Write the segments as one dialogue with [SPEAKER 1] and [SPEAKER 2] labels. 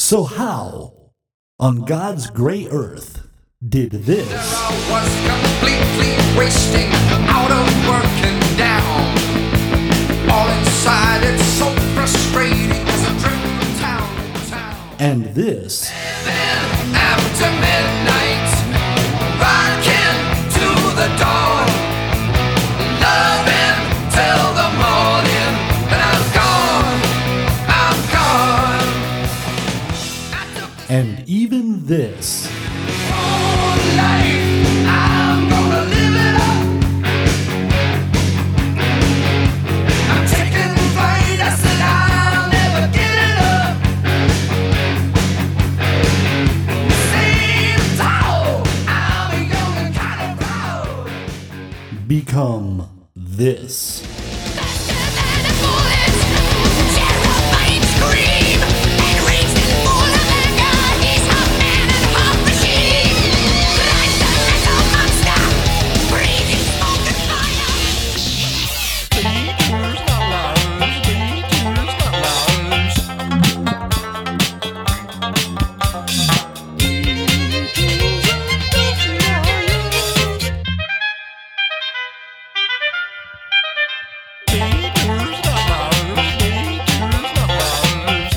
[SPEAKER 1] So, how on God's gray earth did this
[SPEAKER 2] I was completely wasting out of work and down. All inside, it's so frustrating as I drift from town to town.
[SPEAKER 1] and this
[SPEAKER 2] After midnight, rocking to the dawn, loving till the morning. But I'm gone, I'm gone. I took this
[SPEAKER 1] and even this?
[SPEAKER 2] whole life, I'm gonna live it up. I'm taking flight, I said I'll never get it up. Same tall, I'm young and kinda proud.
[SPEAKER 1] Become this.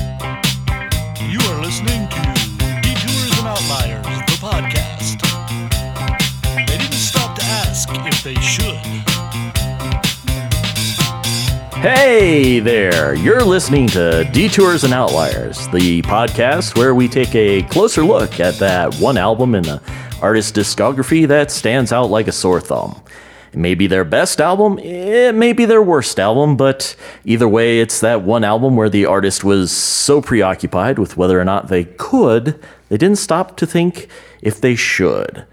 [SPEAKER 3] You are listening to Detours and Outliers, the podcast. They didn't stop to ask if they should.
[SPEAKER 4] Hey there! You're listening to Detours and Outliers, the podcast where we take a closer look at that one album in the artist's discography that stands out like a sore thumb. It may be their best album, it may be their worst album, but either way, it's that one album where the artist was so preoccupied with whether or not they could, they didn't stop to think if they should.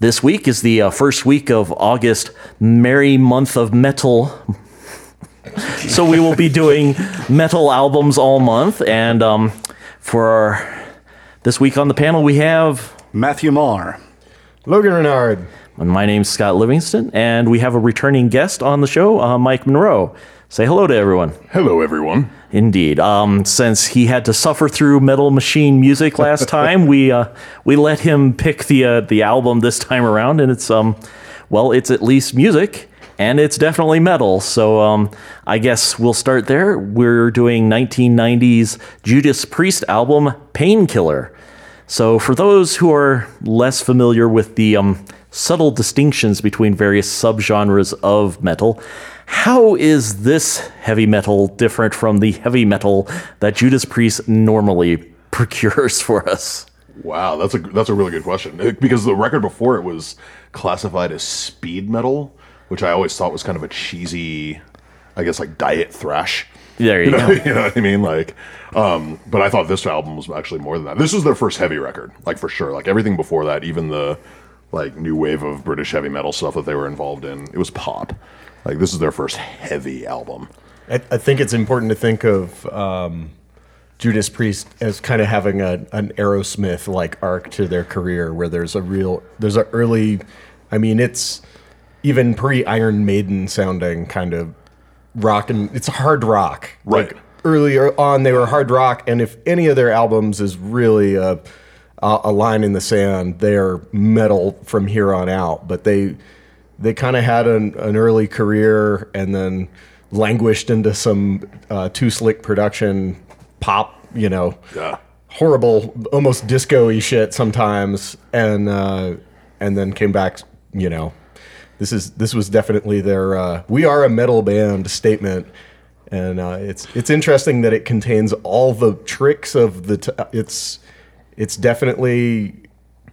[SPEAKER 4] This week is the uh, first week of August, Merry Month of Metal so we will be doing metal albums all month. And um, for our, this week on the panel, we have
[SPEAKER 5] Matthew Marr.
[SPEAKER 6] Logan Renard.
[SPEAKER 4] my name's Scott Livingston, and we have a returning guest on the show, uh, Mike Monroe. Say hello to everyone.
[SPEAKER 7] Hello, everyone.
[SPEAKER 4] Indeed. Um, since he had to suffer through Metal Machine music last time, we uh, we let him pick the uh, the album this time around, and it's um, well, it's at least music, and it's definitely metal. So um, I guess we'll start there. We're doing 1990s Judas Priest album Painkiller. So for those who are less familiar with the um, subtle distinctions between various subgenres of metal, how is this heavy metal different from the heavy metal that Judas Priest normally procures for us?
[SPEAKER 7] Wow, that's a that's a really good question It- because the record before it was classified as speed metal, which I always thought was kind of a cheesy, I guess like diet thrash.
[SPEAKER 4] There you
[SPEAKER 7] You know,
[SPEAKER 4] go.
[SPEAKER 7] you know what I mean? Like, um, but I thought this album was actually more than that. This was their first heavy record, like for sure. Like everything before that, even the like new wave of British heavy metal stuff that they were involved in, it was pop. Like this is their first heavy album.
[SPEAKER 6] I, I think it's important to think of um, Judas Priest as kind of having a, an Aerosmith like arc to their career, where there's a real, there's an early, I mean, it's even pre Iron Maiden sounding kind of rock and it's hard rock.
[SPEAKER 7] Right.
[SPEAKER 6] Like earlier on, they were hard rock, and if any of their albums is really a, a, a line in the sand, they're metal from here on out. But they they kind of had an, an early career and then languished into some uh, too slick production pop, you know
[SPEAKER 7] Yeah.
[SPEAKER 6] uh, horrible, almost disco-y shit sometimes, and uh, and then came back. You know, this is this was definitely their uh, "we are a metal band" statement, and uh, it's it's interesting that it contains all the tricks of the. T- it's it's definitely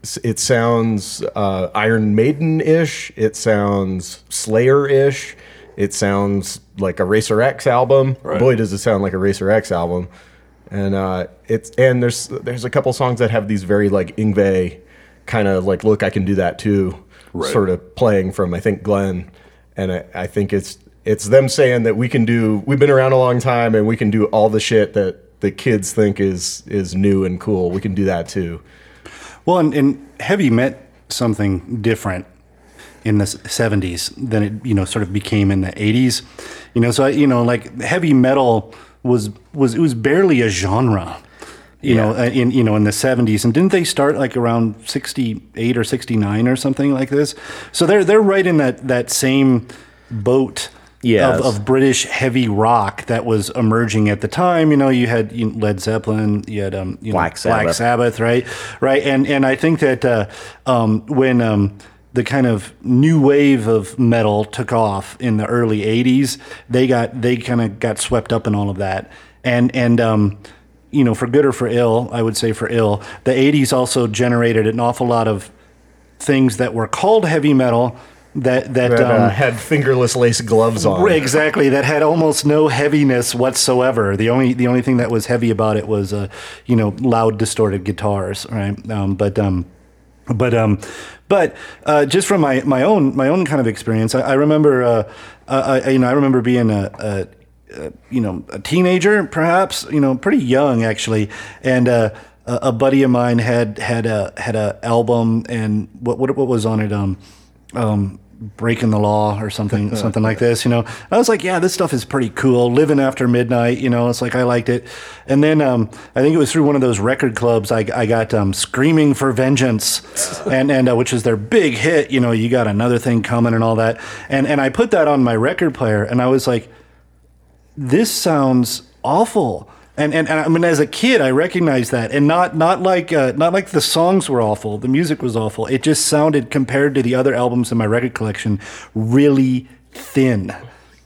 [SPEAKER 6] s- it sounds uh, Iron Maiden ish. It sounds Slayer ish. It sounds like a Racer X album.
[SPEAKER 7] Right.
[SPEAKER 6] Boy, does it sound like a Racer X album. And uh, it's and there's there's a couple songs that have these very like Ingve kind of like look I can do that too
[SPEAKER 7] Right.
[SPEAKER 6] sort of playing from I think Glenn and I, I think it's it's them saying that we can do we've been around a long time and we can do all the shit that the kids think is is new and cool we can do that too
[SPEAKER 5] Well, and, and heavy meant something different in the s- 70s than it, you know, sort of became in the 80s. You know, so I, you know, like heavy metal was was it was barely a genre. you know, uh, in you know in the seventies, and didn't they start like around sixty eight or sixty nine or something like this? So they're they're right in that that same boat.
[SPEAKER 4] Yes.
[SPEAKER 5] Of, of British heavy rock that was emerging at the time. You know, you had you know, Led Zeppelin, you had um, you know,
[SPEAKER 4] Black Sabbath.
[SPEAKER 5] Sabbath, right? Right. And and I think that uh, um, when um, the kind of new wave of metal took off in the early '80s, they got they kind of got swept up in all of that. And and um, you know, for good or for ill, I would say for ill, the '80s also generated an awful lot of things that were called heavy metal that that,
[SPEAKER 6] That,
[SPEAKER 5] um,
[SPEAKER 6] uh, had fingerless lace gloves on.
[SPEAKER 5] Right, exactly. That had almost no heaviness whatsoever. The only the only thing that was heavy about it was, uh, you know, loud distorted guitars. Right, um, but um, but um, but uh, just from my, my own my own kind of experience, I, I remember uh, I, I- you know I remember being a, a you know, a teenager, perhaps, you know, pretty young actually. And uh, a, a buddy of mine had had a had a album, and what what what was on it? Um, um, breaking the law or something something like this. You know, I was like, yeah, this stuff is pretty cool. Living after midnight, you know, it's like I liked it. And then um, I think it was through one of those record clubs I, I got um, screaming for vengeance, and and uh, which is their big hit. You know, you got another thing coming and all that. And and I put that on my record player, and I was like this sounds awful. And, and, and I mean, as a kid, I recognized that, and not not like uh, not like the songs were awful, the music was awful. It just sounded, compared to the other albums in my record collection, really thin.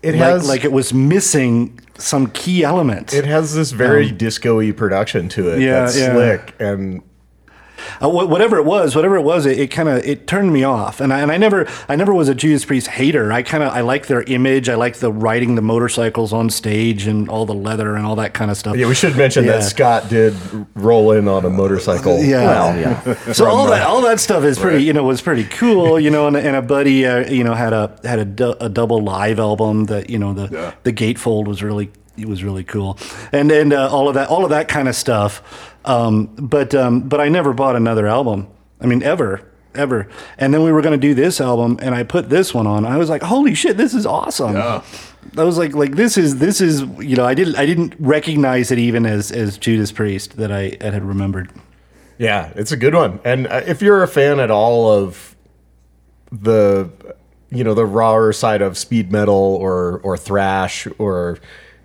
[SPEAKER 6] It
[SPEAKER 5] like,
[SPEAKER 6] has-
[SPEAKER 5] like it was missing some key element.
[SPEAKER 6] It has this very disco-y production to it.
[SPEAKER 5] Um, Yeah,
[SPEAKER 6] that's
[SPEAKER 5] yeah.
[SPEAKER 6] slick and
[SPEAKER 5] uh, wh- whatever it was, whatever it was, it, it kind of it turned me off. And I, and I never I never was a Judas Priest hater. I kind of I like their image. I like the riding the motorcycles on stage and all the leather and all that kind of stuff.
[SPEAKER 6] yeah. We should mention
[SPEAKER 5] Yeah.
[SPEAKER 6] that Scott did roll in on a motorcycle.
[SPEAKER 5] Yeah.
[SPEAKER 4] Well, yeah.
[SPEAKER 5] So all that all that stuff is pretty, you know, was pretty cool, you know. And, and a buddy, uh, you know, had a had a, du- a double live album that you know the
[SPEAKER 8] Yeah.
[SPEAKER 5] the gatefold was really it was really cool, and and uh, all of that all of that kind of stuff. Um, but um, but I never bought another album. I mean, ever ever. And then we were going to do this album, and I put this one on. I was like, holy shit, this is awesome.
[SPEAKER 8] Yeah.
[SPEAKER 5] I was like, like this is this is you know I didn't I didn't recognize it even as as Judas Priest that I I had remembered.
[SPEAKER 6] Yeah, it's a good one. And uh, if you're a fan at all of the you know the rawer side of speed metal or or thrash or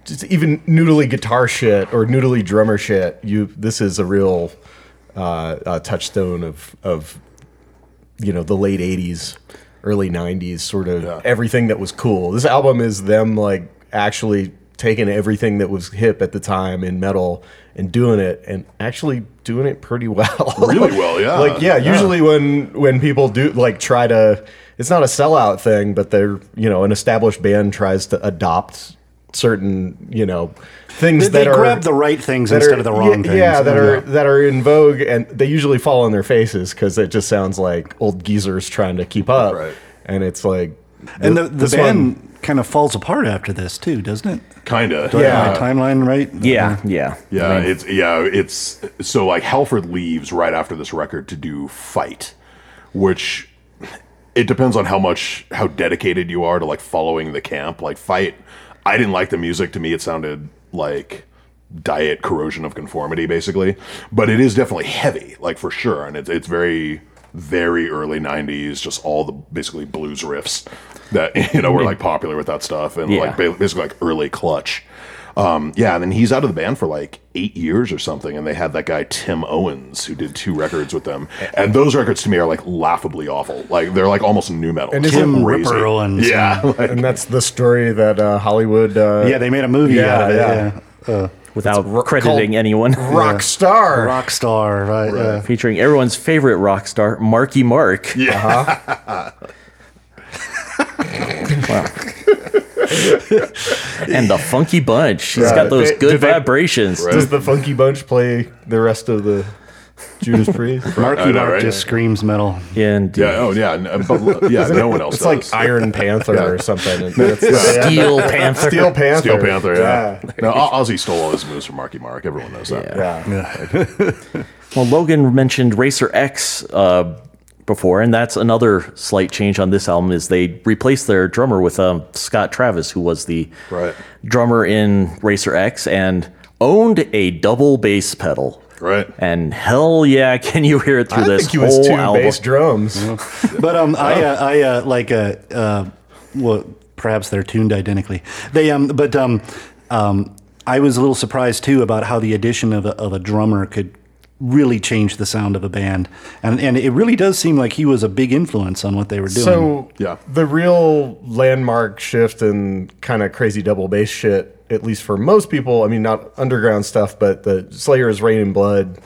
[SPEAKER 6] just even noodly guitar shit or noodly drummer shit, you this is a real uh, uh, touchstone of of you know the late '80s, early '90s sort of everything that was cool. This album is them like actually taking everything that was hip at the time in metal and doing it and actually doing it pretty well.
[SPEAKER 8] Really well, yeah.
[SPEAKER 6] like yeah, usually when when people do like try to it's not a sellout thing, but they're, you know, an established band tries to adopt certain, you know, things
[SPEAKER 5] they,
[SPEAKER 6] that are
[SPEAKER 5] grab the right things
[SPEAKER 6] that are-
[SPEAKER 5] instead of the
[SPEAKER 6] yeah,
[SPEAKER 5] wrong things. Oh,
[SPEAKER 6] Yeah, that are that are in vogue, and they usually fall on their faces because it just sounds like old geezers trying to keep up.
[SPEAKER 8] Right.
[SPEAKER 6] And it's like,
[SPEAKER 5] and the, the
[SPEAKER 6] this
[SPEAKER 5] band
[SPEAKER 6] one-
[SPEAKER 5] kind of falls apart after this too, doesn't it?
[SPEAKER 8] Kinda.
[SPEAKER 5] Do I have
[SPEAKER 6] Yeah.
[SPEAKER 5] my timeline right?
[SPEAKER 4] Yeah, Mm-hmm. yeah.
[SPEAKER 8] Yeah, it's yeah, it's so like Halford leaves right after this record to do Fight, which it depends on how much how dedicated you are to like following the camp. Like Fight, I didn't like the music. To me, it sounded like diet corrosion of conformity, basically. But it is definitely heavy, like for sure, and it's it's very very early 90s just all the basically blues riffs that you know were like popular with that stuff and
[SPEAKER 4] Yeah.
[SPEAKER 8] like ba- basically like early clutch um, yeah, and then he's out of the band for like eight years or something, and they had that guy Tim Owens who did two records with them, and those records to me are like laughably awful. Like they're like almost new metal.
[SPEAKER 6] And
[SPEAKER 8] It's
[SPEAKER 5] Tim
[SPEAKER 8] crazy.
[SPEAKER 5] Ripper Owens.
[SPEAKER 8] Yeah, like,
[SPEAKER 6] and that's the story that uh, Hollywood. Uh,
[SPEAKER 5] Yeah, they made a movie
[SPEAKER 6] Yeah,
[SPEAKER 5] out of it.
[SPEAKER 6] yeah.
[SPEAKER 5] Yeah.
[SPEAKER 4] Without
[SPEAKER 6] ro- called-
[SPEAKER 4] crediting anyone.
[SPEAKER 6] rock star.
[SPEAKER 5] Rock star, right? yeah.
[SPEAKER 4] Featuring everyone's favorite rock star, Marky Mark. Uh-huh. Yeah. wow. and the funky bunch. He's got those
[SPEAKER 6] They- do
[SPEAKER 4] good
[SPEAKER 6] they-
[SPEAKER 4] vibrations.
[SPEAKER 6] Does the Funky Bunch play the rest of the Judas Priest?
[SPEAKER 5] Marky
[SPEAKER 8] I know,
[SPEAKER 5] Mark
[SPEAKER 8] right?
[SPEAKER 5] just screams metal.
[SPEAKER 4] And
[SPEAKER 8] yeah, oh yeah, n- but, yeah. no one else.
[SPEAKER 6] It's
[SPEAKER 8] does.
[SPEAKER 6] like Iron Panther or something. and It's,
[SPEAKER 4] Steel Panther.
[SPEAKER 6] Steel Panther.
[SPEAKER 8] Steel Panther. Yeah, no, O- Ozzy stole all his moves from Marky Mark. Everyone knows that.
[SPEAKER 6] Yeah.
[SPEAKER 4] Well, Logan mentioned Racer X uh, before, and that's another slight change on this album is they replaced their drummer with um, Scott Travis, who was the
[SPEAKER 8] Right.
[SPEAKER 4] drummer in Racer X and owned a double bass pedal.
[SPEAKER 8] Right.
[SPEAKER 4] And hell yeah, can you hear it through
[SPEAKER 6] I
[SPEAKER 4] this
[SPEAKER 6] think he
[SPEAKER 4] whole
[SPEAKER 6] was two
[SPEAKER 4] album?
[SPEAKER 6] bass drums.
[SPEAKER 5] But um, I uh, I uh, like uh, uh, well, perhaps they're tuned identically. They um, but um, um, I was a little surprised too about how the addition of a, of a drummer could really change the sound of a band, and and it really does seem like he was a big influence on what they were doing.
[SPEAKER 6] So
[SPEAKER 8] Yeah.
[SPEAKER 6] the real landmark shift and kind of crazy double bass shit, at least for most people. I mean, not underground stuff, but the Slayer's Rain and Blood.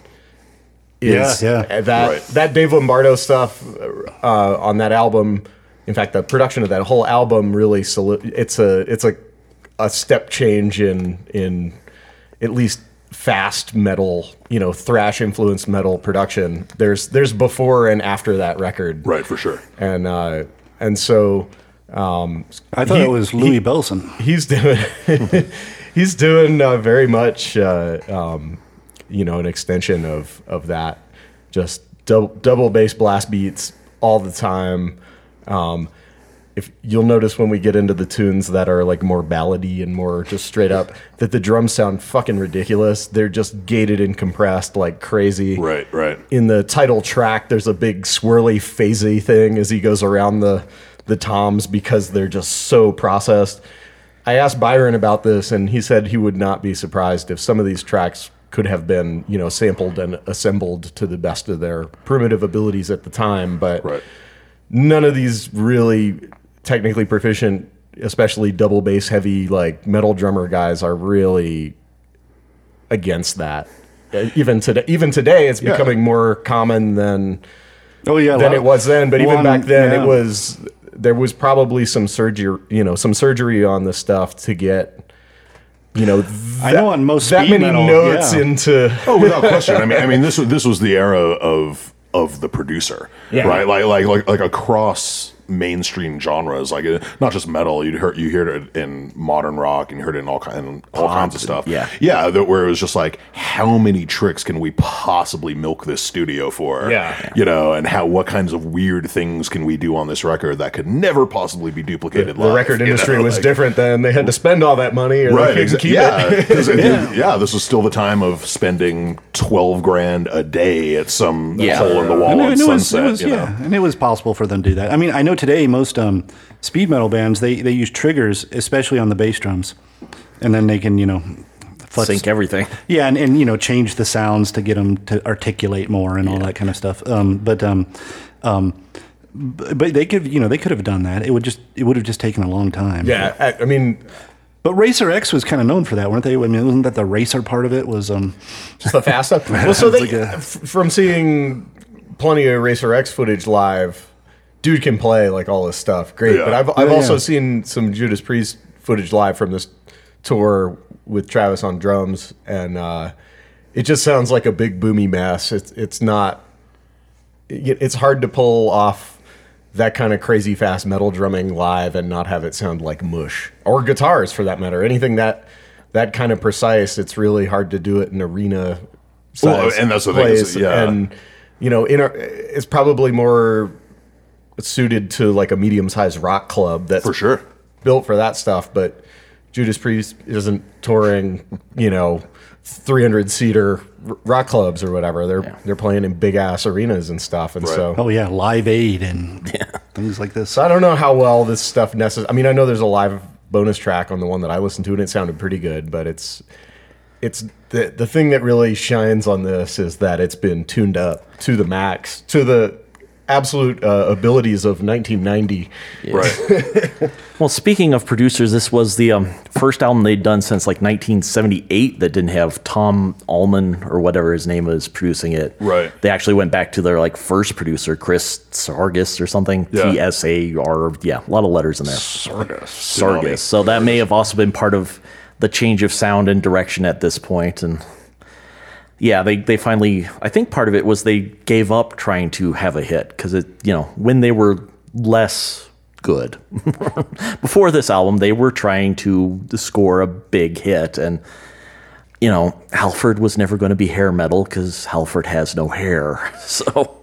[SPEAKER 6] Is
[SPEAKER 5] Yeah, yeah.
[SPEAKER 6] That
[SPEAKER 8] Right.
[SPEAKER 6] that Dave Lombardo stuff uh, on that album. In fact, the production of that whole album really soli- it's a it's a a step change in in at least fast metal, you know, thrash influenced metal production. There's there's before and after that record
[SPEAKER 8] Right. For sure.
[SPEAKER 6] and uh, and so um,
[SPEAKER 5] I thought
[SPEAKER 6] he-
[SPEAKER 5] it was Louis Belson.
[SPEAKER 6] he's doing he's doing uh, very much uh, um, you know an extension of of that just double double bass blast beats all the time um, if you'll notice when we get into the tunes that are like more ballady and more just straight up that the drums sound fucking ridiculous they're just gated and compressed like crazy
[SPEAKER 8] Right. Right.
[SPEAKER 6] in the title track there's a big swirly phasey thing as he goes around the the toms because they're just so processed i asked byron about this and he said he would not be surprised if some of these tracks could have been you know sampled and assembled to the best of their primitive abilities at the time but
[SPEAKER 8] Right.
[SPEAKER 6] none of these really technically proficient especially double bass heavy like metal drummer guys are really against that Uh, even today even today it's
[SPEAKER 8] Yeah.
[SPEAKER 6] becoming more common than
[SPEAKER 5] Oh yeah,
[SPEAKER 6] than it was then but even
[SPEAKER 5] Juan-
[SPEAKER 6] back then
[SPEAKER 5] yeah.
[SPEAKER 6] it was there was probably some surgery you know some surgery on this stuff to get you know
[SPEAKER 5] I
[SPEAKER 6] that-
[SPEAKER 5] know on most
[SPEAKER 6] that
[SPEAKER 5] speed
[SPEAKER 6] many
[SPEAKER 5] metal,
[SPEAKER 6] notes
[SPEAKER 5] yeah.
[SPEAKER 6] into
[SPEAKER 8] Oh, without question. I mean, I mean, this was this was the era of of the producer,
[SPEAKER 6] Yeah.
[SPEAKER 8] right? Like, like, like, like across mainstream genres, like uh, not just metal. You'd heard you heard it in modern rock, and you heard it in all kind in all kinds of stuff.
[SPEAKER 4] yeah.
[SPEAKER 8] yeah. That, where it was just like, how many tricks can we possibly milk this studio for?
[SPEAKER 6] Yeah.
[SPEAKER 8] you know, and how what kinds of weird things can we do on this record that could never possibly be duplicated?
[SPEAKER 6] the record industry was
[SPEAKER 8] different.
[SPEAKER 6] different then they had to spend all that money or
[SPEAKER 8] Right.
[SPEAKER 6] they couldn't
[SPEAKER 8] exa-
[SPEAKER 6] keep
[SPEAKER 8] yeah.
[SPEAKER 6] it
[SPEAKER 8] 'cause it- yeah. This was still the time of spending twelve grand a day at some
[SPEAKER 4] Yeah.
[SPEAKER 8] hole in the wall
[SPEAKER 5] And
[SPEAKER 8] in
[SPEAKER 5] it- it was- it
[SPEAKER 8] Sunset.
[SPEAKER 5] was-
[SPEAKER 8] you know.
[SPEAKER 5] yeah, and it was possible for them to do that. I mean, I know today most um, speed metal bands they they use triggers, especially on the bass drums, and then they can you know. flex-
[SPEAKER 4] Sync everything.
[SPEAKER 5] Yeah, and, and you know change the sounds to get them to articulate more and all that kind of stuff. Um, but um, um, b- but they could you know they could have done that. It would just it would have just taken a long time.
[SPEAKER 6] yeah I, I mean
[SPEAKER 5] But Racer X was kind of known for that, weren't they? I mean, wasn't that the racer part of it? Was um,
[SPEAKER 6] Just the fast stuff. Well, so they,
[SPEAKER 5] It's like a-
[SPEAKER 6] f- from seeing plenty of Racer X footage live, dude can play like all this stuff. Great,
[SPEAKER 8] Yeah.
[SPEAKER 6] but I've I've
[SPEAKER 5] Yeah,
[SPEAKER 6] also
[SPEAKER 5] yeah.
[SPEAKER 6] seen some Judas Priest footage live from this tour with Travis on drums, and uh, it just sounds like a big boomy mess. It's it's not. It, it's hard to pull off. That kind of crazy fast metal drumming live and not have it sound like mush or guitars for that matter. Anything that that kind of precise, it's really hard to do it in arena
[SPEAKER 8] Well,
[SPEAKER 6] size
[SPEAKER 8] and that's the thing, is-
[SPEAKER 6] place,
[SPEAKER 8] yeah.
[SPEAKER 6] and you know, in our, it's probably more suited to like a medium-sized rock club that's
[SPEAKER 8] For sure.
[SPEAKER 6] built for that stuff. But Judas Priest isn't touring, you know, 300 seater rock clubs or whatever. They're they're playing in big ass arenas and stuff, and
[SPEAKER 8] Right.
[SPEAKER 6] so.
[SPEAKER 5] oh yeah, Live Aid and things like this.
[SPEAKER 6] So I don't know how well this stuff necess- I mean, I know there's a live bonus track on the one that I listened to, and it sounded pretty good. But it's it's the the thing that really shines on this is that it's been tuned up to the max, to the absolute uh, abilities of 1990.
[SPEAKER 8] Right.
[SPEAKER 4] Well, speaking of producers, this was the um, first album they'd done since like 1978 that didn't have Tom Allman or whatever his name is producing it.
[SPEAKER 8] Right.
[SPEAKER 4] They actually went back to their like first producer, Chris Sargis or something.
[SPEAKER 8] Yeah.
[SPEAKER 4] T S A R. Yeah, a lot of letters in there.
[SPEAKER 8] Sargus. Tsunami.
[SPEAKER 4] Sargis. So that may have also been part of the change of sound and direction at this point. And yeah, they, they finally, I think part of it was they gave up trying to have a hit because it, you know, when they were less good before this album, they were trying to score a big hit. And, you know, Halford was never going to be hair metal because Halford has no hair. So.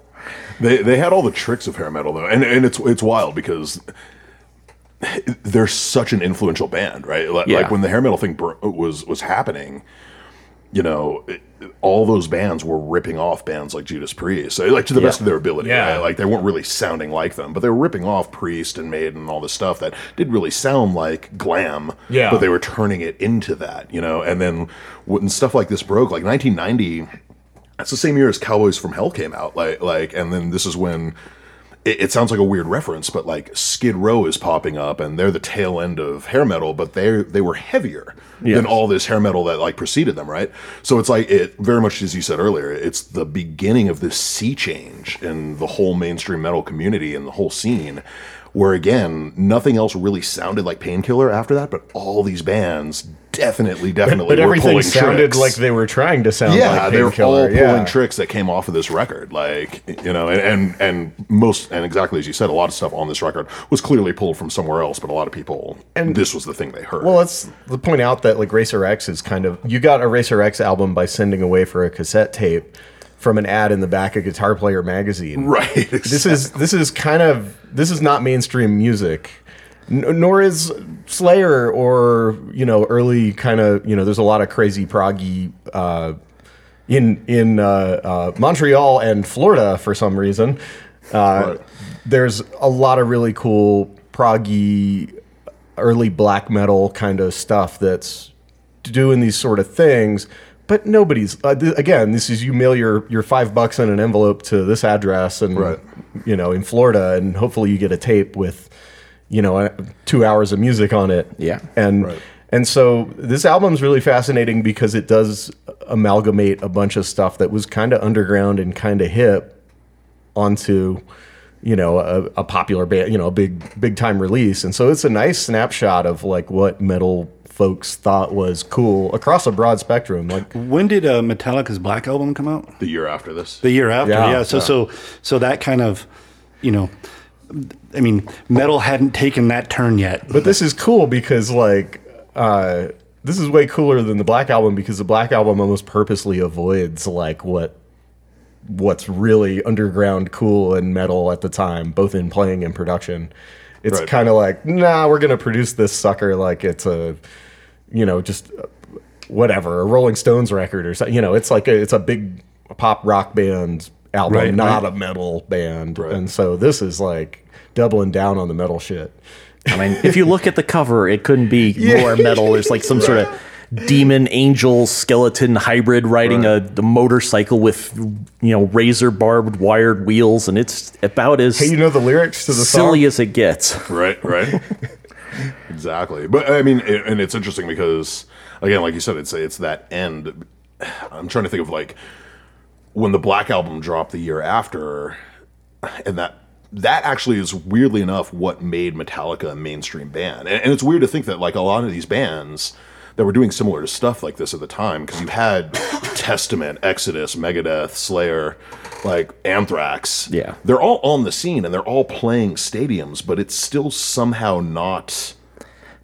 [SPEAKER 8] They they had all the tricks of hair metal though, and and it's it's wild because they're such an influential band, right? Like,
[SPEAKER 4] Yeah.
[SPEAKER 8] like when the hair metal thing bro- was was happening,
[SPEAKER 7] you know, it, all those bands were ripping off bands like Judas Priest, like to the best of their ability.
[SPEAKER 9] Yeah.
[SPEAKER 7] right? Like they weren't really sounding like them, but they were ripping off Priest and Maiden and all this stuff that did really sound like glam.
[SPEAKER 9] Yeah.
[SPEAKER 7] But they were turning it into that, you know. And then when stuff like this broke, like 1990, that's the same year as Cowboys from Hell came out. Like, like, and then this is when it, it sounds like a weird reference, but like Skid Row is popping up, and they're the tail end of hair metal, but they they were heavier than all this hair metal that like preceded them, right? So it's like it very much as you said earlier, it's the beginning of this sea change in the whole mainstream metal community and the whole scene. Where again, nothing else really sounded like Painkiller after that, but all these bands definitely, definitely
[SPEAKER 6] But
[SPEAKER 7] were
[SPEAKER 6] everything
[SPEAKER 7] pulling
[SPEAKER 6] sounded
[SPEAKER 7] tricks
[SPEAKER 6] like they were trying to sound
[SPEAKER 7] yeah,
[SPEAKER 6] like
[SPEAKER 7] they're all
[SPEAKER 6] Painkiller,
[SPEAKER 7] pulling
[SPEAKER 6] yeah.
[SPEAKER 7] tricks that came off of this record, like you know, and, and and most and exactly as you said, a lot of stuff on this record was clearly pulled from somewhere else, but a lot of people and this was the thing they heard.
[SPEAKER 6] Well, let's let's point out that like Racer X is kind of you got a Racer X album by sending away for a cassette tape from an ad in the back of Guitar Player magazine.
[SPEAKER 7] right,
[SPEAKER 6] This is this is kind of this is not mainstream music. N- nor is Slayer or you know early kind of you know there's a lot of crazy proggy uh, in in uh, uh, Montreal and Florida for some reason. Uh,
[SPEAKER 7] Right.
[SPEAKER 6] There's a lot of really cool proggy early black metal kind of stuff that's doing these sort of things. But nobody's uh, th- again. This is you mail your your five bucks in an envelope to this address, and
[SPEAKER 7] Right.
[SPEAKER 6] you know in Florida, and hopefully you get a tape with you know uh, two hours of music on it.
[SPEAKER 9] Yeah.
[SPEAKER 6] and and so this album's really fascinating because it does amalgamate a bunch of stuff that was kind of underground and kind of hip, onto you know a, a popular band you know a big big time release and so it's a nice snapshot of like what metal folks thought was cool across a broad spectrum like
[SPEAKER 5] When did uh, Metallica's Black album come out?
[SPEAKER 7] the year after this.
[SPEAKER 5] The year after,
[SPEAKER 6] Yeah.
[SPEAKER 5] yeah. So so so that kind of, you know, I mean, metal hadn't taken that turn yet.
[SPEAKER 6] but this is cool because like uh this is way cooler than the black album because the black album almost purposely avoids like what what's really underground cool and metal at the time both in playing and production it's
[SPEAKER 7] Right.
[SPEAKER 6] kind of like nah we're gonna produce this sucker like it's a you know just uh, whatever a rolling stones record or something you know it's like a, it's a big pop rock band album
[SPEAKER 5] Right,
[SPEAKER 6] not a metal band and so this is like doubling down on the metal shit
[SPEAKER 4] I mean, if you look at the cover, it couldn't be more metal. There's like some sort of demon angel skeleton hybrid riding a, a motorcycle with you know razor barbed wired wheels, and it's about as
[SPEAKER 6] Hey, you know the lyrics to the
[SPEAKER 4] silly
[SPEAKER 6] song?
[SPEAKER 4] as it gets.
[SPEAKER 7] right right exactly but i mean it, and it's interesting because again like you said it's it's that end i'm trying to think of like when the black album dropped the year after and that that actually is weirdly enough what made metallica a mainstream band and, and it's weird to think that like a lot of these bands that were doing similar to stuff like this at the time because you had testament exodus megadeth slayer like anthrax
[SPEAKER 4] Yeah.
[SPEAKER 7] they're all on the scene and they're all playing stadiums, but it's still somehow not.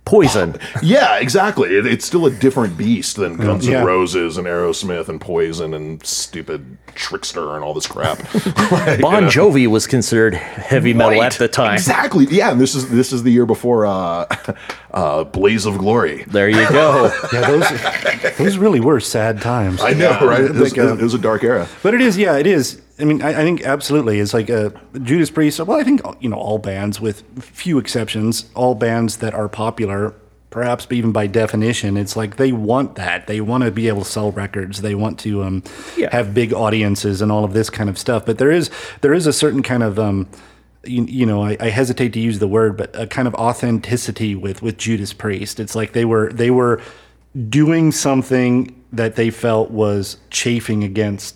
[SPEAKER 4] Poison.
[SPEAKER 7] Yeah, exactly. It, it's still a different beast than Guns
[SPEAKER 5] Yeah.
[SPEAKER 7] N' Roses and Aerosmith and Poison and stupid Trickster and all this crap.
[SPEAKER 4] Bon Jovi was considered heavy metal at the time.
[SPEAKER 7] Exactly. Yeah, and this is this is the year before uh, uh, Blaze of Glory.
[SPEAKER 4] There you go.
[SPEAKER 5] Yeah, those those really were sad times.
[SPEAKER 7] I know, right? It was,
[SPEAKER 5] Like, uh,
[SPEAKER 7] it was a dark era.
[SPEAKER 5] But it is, yeah, it is. I mean, I, I think absolutely. It's like uh, Judas Priest. Well, I think you know all bands, with few exceptions, all bands that are popular, perhaps even by definition, it's like they want that. They want to be able to sell records. They want to um, have big audiences and all of this kind of stuff. But there is there is a certain kind of um, you, you know, I, I hesitate to use the word, but a kind of authenticity with with Judas Priest. It's like they were they were doing something that they felt was chafing against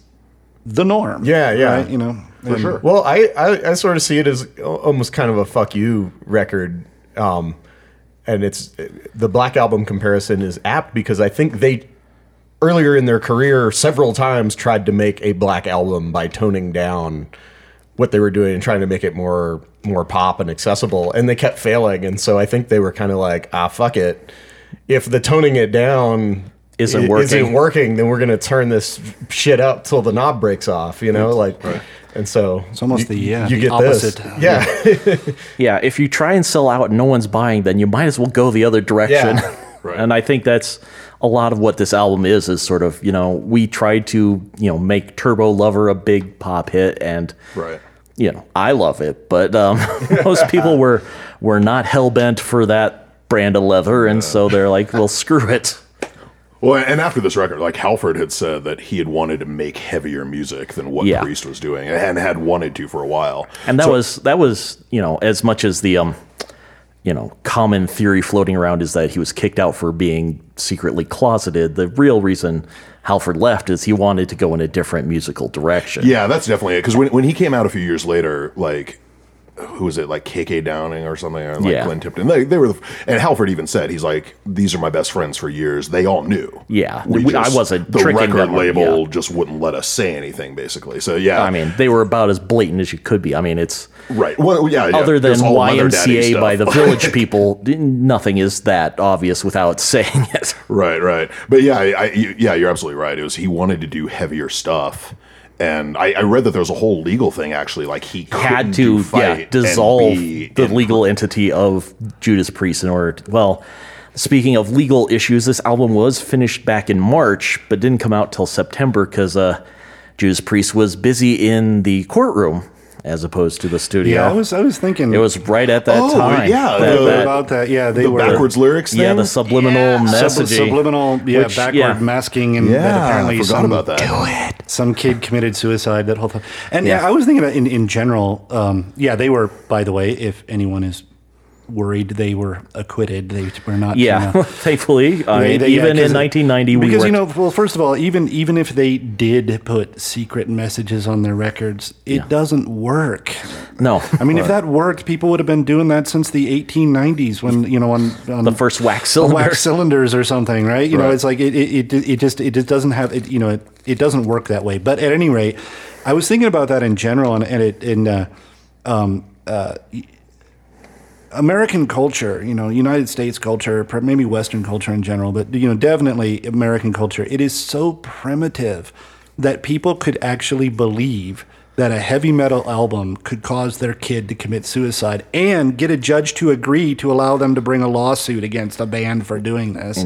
[SPEAKER 5] the norm.
[SPEAKER 6] Yeah, yeah.
[SPEAKER 5] Right? You know, for sure.
[SPEAKER 6] Well, I, I, I sort of see it as al- almost kind of a fuck you record. Um, and it's the Black Album comparison is apt because I think they earlier in their career several times tried to make a Black Album by toning down what they were doing and trying to make it more more pop and accessible and they kept failing and so I think they were kind of like ah fuck it if the toning it down
[SPEAKER 4] Isn't
[SPEAKER 6] i-
[SPEAKER 4] working.
[SPEAKER 6] working, then we're gonna turn this shit up till the knob breaks off. You know, like, and so it's
[SPEAKER 5] almost the, yeah,
[SPEAKER 6] you
[SPEAKER 5] the
[SPEAKER 6] get
[SPEAKER 5] opposite. uh,
[SPEAKER 6] this, yeah,
[SPEAKER 4] Yeah, if you try and sell out and no one's buying, then you might as well go the other direction.
[SPEAKER 6] Yeah.
[SPEAKER 7] Right.
[SPEAKER 4] And I think that's a lot of what this album is is sort of you know we tried to you know make Turbo Lover a big pop hit and
[SPEAKER 8] Right.
[SPEAKER 4] you know, I love it, but um, most people were were not hell bent for that brand of leather, and so they're like, "Well, screw it."
[SPEAKER 8] Well, and after this record, like Halford had said that he had wanted to make heavier music than what
[SPEAKER 4] Yeah.
[SPEAKER 8] Priest was doing, and had wanted to for a while.
[SPEAKER 4] And that
[SPEAKER 8] So-
[SPEAKER 4] was that was you know as much as the um, you know common theory floating around is that he was kicked out for being secretly closeted. The real reason Halford left is he wanted to go in a different musical direction.
[SPEAKER 8] Yeah, that's definitely it. Because when, when he came out a few years later, like who was it, like KK Downing or something, or like
[SPEAKER 4] Yeah.
[SPEAKER 8] Glenn Tipton, they, they were. The, and Halford even said he's like, these are my best friends for years. They all knew.
[SPEAKER 4] Yeah, we- I wasn't
[SPEAKER 8] The
[SPEAKER 4] tricking
[SPEAKER 8] record
[SPEAKER 4] them or-
[SPEAKER 8] label
[SPEAKER 4] yeah.
[SPEAKER 8] just wouldn't let us say anything, basically. So yeah,
[SPEAKER 4] I mean, they were about as blatant as you could be. I mean, it's
[SPEAKER 8] right. Well, yeah, yeah,
[SPEAKER 4] other than
[SPEAKER 8] it's all Mother Daddy
[SPEAKER 4] YMCA by the
[SPEAKER 8] stuff.
[SPEAKER 4] Village People, nothing is that obvious without saying it.
[SPEAKER 8] Right, right. But yeah, I, I, you- yeah, you're absolutely right. It was he wanted to do heavier stuff. And I, I read that there was a whole legal thing actually, like he couldn't
[SPEAKER 4] had
[SPEAKER 8] do
[SPEAKER 4] to
[SPEAKER 8] fight
[SPEAKER 4] yeah,
[SPEAKER 8] and
[SPEAKER 4] dissolve
[SPEAKER 8] be
[SPEAKER 4] the
[SPEAKER 8] in-
[SPEAKER 4] legal entity of Judas Priest in order to, well speaking of legal issues this album was finished back in March but didn't come out till September cuz uh Judas Priest was busy in the courtroom as opposed to the studio
[SPEAKER 5] Yeah, I was I was thinking
[SPEAKER 4] it was right at that
[SPEAKER 8] Oh,
[SPEAKER 4] time
[SPEAKER 8] yeah,
[SPEAKER 4] that-
[SPEAKER 8] the-
[SPEAKER 4] that-
[SPEAKER 5] about that. Yeah, they
[SPEAKER 8] the
[SPEAKER 5] were
[SPEAKER 8] backwards lyrics. Thing?
[SPEAKER 4] yeah the subliminal
[SPEAKER 5] sub-
[SPEAKER 4] message messaging
[SPEAKER 5] subliminal, yeah,
[SPEAKER 4] Which,
[SPEAKER 5] backward
[SPEAKER 4] yeah.
[SPEAKER 5] masking, and
[SPEAKER 8] Yeah,
[SPEAKER 5] that apparently
[SPEAKER 8] I forgot
[SPEAKER 5] some,
[SPEAKER 8] about that.
[SPEAKER 5] some kid committed suicide. That whole thing. And yeah,
[SPEAKER 4] Yeah.
[SPEAKER 5] I was thinking about in in general. Um, yeah, they were. By the way, if anyone is worried, they were acquitted. They were not. you
[SPEAKER 4] yeah
[SPEAKER 5] know,
[SPEAKER 4] thankfully I
[SPEAKER 5] They-
[SPEAKER 4] mean,
[SPEAKER 5] they- yeah,
[SPEAKER 4] even in
[SPEAKER 5] 'cause it-
[SPEAKER 4] 1990 we
[SPEAKER 5] because
[SPEAKER 4] were
[SPEAKER 5] you know, well, first of all, even even if they did put secret messages on their records, it doesn't work.
[SPEAKER 4] no
[SPEAKER 5] I mean, if that worked, people would have been doing that since the 1890s when you know on, on
[SPEAKER 4] the first wax
[SPEAKER 5] on
[SPEAKER 4] cylinder
[SPEAKER 5] wax cylinders or something, right? You know,
[SPEAKER 8] Right.
[SPEAKER 5] it's like it, it, it, it just it just doesn't have it. You know, it, it doesn't work that way. But at any rate, I was thinking about that in general, and, and it in uh, um, uh, American culture, you know, United States culture, pr- maybe Western culture in general, but you know, definitely American culture. It is so primitive that people could actually believe that a heavy metal album could cause their kid to commit suicide and get a judge to agree to allow them to bring a lawsuit against a band for doing this.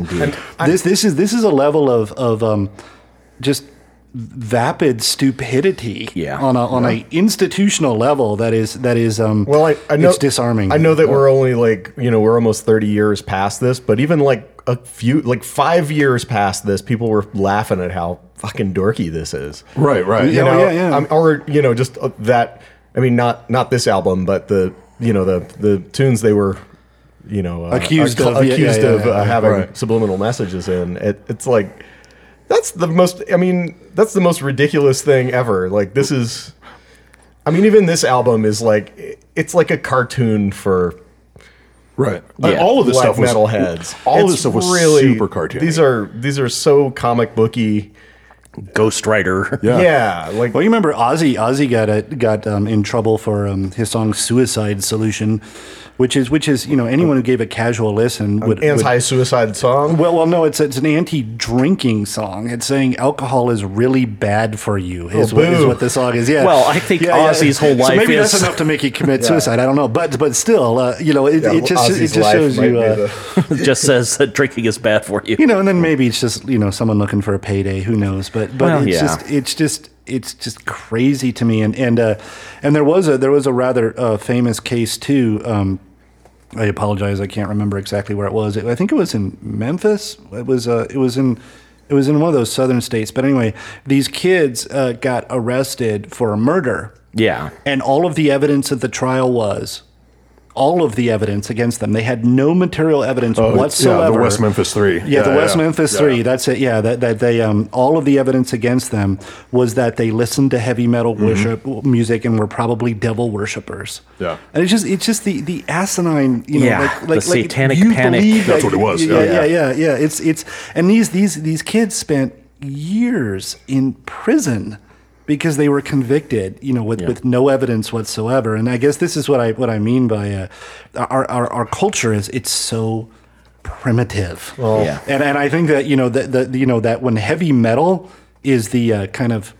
[SPEAKER 5] This this is this is a level of of um, just vapid stupidity
[SPEAKER 4] Yeah.
[SPEAKER 5] on a on a institutional level that is that is um
[SPEAKER 6] Well, I, I know
[SPEAKER 5] it's disarming
[SPEAKER 6] I know that we're only like you know we're almost thirty years past this, but even like a few like five years past this, people were laughing at how fucking dorky this is.
[SPEAKER 8] Right, right.
[SPEAKER 5] Yeah.
[SPEAKER 6] You know,
[SPEAKER 5] yeah, yeah.
[SPEAKER 6] um, or you know just uh, that. I mean, not not this album, but the you know the the tunes they were you know uh,
[SPEAKER 5] Accused
[SPEAKER 6] accu-
[SPEAKER 5] of, yeah,
[SPEAKER 6] accused
[SPEAKER 5] yeah, yeah,
[SPEAKER 6] of
[SPEAKER 5] yeah,
[SPEAKER 6] uh,
[SPEAKER 5] yeah.
[SPEAKER 6] having
[SPEAKER 8] Right.
[SPEAKER 6] subliminal messages in. It, it's like that's the most. I mean, that's the most ridiculous thing ever. Like this is. I mean, even this album is like i- it's like a cartoon for
[SPEAKER 8] Right.
[SPEAKER 4] Yeah.
[SPEAKER 8] All of this
[SPEAKER 6] black
[SPEAKER 8] stuff was
[SPEAKER 6] metal heads.
[SPEAKER 8] All of
[SPEAKER 6] It's
[SPEAKER 8] this stuff was
[SPEAKER 6] really-
[SPEAKER 8] super cartoony.
[SPEAKER 6] These are these are so comic booky.
[SPEAKER 4] Ghost Rider
[SPEAKER 7] Oh,
[SPEAKER 6] Yeah, like
[SPEAKER 5] Well, you remember Ozzy? Ozzy got a, got um, in trouble for um, his song "Suicide Solution," which is which is you know anyone who gave a casual listen would would-
[SPEAKER 6] anti-suicide song.
[SPEAKER 5] well, well, no, it's it's an anti-drinking song. It's saying alcohol is really bad for you. Is,
[SPEAKER 6] Oh,
[SPEAKER 5] what, is
[SPEAKER 6] boo.
[SPEAKER 5] what this song is. Yeah.
[SPEAKER 4] Well, I think Ozzy's whole
[SPEAKER 5] So
[SPEAKER 4] life
[SPEAKER 5] maybe
[SPEAKER 4] is-
[SPEAKER 5] that's enough to make you commit suicide. I don't know, but but still, uh, you know, it,
[SPEAKER 6] Yeah,
[SPEAKER 5] it just
[SPEAKER 6] Ozzy's
[SPEAKER 5] it just
[SPEAKER 6] life
[SPEAKER 5] shows
[SPEAKER 6] might
[SPEAKER 5] you.
[SPEAKER 6] be
[SPEAKER 5] Uh,
[SPEAKER 6] the-
[SPEAKER 4] just says that drinking is bad for you.
[SPEAKER 5] you know, and then maybe it's just you know someone looking for a payday. Who knows? But but
[SPEAKER 4] Well,
[SPEAKER 5] it's
[SPEAKER 4] yeah.
[SPEAKER 5] just it's just it's just crazy to me. And and uh, and there was a there was a rather uh, famous case too. Um, I apologize, I can't remember exactly where it was. I think it was in Memphis. It was uh, it was in it was in one of those southern states. But anyway, these kids uh, got arrested for a murder.
[SPEAKER 4] Yeah.
[SPEAKER 5] And all of the evidence at the trial was all of the evidence against them. They had no material evidence whatsoever.
[SPEAKER 8] Oh, Yeah, the West Memphis Three.
[SPEAKER 5] Yeah, the West
[SPEAKER 8] yeah.
[SPEAKER 5] Memphis
[SPEAKER 8] Yeah.
[SPEAKER 5] Three. That's it. Yeah, that that they um all of the evidence against them was that they listened to heavy metal
[SPEAKER 8] Mm-hmm.
[SPEAKER 5] worship music and were probably devil worshippers.
[SPEAKER 8] Yeah.
[SPEAKER 5] and it's just it's just the the asinine you know
[SPEAKER 4] Yeah,
[SPEAKER 5] like,
[SPEAKER 4] the
[SPEAKER 5] like like
[SPEAKER 4] satanic
[SPEAKER 5] you
[SPEAKER 4] panic.
[SPEAKER 5] believe
[SPEAKER 8] That's
[SPEAKER 5] that-
[SPEAKER 8] what it was,
[SPEAKER 5] Yeah, yeah,
[SPEAKER 8] yeah.
[SPEAKER 5] yeah, yeah, It's it's and these these these kids spent years in prison. Because they were convicted, you know, with, with no evidence whatsoever, and I guess this is what I what I mean by uh, our, our our culture is it's so primitive.
[SPEAKER 4] Yeah.
[SPEAKER 5] And and I think that you know that that you know that when heavy metal is the uh, kind of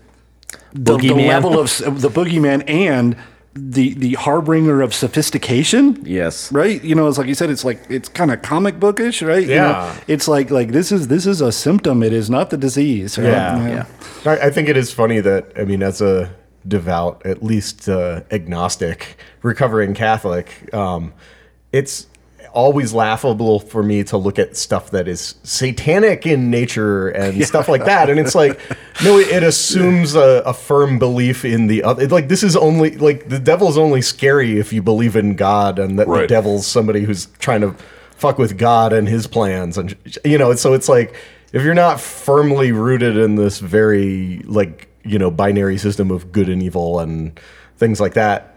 [SPEAKER 5] the, the
[SPEAKER 4] Boogeyman.
[SPEAKER 5] level of s- of the boogeyman and the the harbinger of sophistication.
[SPEAKER 4] Yes.
[SPEAKER 5] Right? You know, it's like you said, it's like it's kind of comic bookish, right? You know,
[SPEAKER 6] Yeah.
[SPEAKER 5] it's like like this is this is a symptom. It is not the disease. right?
[SPEAKER 6] Yeah. I, I think it is funny that I mean, as a devout, at least uh, agnostic, recovering Catholic, um, it's always laughable for me to look at stuff that is satanic in nature and stuff like that and it's like no it, it assumes a, a firm belief in the other like this is only like the devil's only scary if you believe in god and that the
[SPEAKER 7] Right.
[SPEAKER 6] devil's somebody who's trying to fuck with god and his plans and you know so it's like if you're not firmly rooted in this very like you know binary system of good and evil and things like that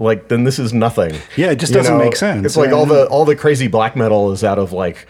[SPEAKER 6] like then this is nothing.
[SPEAKER 5] Yeah, it just
[SPEAKER 6] You
[SPEAKER 5] doesn't make sense.
[SPEAKER 6] It's like
[SPEAKER 5] Yeah,
[SPEAKER 6] all
[SPEAKER 5] I know.
[SPEAKER 6] the all the crazy black metal is out of like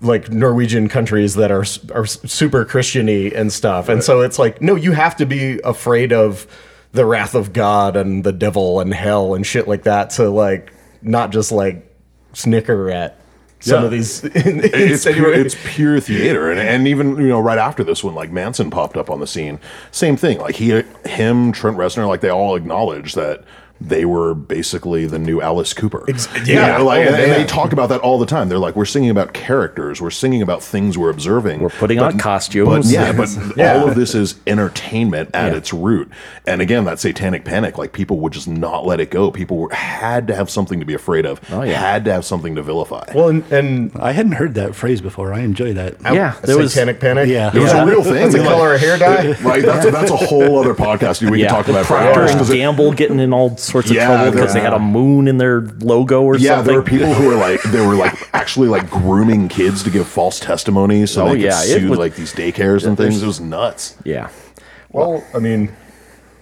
[SPEAKER 6] like Norwegian countries that are s- are s- super Christiany and stuff. And so it's like no, you have to be afraid of the wrath of God and the devil and hell and shit like that to like not just like snicker at some
[SPEAKER 7] Yeah.
[SPEAKER 6] of these
[SPEAKER 7] it's pure,
[SPEAKER 6] insinuating-
[SPEAKER 7] it's pure theater, and, and even you know right after this one, like Manson popped up on the scene. Same thing, like he, him, Trent Reznor, like they all acknowledged that they were basically the new Alice Cooper.
[SPEAKER 6] yeah.
[SPEAKER 7] You know, like,
[SPEAKER 6] Oh,
[SPEAKER 7] and, and
[SPEAKER 6] yeah.
[SPEAKER 7] they talked about that all the time. They're like, we're singing about characters, we're singing about things we're observing,
[SPEAKER 4] We're putting on costumes.
[SPEAKER 7] But yeah, but
[SPEAKER 6] Yeah.
[SPEAKER 7] all of this is entertainment at
[SPEAKER 4] Yeah.
[SPEAKER 7] its root. And again, that satanic panic, like people would just not let it go. People were, had to have something to be afraid of.
[SPEAKER 4] Oh, yeah.
[SPEAKER 7] Had to have something to vilify.
[SPEAKER 6] well and, and
[SPEAKER 5] I hadn't heard that phrase before. I enjoy that.
[SPEAKER 4] yeah, there was
[SPEAKER 6] satanic panic.
[SPEAKER 5] Yeah.
[SPEAKER 7] It was
[SPEAKER 4] Yeah.
[SPEAKER 7] a real thing.
[SPEAKER 6] That's a
[SPEAKER 7] Like,
[SPEAKER 6] color of hair dye.
[SPEAKER 7] Right, that's a, that's a whole other podcast dude, we
[SPEAKER 4] yeah,
[SPEAKER 7] can talk
[SPEAKER 4] the
[SPEAKER 7] about for
[SPEAKER 4] Procter
[SPEAKER 7] hours.
[SPEAKER 4] and
[SPEAKER 7] 'cause it-
[SPEAKER 4] Gamble getting in all sorts of
[SPEAKER 7] Yeah,
[SPEAKER 4] trouble
[SPEAKER 7] there-
[SPEAKER 4] because they had a moon in their logo or
[SPEAKER 7] yeah,
[SPEAKER 4] something.
[SPEAKER 7] there were people who were like they were like actually like grooming kids to give false testimony so
[SPEAKER 4] Oh,
[SPEAKER 7] they could
[SPEAKER 4] yeah, it
[SPEAKER 7] sue
[SPEAKER 4] was-
[SPEAKER 7] like these daycares and
[SPEAKER 4] there's-
[SPEAKER 7] things. It was nuts.
[SPEAKER 4] yeah,
[SPEAKER 6] Well, I mean,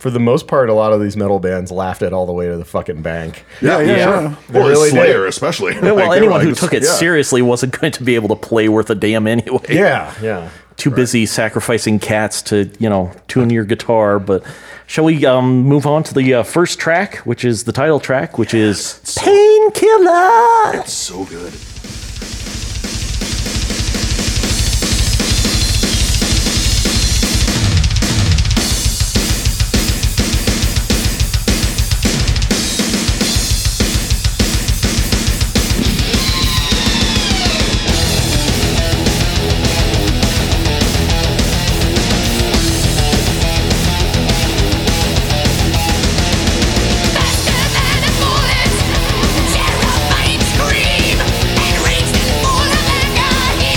[SPEAKER 6] for the most part, a lot of these metal bands laughed it all the way to the fucking bank.
[SPEAKER 7] Yeah,
[SPEAKER 4] yeah, yeah.
[SPEAKER 6] They
[SPEAKER 7] Or
[SPEAKER 6] really
[SPEAKER 7] Slayer,
[SPEAKER 6] did.
[SPEAKER 7] especially.
[SPEAKER 4] Yeah,
[SPEAKER 7] Like,
[SPEAKER 4] well,
[SPEAKER 7] they
[SPEAKER 4] anyone
[SPEAKER 7] were
[SPEAKER 4] who
[SPEAKER 7] like,
[SPEAKER 4] took it
[SPEAKER 7] yeah.
[SPEAKER 4] seriously wasn't going to be able to play worth a damn anyway.
[SPEAKER 6] Yeah, yeah.
[SPEAKER 4] Too busy sacrificing cats to, you know, tune your guitar. But shall we um, move on to the uh, first track, which is the title track, which is Painkiller?
[SPEAKER 7] so good.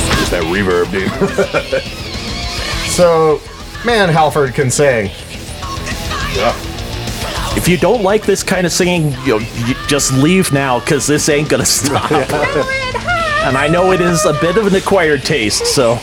[SPEAKER 7] Just that reverb, dude.
[SPEAKER 6] So, man, Halford can sing.
[SPEAKER 4] If you don't like this kind of singing, you, you just leave now because this ain't going to stop. and I know it is a bit of an acquired taste, so.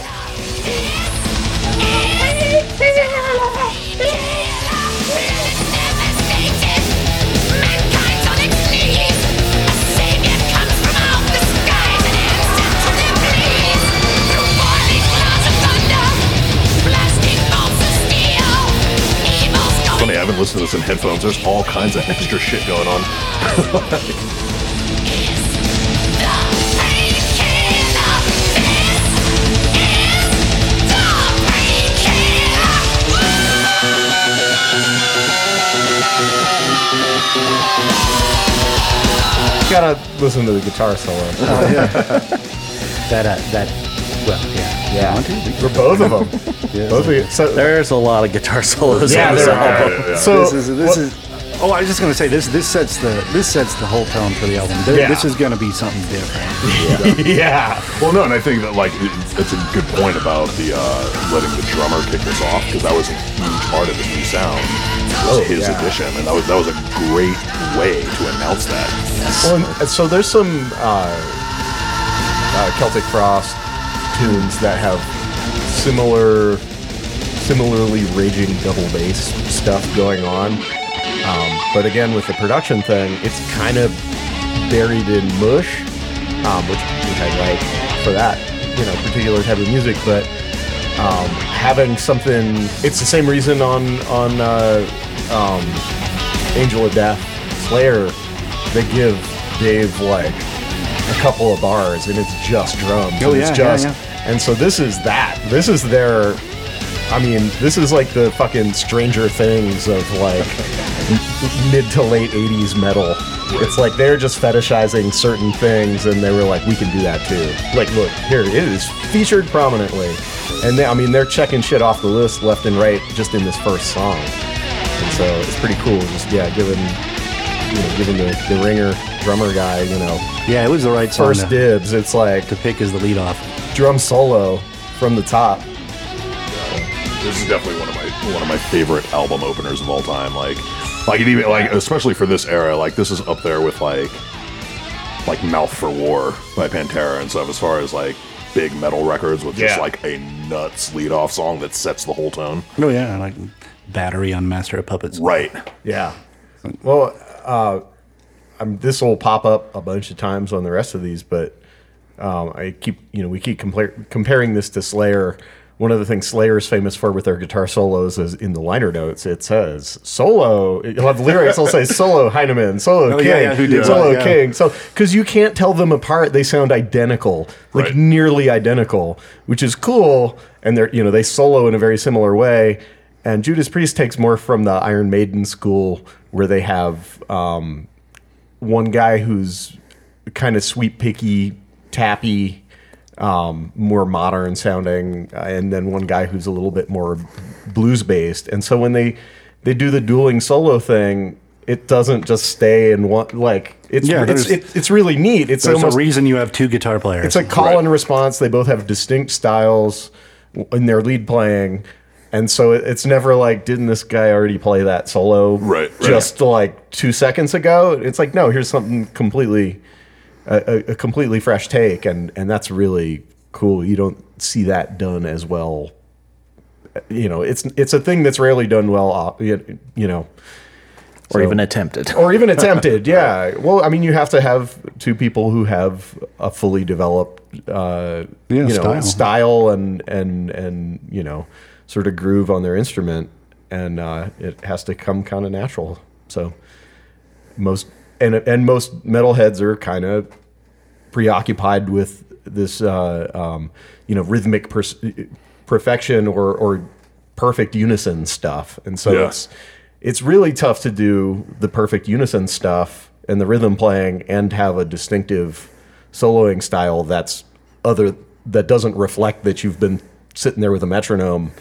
[SPEAKER 7] Funny, I haven't listened to this in headphones. There's all kinds of extra shit going on.
[SPEAKER 6] Gotta listen to the guitar solo.
[SPEAKER 5] That uh, that well, yeah.
[SPEAKER 4] Yeah.
[SPEAKER 6] For both of them. Both of you. So,
[SPEAKER 4] There's a lot of guitar solos
[SPEAKER 6] Yeah,
[SPEAKER 4] on this
[SPEAKER 6] there
[SPEAKER 4] album.
[SPEAKER 6] are. so
[SPEAKER 5] This is this is Oh, I was just gonna say this. This sets the this sets the whole tone for the album. Th-
[SPEAKER 6] Yeah.
[SPEAKER 5] This is gonna be something different.
[SPEAKER 6] yeah.
[SPEAKER 7] Well, no, and I think that like it- it's a good point about the uh, letting the drummer kick this off because that was a huge part of the new sound was his
[SPEAKER 6] Oh, yeah.
[SPEAKER 7] addition, and that was that was a great way to announce that.
[SPEAKER 6] Well, and- and so there's some uh, uh, Celtic Frost tunes that have similar, similarly raging double bass stuff going on. Um, but again, with the production thing, it's kind of buried in mush, um, which, which I like for that, you know, particular type of music. But um, having something, it's the same reason on on uh, um, Angel of Death, Slayer, they give Dave like a couple of bars and it's just drums.
[SPEAKER 5] Oh,
[SPEAKER 6] and
[SPEAKER 5] yeah,
[SPEAKER 6] it's
[SPEAKER 5] yeah,
[SPEAKER 6] just
[SPEAKER 5] yeah.
[SPEAKER 6] and so this is that. This is their I mean, this is like the fucking Stranger Things of like m- mid to late 80s metal. It's like they're just fetishizing certain things and they were like, we can do that too. Like, look, here it is featured prominently. And they, I mean, they're checking shit off the list left and right just in this first song. And so it's pretty cool. Just, yeah, giving, you know, giving the, the ringer drummer guy, you know,
[SPEAKER 5] Yeah, it was the right song
[SPEAKER 6] first
[SPEAKER 5] to,
[SPEAKER 6] dibs. It's like
[SPEAKER 5] to pick as the lead off.
[SPEAKER 6] drum solo from the top.
[SPEAKER 8] This is definitely one of my one of my favorite album openers of all time. Like, like it even like especially for this era. Like this is up there with like like Mouth for War by Pantera and stuff. As far as like big metal records with just
[SPEAKER 5] Yeah.
[SPEAKER 8] like a nuts lead off song that sets the whole tone.
[SPEAKER 5] Oh yeah, like battery on Master of Puppets.
[SPEAKER 8] Right.
[SPEAKER 6] Yeah. Well, uh, I'm, this will pop up a bunch of times on the rest of these, but um, I keep, you know, we keep compar- comparing this to Slayer. One of the things Slayer is famous for with their guitar solos is in the liner notes, it says solo. You'll have lyrics, it'll say solo Heinemann, solo
[SPEAKER 5] Oh,
[SPEAKER 6] King,
[SPEAKER 5] yeah, yeah, who did
[SPEAKER 6] solo
[SPEAKER 5] that, yeah.
[SPEAKER 6] King. So, because you can't tell them apart, they sound identical, like
[SPEAKER 8] Right.
[SPEAKER 6] nearly identical, which is cool. And they're, you know, they solo in a very similar way. And Judas Priest takes more from the Iron Maiden school, where they have um, one guy who's kind of sweet picky, tappy, um, more modern sounding, uh, and then one guy who's a little bit more blues based. And so when they they do the dueling solo thing, it doesn't just stay in one like it's
[SPEAKER 5] Yeah,
[SPEAKER 6] it's,
[SPEAKER 5] there's-
[SPEAKER 6] it, it's really neat. It's
[SPEAKER 5] There's
[SPEAKER 6] almost
[SPEAKER 5] a reason you have two guitar players.
[SPEAKER 6] it's a call and response. They both have distinct styles in their lead playing, and so it- it's never like, didn't this guy already play that solo
[SPEAKER 8] Right, right.
[SPEAKER 6] just like two seconds ago? It's like, no, here's something completely a, a- a completely fresh take, and and that's really cool. You don't see that done as well. You know, it's it's a thing that's rarely done well. uh, You you know,
[SPEAKER 4] or
[SPEAKER 6] So-
[SPEAKER 4] even attempted.
[SPEAKER 6] or even attempted. Yeah. Well, I mean, you have to have two people who have a fully developed, uh,
[SPEAKER 5] Yeah,
[SPEAKER 6] you know, style.
[SPEAKER 5] style.
[SPEAKER 6] and and and you know, sort of groove on their instrument, and uh, it has to come kind of natural. So most and and most metalheads are kind of preoccupied with this, uh, um, you know, rhythmic pers- perfection or or perfect unison stuff, and so
[SPEAKER 8] Yeah.
[SPEAKER 6] it's it's really tough to do the perfect unison stuff and the rhythm playing and have a distinctive soloing style that's other that doesn't reflect that you've been sitting there with a metronome,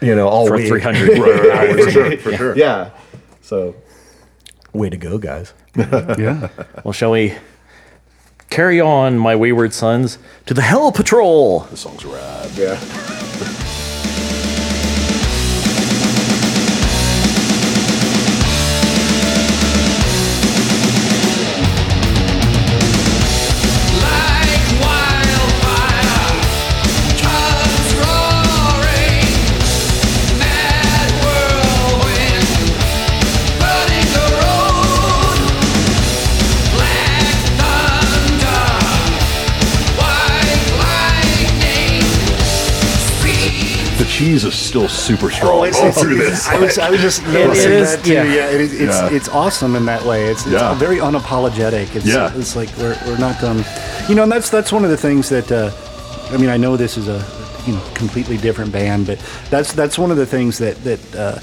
[SPEAKER 6] you know, all
[SPEAKER 4] for
[SPEAKER 6] week.
[SPEAKER 4] 300
[SPEAKER 8] Right, right, right, for sure. For sure.
[SPEAKER 6] Yeah, so way to go, guys.
[SPEAKER 5] yeah.
[SPEAKER 4] Well, shall we carry on, my wayward sons, to the Hell Patrol?
[SPEAKER 8] This song's rad.
[SPEAKER 6] Yeah.
[SPEAKER 10] Like wildfire, comes roaring, mad whirlwind, burning the road. Black thunder, white lightning, speed
[SPEAKER 8] The cheese is still super strong
[SPEAKER 5] it's,
[SPEAKER 8] all
[SPEAKER 5] it's-
[SPEAKER 8] through
[SPEAKER 5] it's-
[SPEAKER 8] this.
[SPEAKER 5] I was, I was just noticing
[SPEAKER 4] is,
[SPEAKER 5] that too.
[SPEAKER 4] yeah.
[SPEAKER 5] Yeah, it is, it's
[SPEAKER 8] Yeah.
[SPEAKER 5] it's awesome in that way. It's, it's
[SPEAKER 8] Yeah.
[SPEAKER 5] very unapologetic. It's,
[SPEAKER 8] Yeah.
[SPEAKER 5] it's like we're, we're not um, you know, and that's that's one of the things that uh, I mean. I know this is a you know completely different band, but that's that's one of the things that that. Uh,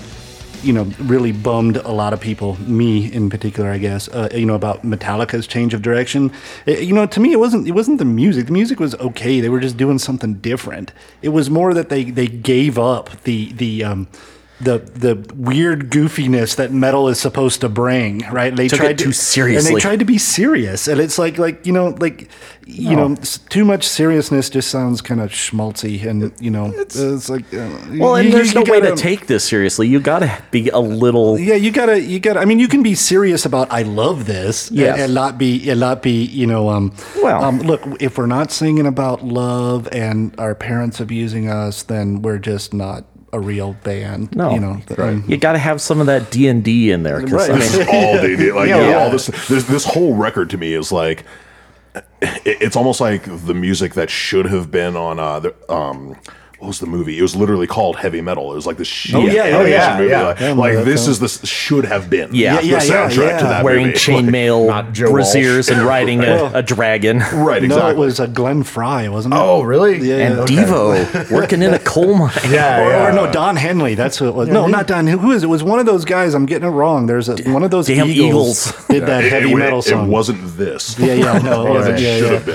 [SPEAKER 5] you know, really bummed a lot of people, me in particular, I guess. Uh, you know about Metallica's change of direction. It- you know, to me, it wasn't it wasn't the music. The music was okay. They were just doing something different. It was more that they they gave up the the um, the the weird goofiness that metal is supposed to bring. Right? They
[SPEAKER 4] Took it
[SPEAKER 5] tried
[SPEAKER 4] too
[SPEAKER 5] to, and
[SPEAKER 4] seriously.
[SPEAKER 5] they tried to be serious, and it's like like you know like you know s- too much seriousness just sounds kind of schmaltzy, and you know it's, like uh,
[SPEAKER 4] Well, and
[SPEAKER 5] you-
[SPEAKER 4] there's
[SPEAKER 5] you
[SPEAKER 4] no way to
[SPEAKER 5] gotta-
[SPEAKER 4] take this seriously. You got to be a little.
[SPEAKER 5] yeah, you gotta, you gotta. I mean, you can be serious about I love this, yeah,
[SPEAKER 4] Yes.
[SPEAKER 5] and, and not be, and not be, you know. Um,
[SPEAKER 4] Well-
[SPEAKER 5] um, look, if we're not singing about love and our parents abusing us, then we're just not a real band.
[SPEAKER 4] No.
[SPEAKER 5] you know. th- um,
[SPEAKER 4] You got to have some of that D and D in there. 'cause, I
[SPEAKER 5] Right.
[SPEAKER 4] mean,
[SPEAKER 8] This is all they did. Like
[SPEAKER 5] Yeah,
[SPEAKER 8] you know,
[SPEAKER 5] yeah.
[SPEAKER 8] all this, this. This whole record to me is like, it, it's almost like the music that should have been on uh, the, um,
[SPEAKER 7] what was the movie? It was literally called Heavy Metal. It was like this shit
[SPEAKER 5] Oh, yeah, yeah,
[SPEAKER 7] animation
[SPEAKER 5] yeah,
[SPEAKER 7] movie.
[SPEAKER 5] yeah.
[SPEAKER 7] Like,
[SPEAKER 5] I remember
[SPEAKER 7] like,
[SPEAKER 5] that
[SPEAKER 7] this
[SPEAKER 5] film.
[SPEAKER 7] is this should have been
[SPEAKER 4] Yeah.
[SPEAKER 7] the
[SPEAKER 5] Yeah, yeah,
[SPEAKER 7] soundtrack to
[SPEAKER 5] yeah.
[SPEAKER 7] that
[SPEAKER 4] Wearing
[SPEAKER 7] movie.
[SPEAKER 6] not Joe
[SPEAKER 4] chainmail,
[SPEAKER 6] Walsh.
[SPEAKER 4] brassieres, and riding a, a dragon.
[SPEAKER 7] right,
[SPEAKER 5] no,
[SPEAKER 7] exactly.
[SPEAKER 5] it was a Glenn Fry, wasn't it?
[SPEAKER 6] Oh, really?
[SPEAKER 5] Yeah,
[SPEAKER 4] And
[SPEAKER 5] yeah.
[SPEAKER 4] Devo working in a coal mine.
[SPEAKER 6] Yeah,
[SPEAKER 5] Or,
[SPEAKER 6] yeah.
[SPEAKER 5] or no, Don Henley. That's who it was. no, not Don. Who is it? It Was one of those guys? I'm getting it wrong. There's a, one of those
[SPEAKER 4] damn
[SPEAKER 5] Eagles,
[SPEAKER 4] Eagles.
[SPEAKER 5] did that
[SPEAKER 7] It- it-
[SPEAKER 5] heavy
[SPEAKER 7] it-
[SPEAKER 5] metal song.
[SPEAKER 7] It wasn't this.
[SPEAKER 5] Yeah, yeah, no, it
[SPEAKER 7] Or
[SPEAKER 5] wasn't.
[SPEAKER 7] it
[SPEAKER 5] Yeah,
[SPEAKER 7] should
[SPEAKER 5] yeah.
[SPEAKER 7] have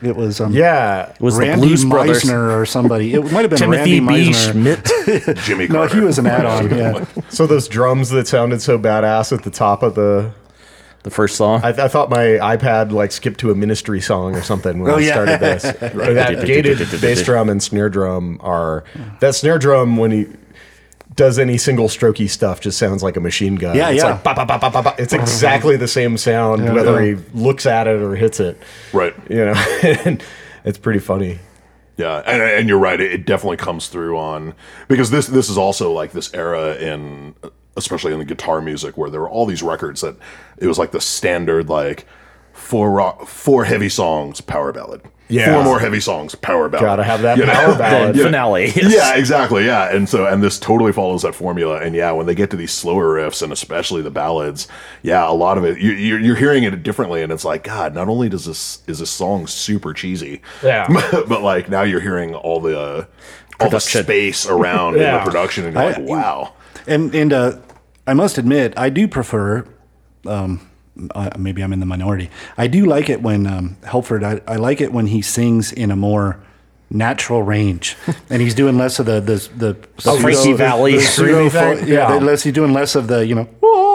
[SPEAKER 7] been.
[SPEAKER 5] It was um,
[SPEAKER 6] Yeah.
[SPEAKER 4] It was the
[SPEAKER 5] Randy
[SPEAKER 4] Blues Brothers.
[SPEAKER 5] Meisner or somebody. It might have been
[SPEAKER 4] Timothy
[SPEAKER 5] Randy
[SPEAKER 4] B.
[SPEAKER 5] Meisner.
[SPEAKER 4] Schmidt.
[SPEAKER 7] Jimmy
[SPEAKER 5] No,
[SPEAKER 7] Carter.
[SPEAKER 5] he was an add-on. Yeah.
[SPEAKER 6] So those drums that sounded so badass at the top of the
[SPEAKER 4] the first song.
[SPEAKER 6] I, I thought my iPad like skipped to a ministry song or something when
[SPEAKER 5] Oh,
[SPEAKER 6] I
[SPEAKER 5] yeah.
[SPEAKER 6] started this. That gated bass drum and snare drum are that snare drum when he does any single strokey stuff just sounds like a machine gun.
[SPEAKER 5] Yeah,
[SPEAKER 6] it's
[SPEAKER 5] yeah.
[SPEAKER 6] Like, ba, ba, ba, ba, ba, ba. It's exactly the same sound whether he looks at it or hits it.
[SPEAKER 7] Right.
[SPEAKER 6] You know, and it's pretty funny.
[SPEAKER 7] Yeah, and, and you're right. It definitely comes through on because this this is also like this era in especially in the guitar music where there were all these records that it was like the standard like four rock four heavy songs power ballad.
[SPEAKER 6] Yeah.
[SPEAKER 7] Four more heavy songs power ballad.
[SPEAKER 6] Gotta have that
[SPEAKER 7] You know?
[SPEAKER 6] power ballad.
[SPEAKER 4] the finale.
[SPEAKER 7] Yeah, exactly. Yeah, and so and this totally follows that formula. And yeah, when they get to these slower riffs and especially the ballads, yeah, a lot of it you, you're, you're hearing it differently, and it's like God. Not only does this is this song super cheesy,
[SPEAKER 6] Yeah.
[SPEAKER 7] but, like now you're hearing all the uh, all the
[SPEAKER 4] Production.
[SPEAKER 7] space around in
[SPEAKER 6] Yeah.
[SPEAKER 7] the production, and you're
[SPEAKER 5] I-
[SPEAKER 7] like, wow.
[SPEAKER 5] And and uh, I must admit, I do prefer. Um, uh, maybe I'm in the minority. I do like it when um, Helford. I, I like it when he sings in a more natural range, and he's doing less of the the the
[SPEAKER 4] Oh, Frankie
[SPEAKER 5] pseudo-
[SPEAKER 4] Valli.
[SPEAKER 5] the pseudo-
[SPEAKER 6] Screamy thing?
[SPEAKER 5] yeah,
[SPEAKER 6] Yeah.
[SPEAKER 5] the- less he's doing less of the you know. "Whoa,"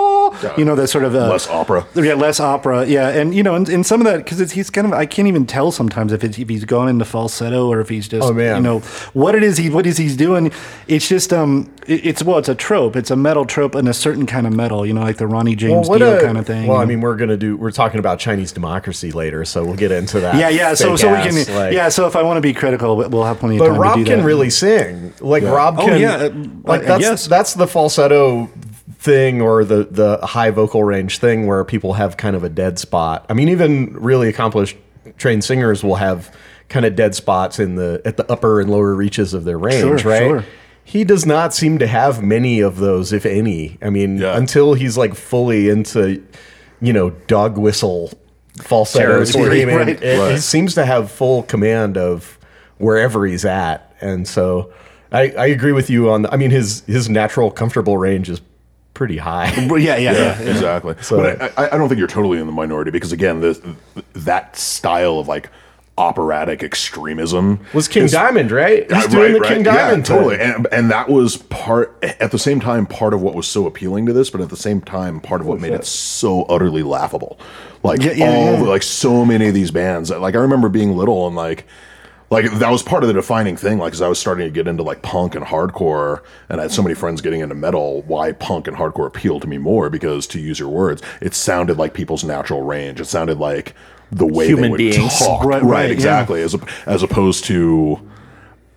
[SPEAKER 5] You know that sort of uh,
[SPEAKER 7] Less opera.
[SPEAKER 5] yeah, less opera, yeah, and you know, and, and some of that because he's kind of I can't even tell sometimes if it's, if he's gone into falsetto or if he's just
[SPEAKER 6] Oh, man.
[SPEAKER 5] you know what it is he what is he's doing. It's just um, it, it's well, it's a trope. It's a metal trope and a certain kind of metal, you know, like the Ronnie James Dio
[SPEAKER 6] a-
[SPEAKER 5] kind of thing.
[SPEAKER 6] Well, I
[SPEAKER 5] you know?
[SPEAKER 6] mean, we're gonna do. We're talking about Chinese democracy later, so we'll get into that.
[SPEAKER 5] yeah, yeah. So so we can
[SPEAKER 6] fake-ass, like-
[SPEAKER 5] yeah. So if I want to be critical, we- we'll have plenty of
[SPEAKER 6] But
[SPEAKER 5] time to
[SPEAKER 6] Rob
[SPEAKER 5] do
[SPEAKER 6] can
[SPEAKER 5] that.
[SPEAKER 6] really sing. Like Rob
[SPEAKER 5] Oh,
[SPEAKER 6] can.
[SPEAKER 5] yeah, uh,
[SPEAKER 6] like
[SPEAKER 5] I- I
[SPEAKER 6] that's
[SPEAKER 5] guess.
[SPEAKER 6] that's the falsetto thing or the the high vocal range thing where people have kind of a dead spot. I mean, even really accomplished trained singers will have kind of dead spots in the at the upper and lower reaches of their range,
[SPEAKER 5] Sure,
[SPEAKER 6] right?
[SPEAKER 5] sure.
[SPEAKER 6] He does not seem to have many of those, if any. I mean,
[SPEAKER 7] Yeah.
[SPEAKER 6] until he's like fully into, you know, dog whistle falsetto
[SPEAKER 4] Territory.
[SPEAKER 6] screaming.
[SPEAKER 5] Right.
[SPEAKER 6] It-
[SPEAKER 7] Right.
[SPEAKER 6] He seems to have full command of wherever he's at, and so I, I agree with you on. I mean, his his natural comfortable range is pretty high.
[SPEAKER 5] Well, yeah, yeah, yeah.
[SPEAKER 7] exactly. but I, I- I don't think you're totally in the minority because again, this, that style of like operatic extremism
[SPEAKER 6] Was King
[SPEAKER 7] is-
[SPEAKER 6] Diamond right? He's
[SPEAKER 7] Yeah,
[SPEAKER 6] doing the
[SPEAKER 7] right,
[SPEAKER 6] King
[SPEAKER 7] right. Yeah,
[SPEAKER 6] Diamond thing.
[SPEAKER 7] totally, and, and that was part at the same time part of what was so appealing to this, but at the same time part of what made it so utterly laughable. Like
[SPEAKER 5] Yeah, yeah,
[SPEAKER 7] all
[SPEAKER 5] yeah.
[SPEAKER 7] the- like so many of these bands. Like I remember being little and like like that was part of the defining thing. Like as I was starting to get into like punk and hardcore, and I had so many friends getting into metal. Why punk and hardcore appealed to me more because, to use your words, it sounded like people's natural range. It sounded like the way
[SPEAKER 4] Human
[SPEAKER 7] they would
[SPEAKER 4] beings.
[SPEAKER 7] talk.
[SPEAKER 5] Right,
[SPEAKER 7] Right,
[SPEAKER 5] right, yeah.
[SPEAKER 7] exactly. As op- as opposed to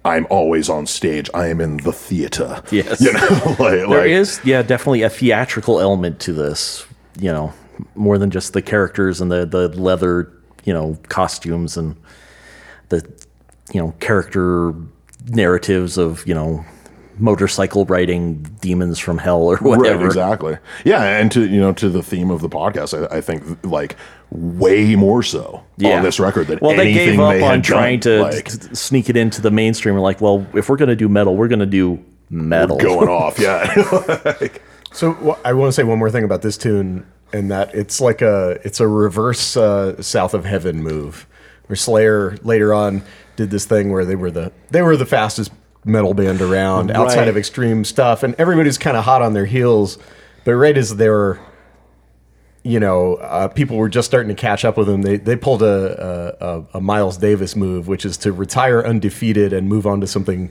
[SPEAKER 7] I'm always on stage. I am in the theater.
[SPEAKER 4] Yes.
[SPEAKER 7] You know, like,
[SPEAKER 4] There
[SPEAKER 7] like-
[SPEAKER 4] is, yeah, definitely a theatrical element to this, you know, more than just the characters and the, the leather, you know, costumes and the, you know, character narratives of, you know, motorcycle riding demons from hell or whatever.
[SPEAKER 7] Right, exactly. Yeah, and to you know, to the theme of the podcast, I, I think like way more so on this record than
[SPEAKER 4] well, they
[SPEAKER 7] anything
[SPEAKER 4] gave up
[SPEAKER 7] had
[SPEAKER 4] on trying
[SPEAKER 7] done,
[SPEAKER 4] to
[SPEAKER 7] like,
[SPEAKER 4] s- sneak it into the mainstream. We're like, well, if we're going to do metal, we're going to do metal.
[SPEAKER 7] going off. Yeah,
[SPEAKER 6] So wh- I want to say one more thing about this tune, and that it's like a it's a reverse uh, South of Heaven move, where Slayer later on did this thing where they were the they were the fastest metal band around outside
[SPEAKER 5] Right.
[SPEAKER 6] of extreme stuff, and everybody's kind of hot on their heels, but right as they're you know, uh, people were just starting to catch up with them. They they pulled a, a, a, a Miles Davis move, which is to retire undefeated and move on to something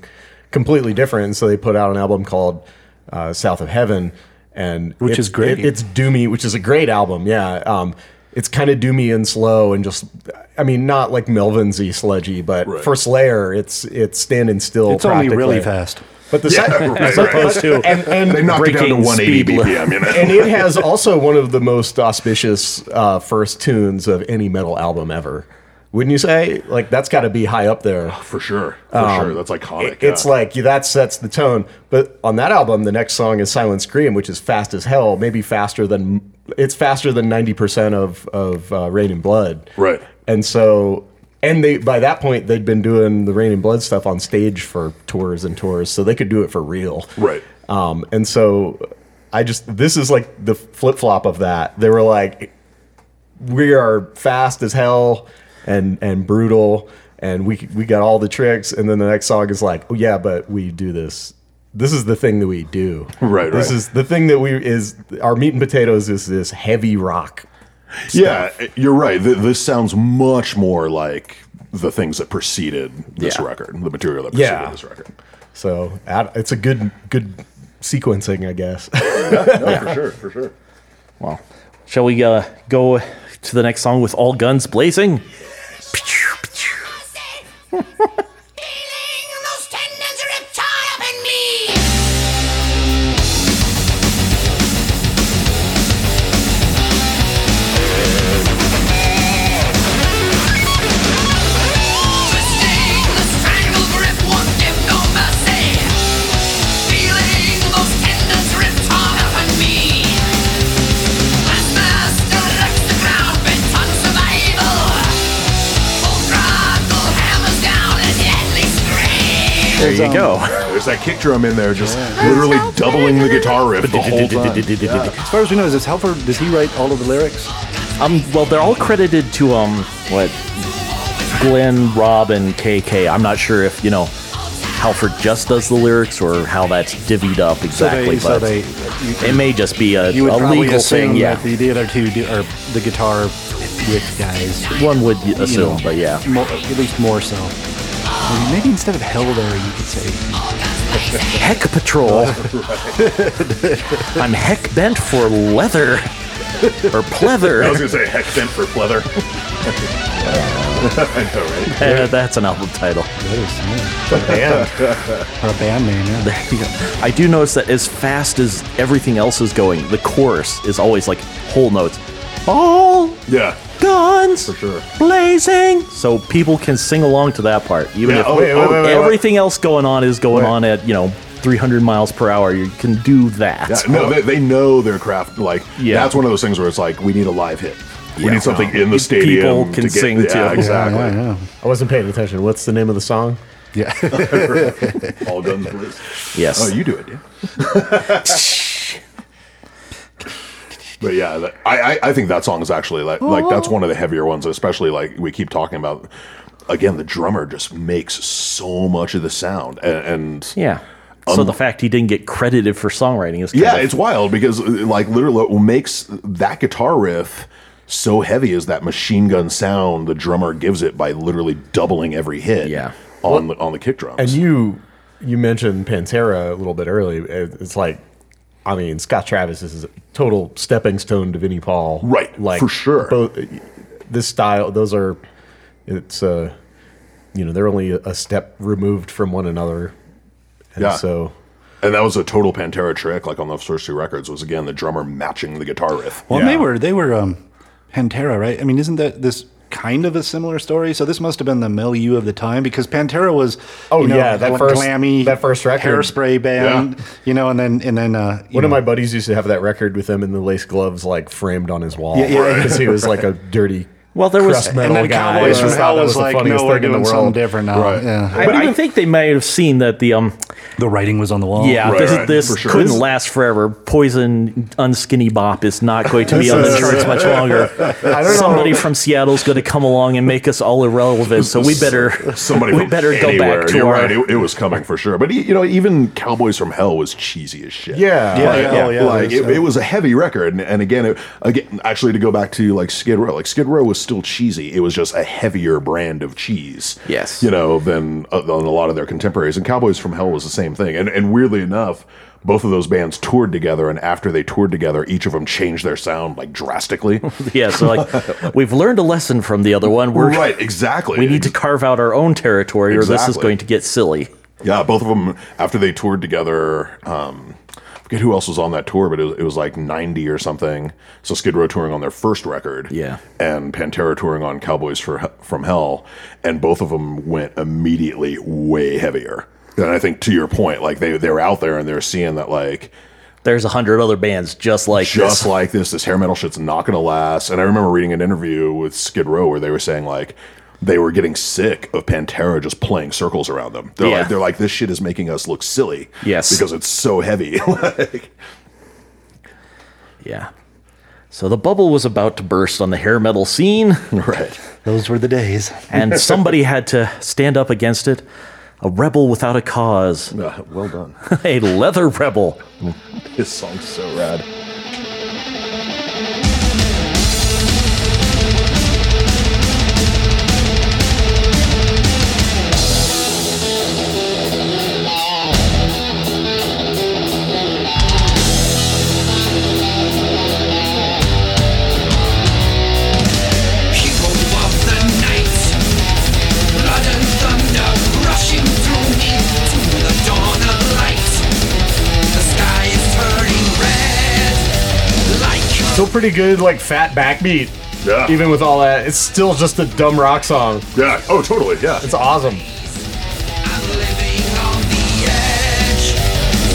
[SPEAKER 6] completely different. And so they put out an album called uh, South of Heaven, and
[SPEAKER 5] Which
[SPEAKER 6] it's-
[SPEAKER 5] is great.
[SPEAKER 6] it- it's doomy, which is a great album. Yeah, um, it's kind of doomy and slow, and just I mean, not like Melvinsy sludgy, but
[SPEAKER 7] Right.
[SPEAKER 6] for Slayer, it's it's standing still.
[SPEAKER 5] It's only really
[SPEAKER 6] practically.
[SPEAKER 5] fast.
[SPEAKER 6] But the second,
[SPEAKER 7] right, right.
[SPEAKER 6] and, and
[SPEAKER 7] they knocked it down to
[SPEAKER 4] Breaking
[SPEAKER 7] 180
[SPEAKER 4] speed limit.
[SPEAKER 7] BPM. You know,
[SPEAKER 6] and it has also one of the most auspicious uh, first tunes of any metal album ever. wouldn't you say? Like that's got to be high up there.
[SPEAKER 7] for sure, for
[SPEAKER 4] Um,
[SPEAKER 7] sure. That's iconic.
[SPEAKER 6] Um, It- It's
[SPEAKER 7] yeah.
[SPEAKER 6] like yeah, that sets the tone. But on that album, the next song is Silent Scream, which is fast as hell. Maybe faster than it's faster than ninety percent of of uh, Rain and Blood.
[SPEAKER 7] Right.
[SPEAKER 6] And so, and they by that point they'd been doing the Rain and Blood stuff on stage for tours and tours, so they could do it for real.
[SPEAKER 7] Right.
[SPEAKER 6] Um, and so, I just this is like the flip flop of that. They were like, we are fast as hell and and brutal and we we got all the tricks and then the next song is like oh yeah but we do this this is the thing that we do
[SPEAKER 7] Right,
[SPEAKER 6] this
[SPEAKER 7] right.
[SPEAKER 6] is the thing that we is our meat and potatoes is this heavy rock
[SPEAKER 7] yeah, you're right. Th- this sounds much more like the things that preceded this
[SPEAKER 6] Yeah.
[SPEAKER 7] record, the material that preceded
[SPEAKER 6] Yeah.
[SPEAKER 7] this record.
[SPEAKER 6] so I- it's a good good sequencing i guess
[SPEAKER 7] No, for sure, for sure.
[SPEAKER 4] Well, shall we uh, go to the next song with all guns blazing?
[SPEAKER 2] Feeling those tendons ripped tight up in me. Twisting the strangle grip won't give no mercy. Feeling those tendons ripped tight up in me. As master wrecks the ground, bent on survival. Full throttle, hammers down and deadly scream.
[SPEAKER 4] There you go.
[SPEAKER 7] There's that kick drum in there, just literally doubling the guitar riff the whole time.
[SPEAKER 5] As far as we know, is this Halford? Does he write all of the lyrics?
[SPEAKER 4] Um, well, they're all credited to um, what Glenn, Rob, and KK. I'm not sure if you know Halford just does the lyrics or how that's divvied up exactly, but
[SPEAKER 5] so they,
[SPEAKER 4] it may just be a,
[SPEAKER 5] you would
[SPEAKER 4] a
[SPEAKER 5] probably
[SPEAKER 4] legal
[SPEAKER 5] assume
[SPEAKER 4] thing. Yeah,
[SPEAKER 5] that the, the other two do, are the guitar riff guys.
[SPEAKER 4] one would y-
[SPEAKER 5] you know,
[SPEAKER 4] assume, but yeah.
[SPEAKER 5] mo- at least more so. Maybe- Maybe instead of hell there, you could say
[SPEAKER 4] Heck Patrol. I'm heck bent for leather or
[SPEAKER 7] I was
[SPEAKER 4] pleather.
[SPEAKER 7] gonna say heck bent for pleather. I know, right?
[SPEAKER 4] Eh, that's an album title.
[SPEAKER 5] or a band name. Yeah.
[SPEAKER 4] I do notice that as fast as everything else is going, the chorus is always like whole notes. All
[SPEAKER 7] Yeah.
[SPEAKER 4] guns
[SPEAKER 7] sure.
[SPEAKER 4] blazing. So people can sing along to that part, even
[SPEAKER 7] Yeah,
[SPEAKER 4] if
[SPEAKER 7] oh, wait, wait, wait, wait,
[SPEAKER 4] everything else going on is going on at you know 300 miles per hour. You can do that.
[SPEAKER 7] Yeah, no, they, they know their craft. Like
[SPEAKER 4] Yeah.
[SPEAKER 7] that's one of those things where it's like we need a live hit.
[SPEAKER 4] Yeah.
[SPEAKER 7] We need something in the
[SPEAKER 4] People
[SPEAKER 7] stadium.
[SPEAKER 4] can
[SPEAKER 7] to get,
[SPEAKER 4] sing,
[SPEAKER 7] yeah,
[SPEAKER 4] too.
[SPEAKER 7] Exactly.
[SPEAKER 5] Yeah,
[SPEAKER 6] i wasn't paying attention what's the name of the song
[SPEAKER 7] All guns blazing.
[SPEAKER 4] Yes.
[SPEAKER 7] Oh, you do it. Yeah. But yeah, that, I, I I think that song is actually like like that's one of the heavier ones, especially like we keep talking about. Again, the drummer just makes so much of the sound, and, and
[SPEAKER 4] yeah. so the fact he didn't get credited for songwriting is kind
[SPEAKER 7] Um, Yeah,
[SPEAKER 4] of-
[SPEAKER 7] it's wild because uh, like literally what makes that guitar riff so heavy is that machine gun sound the drummer gives it by literally doubling every hit.
[SPEAKER 4] Yeah.
[SPEAKER 7] On the on the kick drums.
[SPEAKER 6] And you you mentioned Pantera a little bit early. It- It's like, I mean, Scott Travis is a total stepping stone to Vinnie Paul,
[SPEAKER 7] Right,
[SPEAKER 6] Like
[SPEAKER 7] for sure.
[SPEAKER 6] Both this style, those are, it's uh, you know, they're only a step removed from one another, and
[SPEAKER 7] Yeah.
[SPEAKER 6] so
[SPEAKER 7] and that was a total Pantera trick, like on those first two records, was again the drummer matching the guitar riff.
[SPEAKER 5] Well,
[SPEAKER 6] Yeah.
[SPEAKER 5] they were they were um, Pantera, right? I mean, isn't that this kind of a similar story? So this must have been the milieu of the time because Pantera was
[SPEAKER 6] Oh,
[SPEAKER 5] you know,
[SPEAKER 6] yeah, that
[SPEAKER 5] gl-
[SPEAKER 6] first-
[SPEAKER 5] glammy
[SPEAKER 6] that first record.
[SPEAKER 5] hairspray band,
[SPEAKER 7] Yeah.
[SPEAKER 5] you know, and then and then uh, you
[SPEAKER 6] One of
[SPEAKER 5] know,
[SPEAKER 6] my buddies used to have that record with him in the lace gloves, like framed on his wall.
[SPEAKER 5] Yeah, yeah.
[SPEAKER 6] because he was like a dirty.
[SPEAKER 4] Well, there was-
[SPEAKER 6] crust
[SPEAKER 4] and
[SPEAKER 6] metal
[SPEAKER 5] and then
[SPEAKER 6] guy.
[SPEAKER 5] Cowboys
[SPEAKER 6] I
[SPEAKER 5] from
[SPEAKER 6] thought
[SPEAKER 5] Hell
[SPEAKER 6] that
[SPEAKER 5] was,
[SPEAKER 6] the
[SPEAKER 5] like,
[SPEAKER 6] funniest
[SPEAKER 5] no, we're
[SPEAKER 6] thing in the
[SPEAKER 5] doing
[SPEAKER 6] world.
[SPEAKER 5] something different now.
[SPEAKER 7] Right.
[SPEAKER 5] Yeah.
[SPEAKER 4] I, I think they may have seen that the um
[SPEAKER 5] The writing was on the wall.
[SPEAKER 4] yeah
[SPEAKER 7] Right,
[SPEAKER 4] this,
[SPEAKER 7] right,
[SPEAKER 4] this
[SPEAKER 7] for sure.
[SPEAKER 4] couldn't
[SPEAKER 7] This-
[SPEAKER 4] last forever. Poison unskinny bop is not going to be on the charts much longer.
[SPEAKER 6] I don't know.
[SPEAKER 4] Somebody from Seattle's going to come along and make us all irrelevant. So we better
[SPEAKER 7] Somebody
[SPEAKER 4] we
[SPEAKER 7] from
[SPEAKER 4] better go
[SPEAKER 7] anywhere.
[SPEAKER 4] back to
[SPEAKER 7] You're
[SPEAKER 4] our
[SPEAKER 7] right. It, it was coming for sure. But you know, even Cowboys from Hell was cheesy as shit.
[SPEAKER 6] Yeah. Yeah,
[SPEAKER 7] Like,
[SPEAKER 5] yeah, oh, yeah,
[SPEAKER 7] like
[SPEAKER 5] it
[SPEAKER 7] it,
[SPEAKER 5] was, uh,
[SPEAKER 7] it was a heavy record, and, and again, it, again, actually, to go back to like Skid Row, like Skid Row was still cheesy. It was just a heavier brand of cheese.
[SPEAKER 4] Yes.
[SPEAKER 7] you know, than uh, than a lot of their contemporaries. And Cowboys from Hell was the same thing. And and weirdly enough. Both of those bands toured together, and after they toured together, each of them changed their sound like drastically.
[SPEAKER 4] Yeah, so like we've learned a lesson from the other one. We're
[SPEAKER 7] right, exactly.
[SPEAKER 4] We need to carve out our own territory, or this is
[SPEAKER 7] Exactly.
[SPEAKER 4] going to get silly.
[SPEAKER 7] Yeah, both of them after they toured together. Um, I
[SPEAKER 8] forget who else was on that tour, but it was, it was like 90 or something. So Skid Row touring on their first record,
[SPEAKER 4] Yeah.
[SPEAKER 8] and Pantera touring on Cowboys for, He- from Hell, and both of them went immediately way heavier. And I think to your point, like they they're out there and they're seeing that like
[SPEAKER 4] There's a hundred other bands just like
[SPEAKER 8] just
[SPEAKER 4] this.
[SPEAKER 8] like this. This hair metal shit's not going to last. And I remember reading an interview with Skid Row where they were saying like they were getting sick of Pantera just playing circles around them. They're
[SPEAKER 4] Yeah.
[SPEAKER 8] like they're like this shit is making us look silly.
[SPEAKER 4] Yes.
[SPEAKER 8] because it's so heavy. like,
[SPEAKER 4] yeah. So the bubble was about to burst on the hair metal scene,
[SPEAKER 8] right.
[SPEAKER 5] Those were the days.
[SPEAKER 4] and somebody had to stand up against it. A rebel without a cause,
[SPEAKER 8] Uh, well done.
[SPEAKER 4] a leather rebel.
[SPEAKER 8] this song's so rad.
[SPEAKER 2] Hero of the night, blood and thunder rushing through me to the dawn of light. The sky is turning red, like
[SPEAKER 7] Still pretty good, like fat backbeat.
[SPEAKER 8] Yeah.
[SPEAKER 7] Even with all that, it's still just a dumb rock song.
[SPEAKER 8] Yeah. Oh, totally. Yeah.
[SPEAKER 7] It's awesome.
[SPEAKER 2] I'm living on the edge.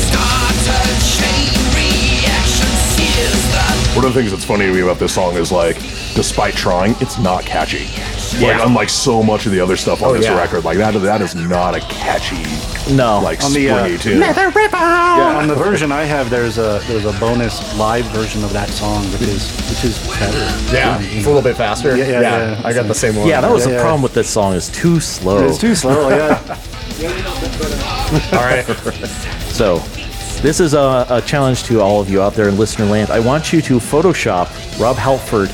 [SPEAKER 2] Start a chain reaction, seals the
[SPEAKER 8] One of the things that's funny to me about this song is like, despite trying, it's not catchy. Like
[SPEAKER 4] Yeah.
[SPEAKER 8] unlike so much of the other stuff on this
[SPEAKER 7] yeah.
[SPEAKER 8] record, like that that is not a catchy,
[SPEAKER 4] No.
[SPEAKER 8] like
[SPEAKER 5] On
[SPEAKER 8] springy
[SPEAKER 5] the, uh,
[SPEAKER 8] tune.
[SPEAKER 5] Yeah, on the version I have, there's a there's a bonus live version of that song, which is which is better.
[SPEAKER 7] Yeah, it's a little bit faster.
[SPEAKER 5] Yeah, yeah, yeah.
[SPEAKER 7] I got the same one.
[SPEAKER 4] Yeah, that was the
[SPEAKER 5] Yeah.
[SPEAKER 4] problem with this song is too slow.
[SPEAKER 5] It's too slow. Yeah,
[SPEAKER 7] all right.
[SPEAKER 4] so this is a, a challenge to all of you out there in listener land. I want you to Photoshop Rob Halford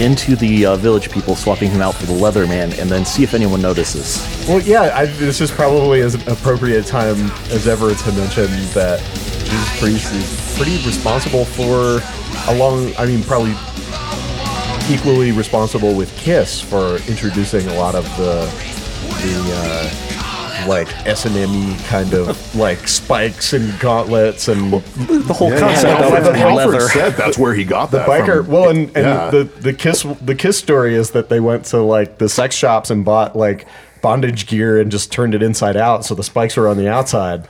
[SPEAKER 4] into the uh, Village People, swapping him out for the Leatherman, and then see if anyone notices.
[SPEAKER 7] Well, yeah, I, this is probably as appropriate time as ever to mention that Jesus Priest is pretty responsible for, along, I mean, probably equally responsible with Kiss for introducing a lot of the the uh, like S and M E kind of like spikes and gauntlets and
[SPEAKER 4] The whole
[SPEAKER 7] yeah,
[SPEAKER 4] concept
[SPEAKER 7] yeah.
[SPEAKER 4] of
[SPEAKER 7] Alfred
[SPEAKER 4] it is leather.
[SPEAKER 8] Halford said that's where he got that.
[SPEAKER 7] biker.
[SPEAKER 8] Uh, from.
[SPEAKER 7] well, and, and
[SPEAKER 8] Yeah.
[SPEAKER 7] the the kiss the kiss story is that they went to like the sex shops and bought like bondage gear and just turned it inside out, so the spikes were on the outside,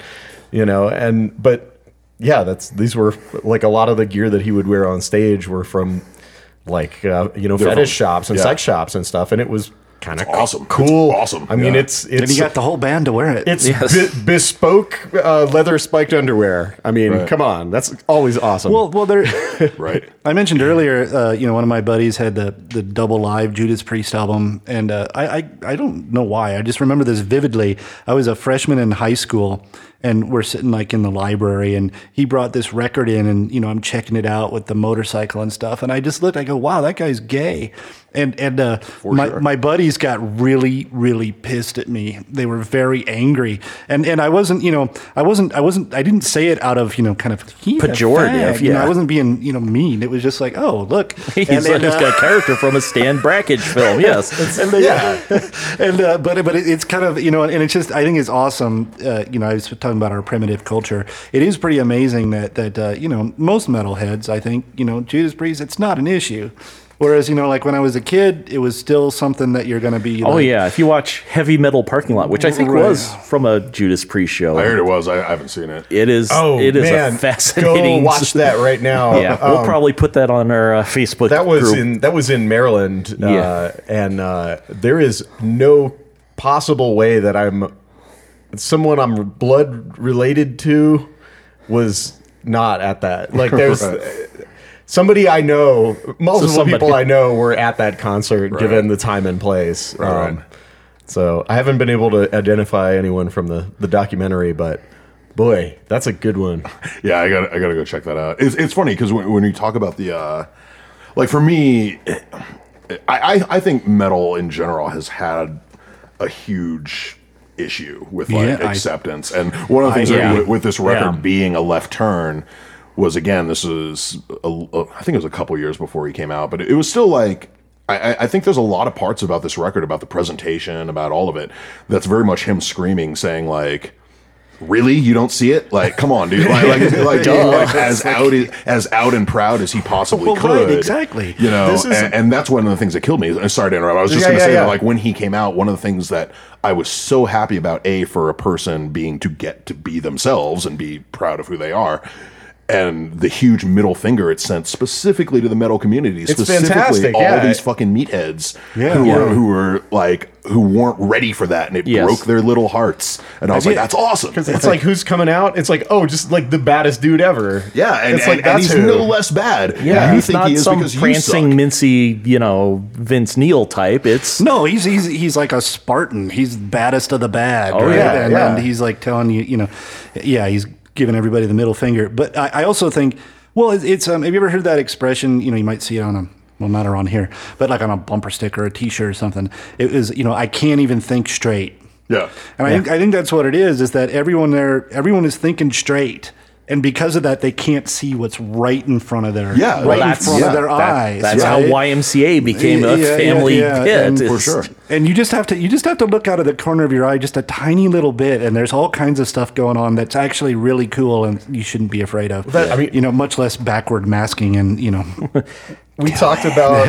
[SPEAKER 7] you know. And but yeah, that's these were like a lot of the gear that he would wear on stage were from like uh, you know fetish
[SPEAKER 8] from-
[SPEAKER 7] shops and
[SPEAKER 8] yeah.
[SPEAKER 7] sex shops and stuff, and it was kind of
[SPEAKER 8] awesome.
[SPEAKER 7] cool,
[SPEAKER 8] It's awesome,
[SPEAKER 7] I mean,
[SPEAKER 8] yeah.
[SPEAKER 7] it's
[SPEAKER 5] and
[SPEAKER 7] it's
[SPEAKER 5] you got the whole band to wear it.
[SPEAKER 7] it's
[SPEAKER 4] Yes.
[SPEAKER 7] be- bespoke uh, leather spiked underwear. I mean, come on, that's always awesome.
[SPEAKER 5] well, well, there.
[SPEAKER 8] right.
[SPEAKER 5] I mentioned earlier, uh, you know, one of my buddies had the the double live Judas Priest album, and uh, I, I I don't know why. I just remember this vividly. I was a freshman in high school, and we're sitting like in the library, and he brought this record in, and you know, I'm checking it out with the motorcycle and stuff, and I just looked. I go, wow, that guy's gay, and and uh, my my buddies got really really pissed at me. They were very angry, and and I wasn't, you know, I wasn't, I wasn't, I didn't say it out of you know, kind of "He's a
[SPEAKER 4] Pejorative,
[SPEAKER 5] fag," you know,
[SPEAKER 4] yeah.
[SPEAKER 5] I wasn't wasn't being you know mean. It was just like, oh look,
[SPEAKER 4] He's
[SPEAKER 5] and,
[SPEAKER 4] like,
[SPEAKER 5] and,
[SPEAKER 4] he's
[SPEAKER 5] uh,
[SPEAKER 4] got a character from a Stan Brackage film. Yes.
[SPEAKER 5] and they- and uh, but but it, it's kind of you know, and it's just I think it's awesome. Uh, you know, I was talking about our primitive culture. It is pretty amazing that that uh, you know most metalheads, I think, you know, Judas Priest, it's not an issue. Whereas you know, like when I was a kid, it was still something that you're going to be.
[SPEAKER 4] Oh
[SPEAKER 5] like,
[SPEAKER 4] yeah, if you watch Heavy Metal Parking Lot, which I think was from a Judas Priest show,
[SPEAKER 8] I heard it was. I, I haven't seen it.
[SPEAKER 4] it is. it is a fascinating.
[SPEAKER 7] Go Oh, watch that right now.
[SPEAKER 4] Yeah, we'll
[SPEAKER 7] Um,
[SPEAKER 4] probably put that on our uh, Facebook.
[SPEAKER 7] that was
[SPEAKER 4] group.
[SPEAKER 7] in that was in Maryland, uh,
[SPEAKER 4] Yeah.
[SPEAKER 7] and uh, there is no possible way that I'm someone I'm blood related to was not at that. Like there's. Somebody I know, multiple
[SPEAKER 4] somebody-
[SPEAKER 7] people I know were at that concert, given the time and place. Um,
[SPEAKER 8] right.
[SPEAKER 7] So I haven't been able to identify anyone from the, the documentary, but boy, that's a good one.
[SPEAKER 8] Yeah, I got. to I got to go check that out. It's, it's funny because when, when you talk about the, uh, like for me, I, I I think metal in general has had a huge issue with like
[SPEAKER 5] Yeah, I-
[SPEAKER 8] acceptance, and one of the things
[SPEAKER 4] yeah.
[SPEAKER 8] that, with, with this record
[SPEAKER 4] Yeah.
[SPEAKER 8] being a left turn was again this is a, a, I think it was a couple years before he came out, but it was still like. I, I- I think there's a lot of parts about this record, about the presentation, about all of it, that's very much him screaming, saying like, really you don't see it like come on dude like like, like, dude, like, as out as out and proud as he possibly
[SPEAKER 5] Well, right,
[SPEAKER 8] could
[SPEAKER 5] exactly.
[SPEAKER 8] you know
[SPEAKER 6] This is-
[SPEAKER 8] and, and that's one of the things that killed me Uh, sorry to interrupt i was just
[SPEAKER 6] Yeah,
[SPEAKER 8] gonna
[SPEAKER 6] yeah,
[SPEAKER 8] say
[SPEAKER 6] yeah.
[SPEAKER 8] that like when he came out one of the things that i was so happy about a for a person being to get to be themselves and be proud of who they are and the huge middle finger it sent specifically to the metal community, specifically
[SPEAKER 6] fantastic,
[SPEAKER 8] all
[SPEAKER 6] yeah.
[SPEAKER 8] these fucking meatheads
[SPEAKER 5] Yeah.
[SPEAKER 8] who were
[SPEAKER 5] Yeah.
[SPEAKER 8] who were like who weren't ready for that, and it
[SPEAKER 4] Yes.
[SPEAKER 8] broke their little hearts. And I was like, that's awesome.
[SPEAKER 6] Because it's like who's coming out? It's like oh, just like the baddest dude ever.
[SPEAKER 8] Yeah, and,
[SPEAKER 6] it's
[SPEAKER 8] and,
[SPEAKER 6] like
[SPEAKER 8] and
[SPEAKER 6] that's
[SPEAKER 8] he's
[SPEAKER 6] who.
[SPEAKER 8] no less bad.
[SPEAKER 6] Yeah.
[SPEAKER 8] you
[SPEAKER 6] He's
[SPEAKER 8] think
[SPEAKER 4] Not
[SPEAKER 8] he is
[SPEAKER 4] some
[SPEAKER 8] because
[SPEAKER 4] prancing,
[SPEAKER 8] you suck.
[SPEAKER 4] mincy, you know, Vince Neil type. It's
[SPEAKER 5] No, he's he's he's like a Spartan. He's baddest of the bad.
[SPEAKER 4] Oh,
[SPEAKER 5] right?
[SPEAKER 6] yeah,
[SPEAKER 5] and,
[SPEAKER 6] yeah.
[SPEAKER 5] and he's like telling you, you know, yeah, he's giving everybody the middle finger. But I, I also think, well, it's, it's um, have you ever heard that expression? You know, you might see it on a well, not around here, but like on a bumper sticker, or a T-shirt, or something. It was, you know, I can't even think straight.
[SPEAKER 8] Yeah,
[SPEAKER 5] And I think I think that's what it is. Is that everyone there? Everyone is thinking straight, and because of that, they can't see what's right in front of their
[SPEAKER 8] Yeah,
[SPEAKER 5] right
[SPEAKER 8] well,
[SPEAKER 5] in
[SPEAKER 4] that's-
[SPEAKER 5] front
[SPEAKER 8] yeah,
[SPEAKER 5] of their
[SPEAKER 4] that-
[SPEAKER 5] eyes.
[SPEAKER 4] that's how
[SPEAKER 5] right?
[SPEAKER 4] YMCA became a
[SPEAKER 5] Yeah, yeah,
[SPEAKER 4] family
[SPEAKER 5] yeah,
[SPEAKER 4] hit.
[SPEAKER 5] and- For
[SPEAKER 4] It's-
[SPEAKER 8] sure.
[SPEAKER 5] And you just have to you just have to look out of the corner of your eye just a tiny little bit, and there's all kinds of stuff going on that's actually really cool, and you shouldn't be afraid of.
[SPEAKER 6] That- I mean-
[SPEAKER 5] you know, much less backward masking, and you know,
[SPEAKER 6] we talked about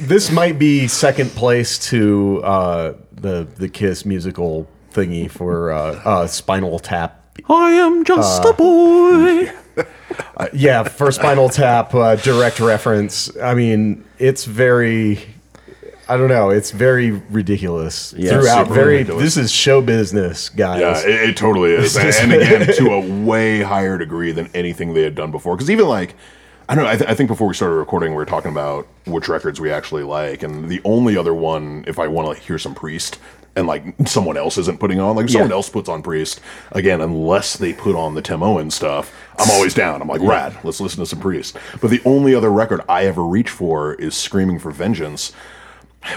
[SPEAKER 6] this might be second place to uh, the the Kiss musical thingy for uh, uh, Spinal Tap.
[SPEAKER 4] I am just a boy.
[SPEAKER 6] Uh, yeah, for Spinal Tap uh, direct reference. I mean, it's very. I don't know. It's very ridiculous throughout.
[SPEAKER 8] super
[SPEAKER 6] Very.
[SPEAKER 8] ridiculous.
[SPEAKER 6] This is show business, guys.
[SPEAKER 8] Yeah, it, it totally is, and, and again to a way higher degree than anything they had done before. Because even like, I don't know, I, th- I think before we started recording, we were talking about which records we actually like, and the only other one, if I want to like, hear some Priest, and like someone else isn't putting on, like if someone else puts on Priest again, unless they put on the Tim Owen stuff, I'm always down. I'm like, rad, let's listen to some Priest. But the only other record I ever reach for is Screaming for Vengeance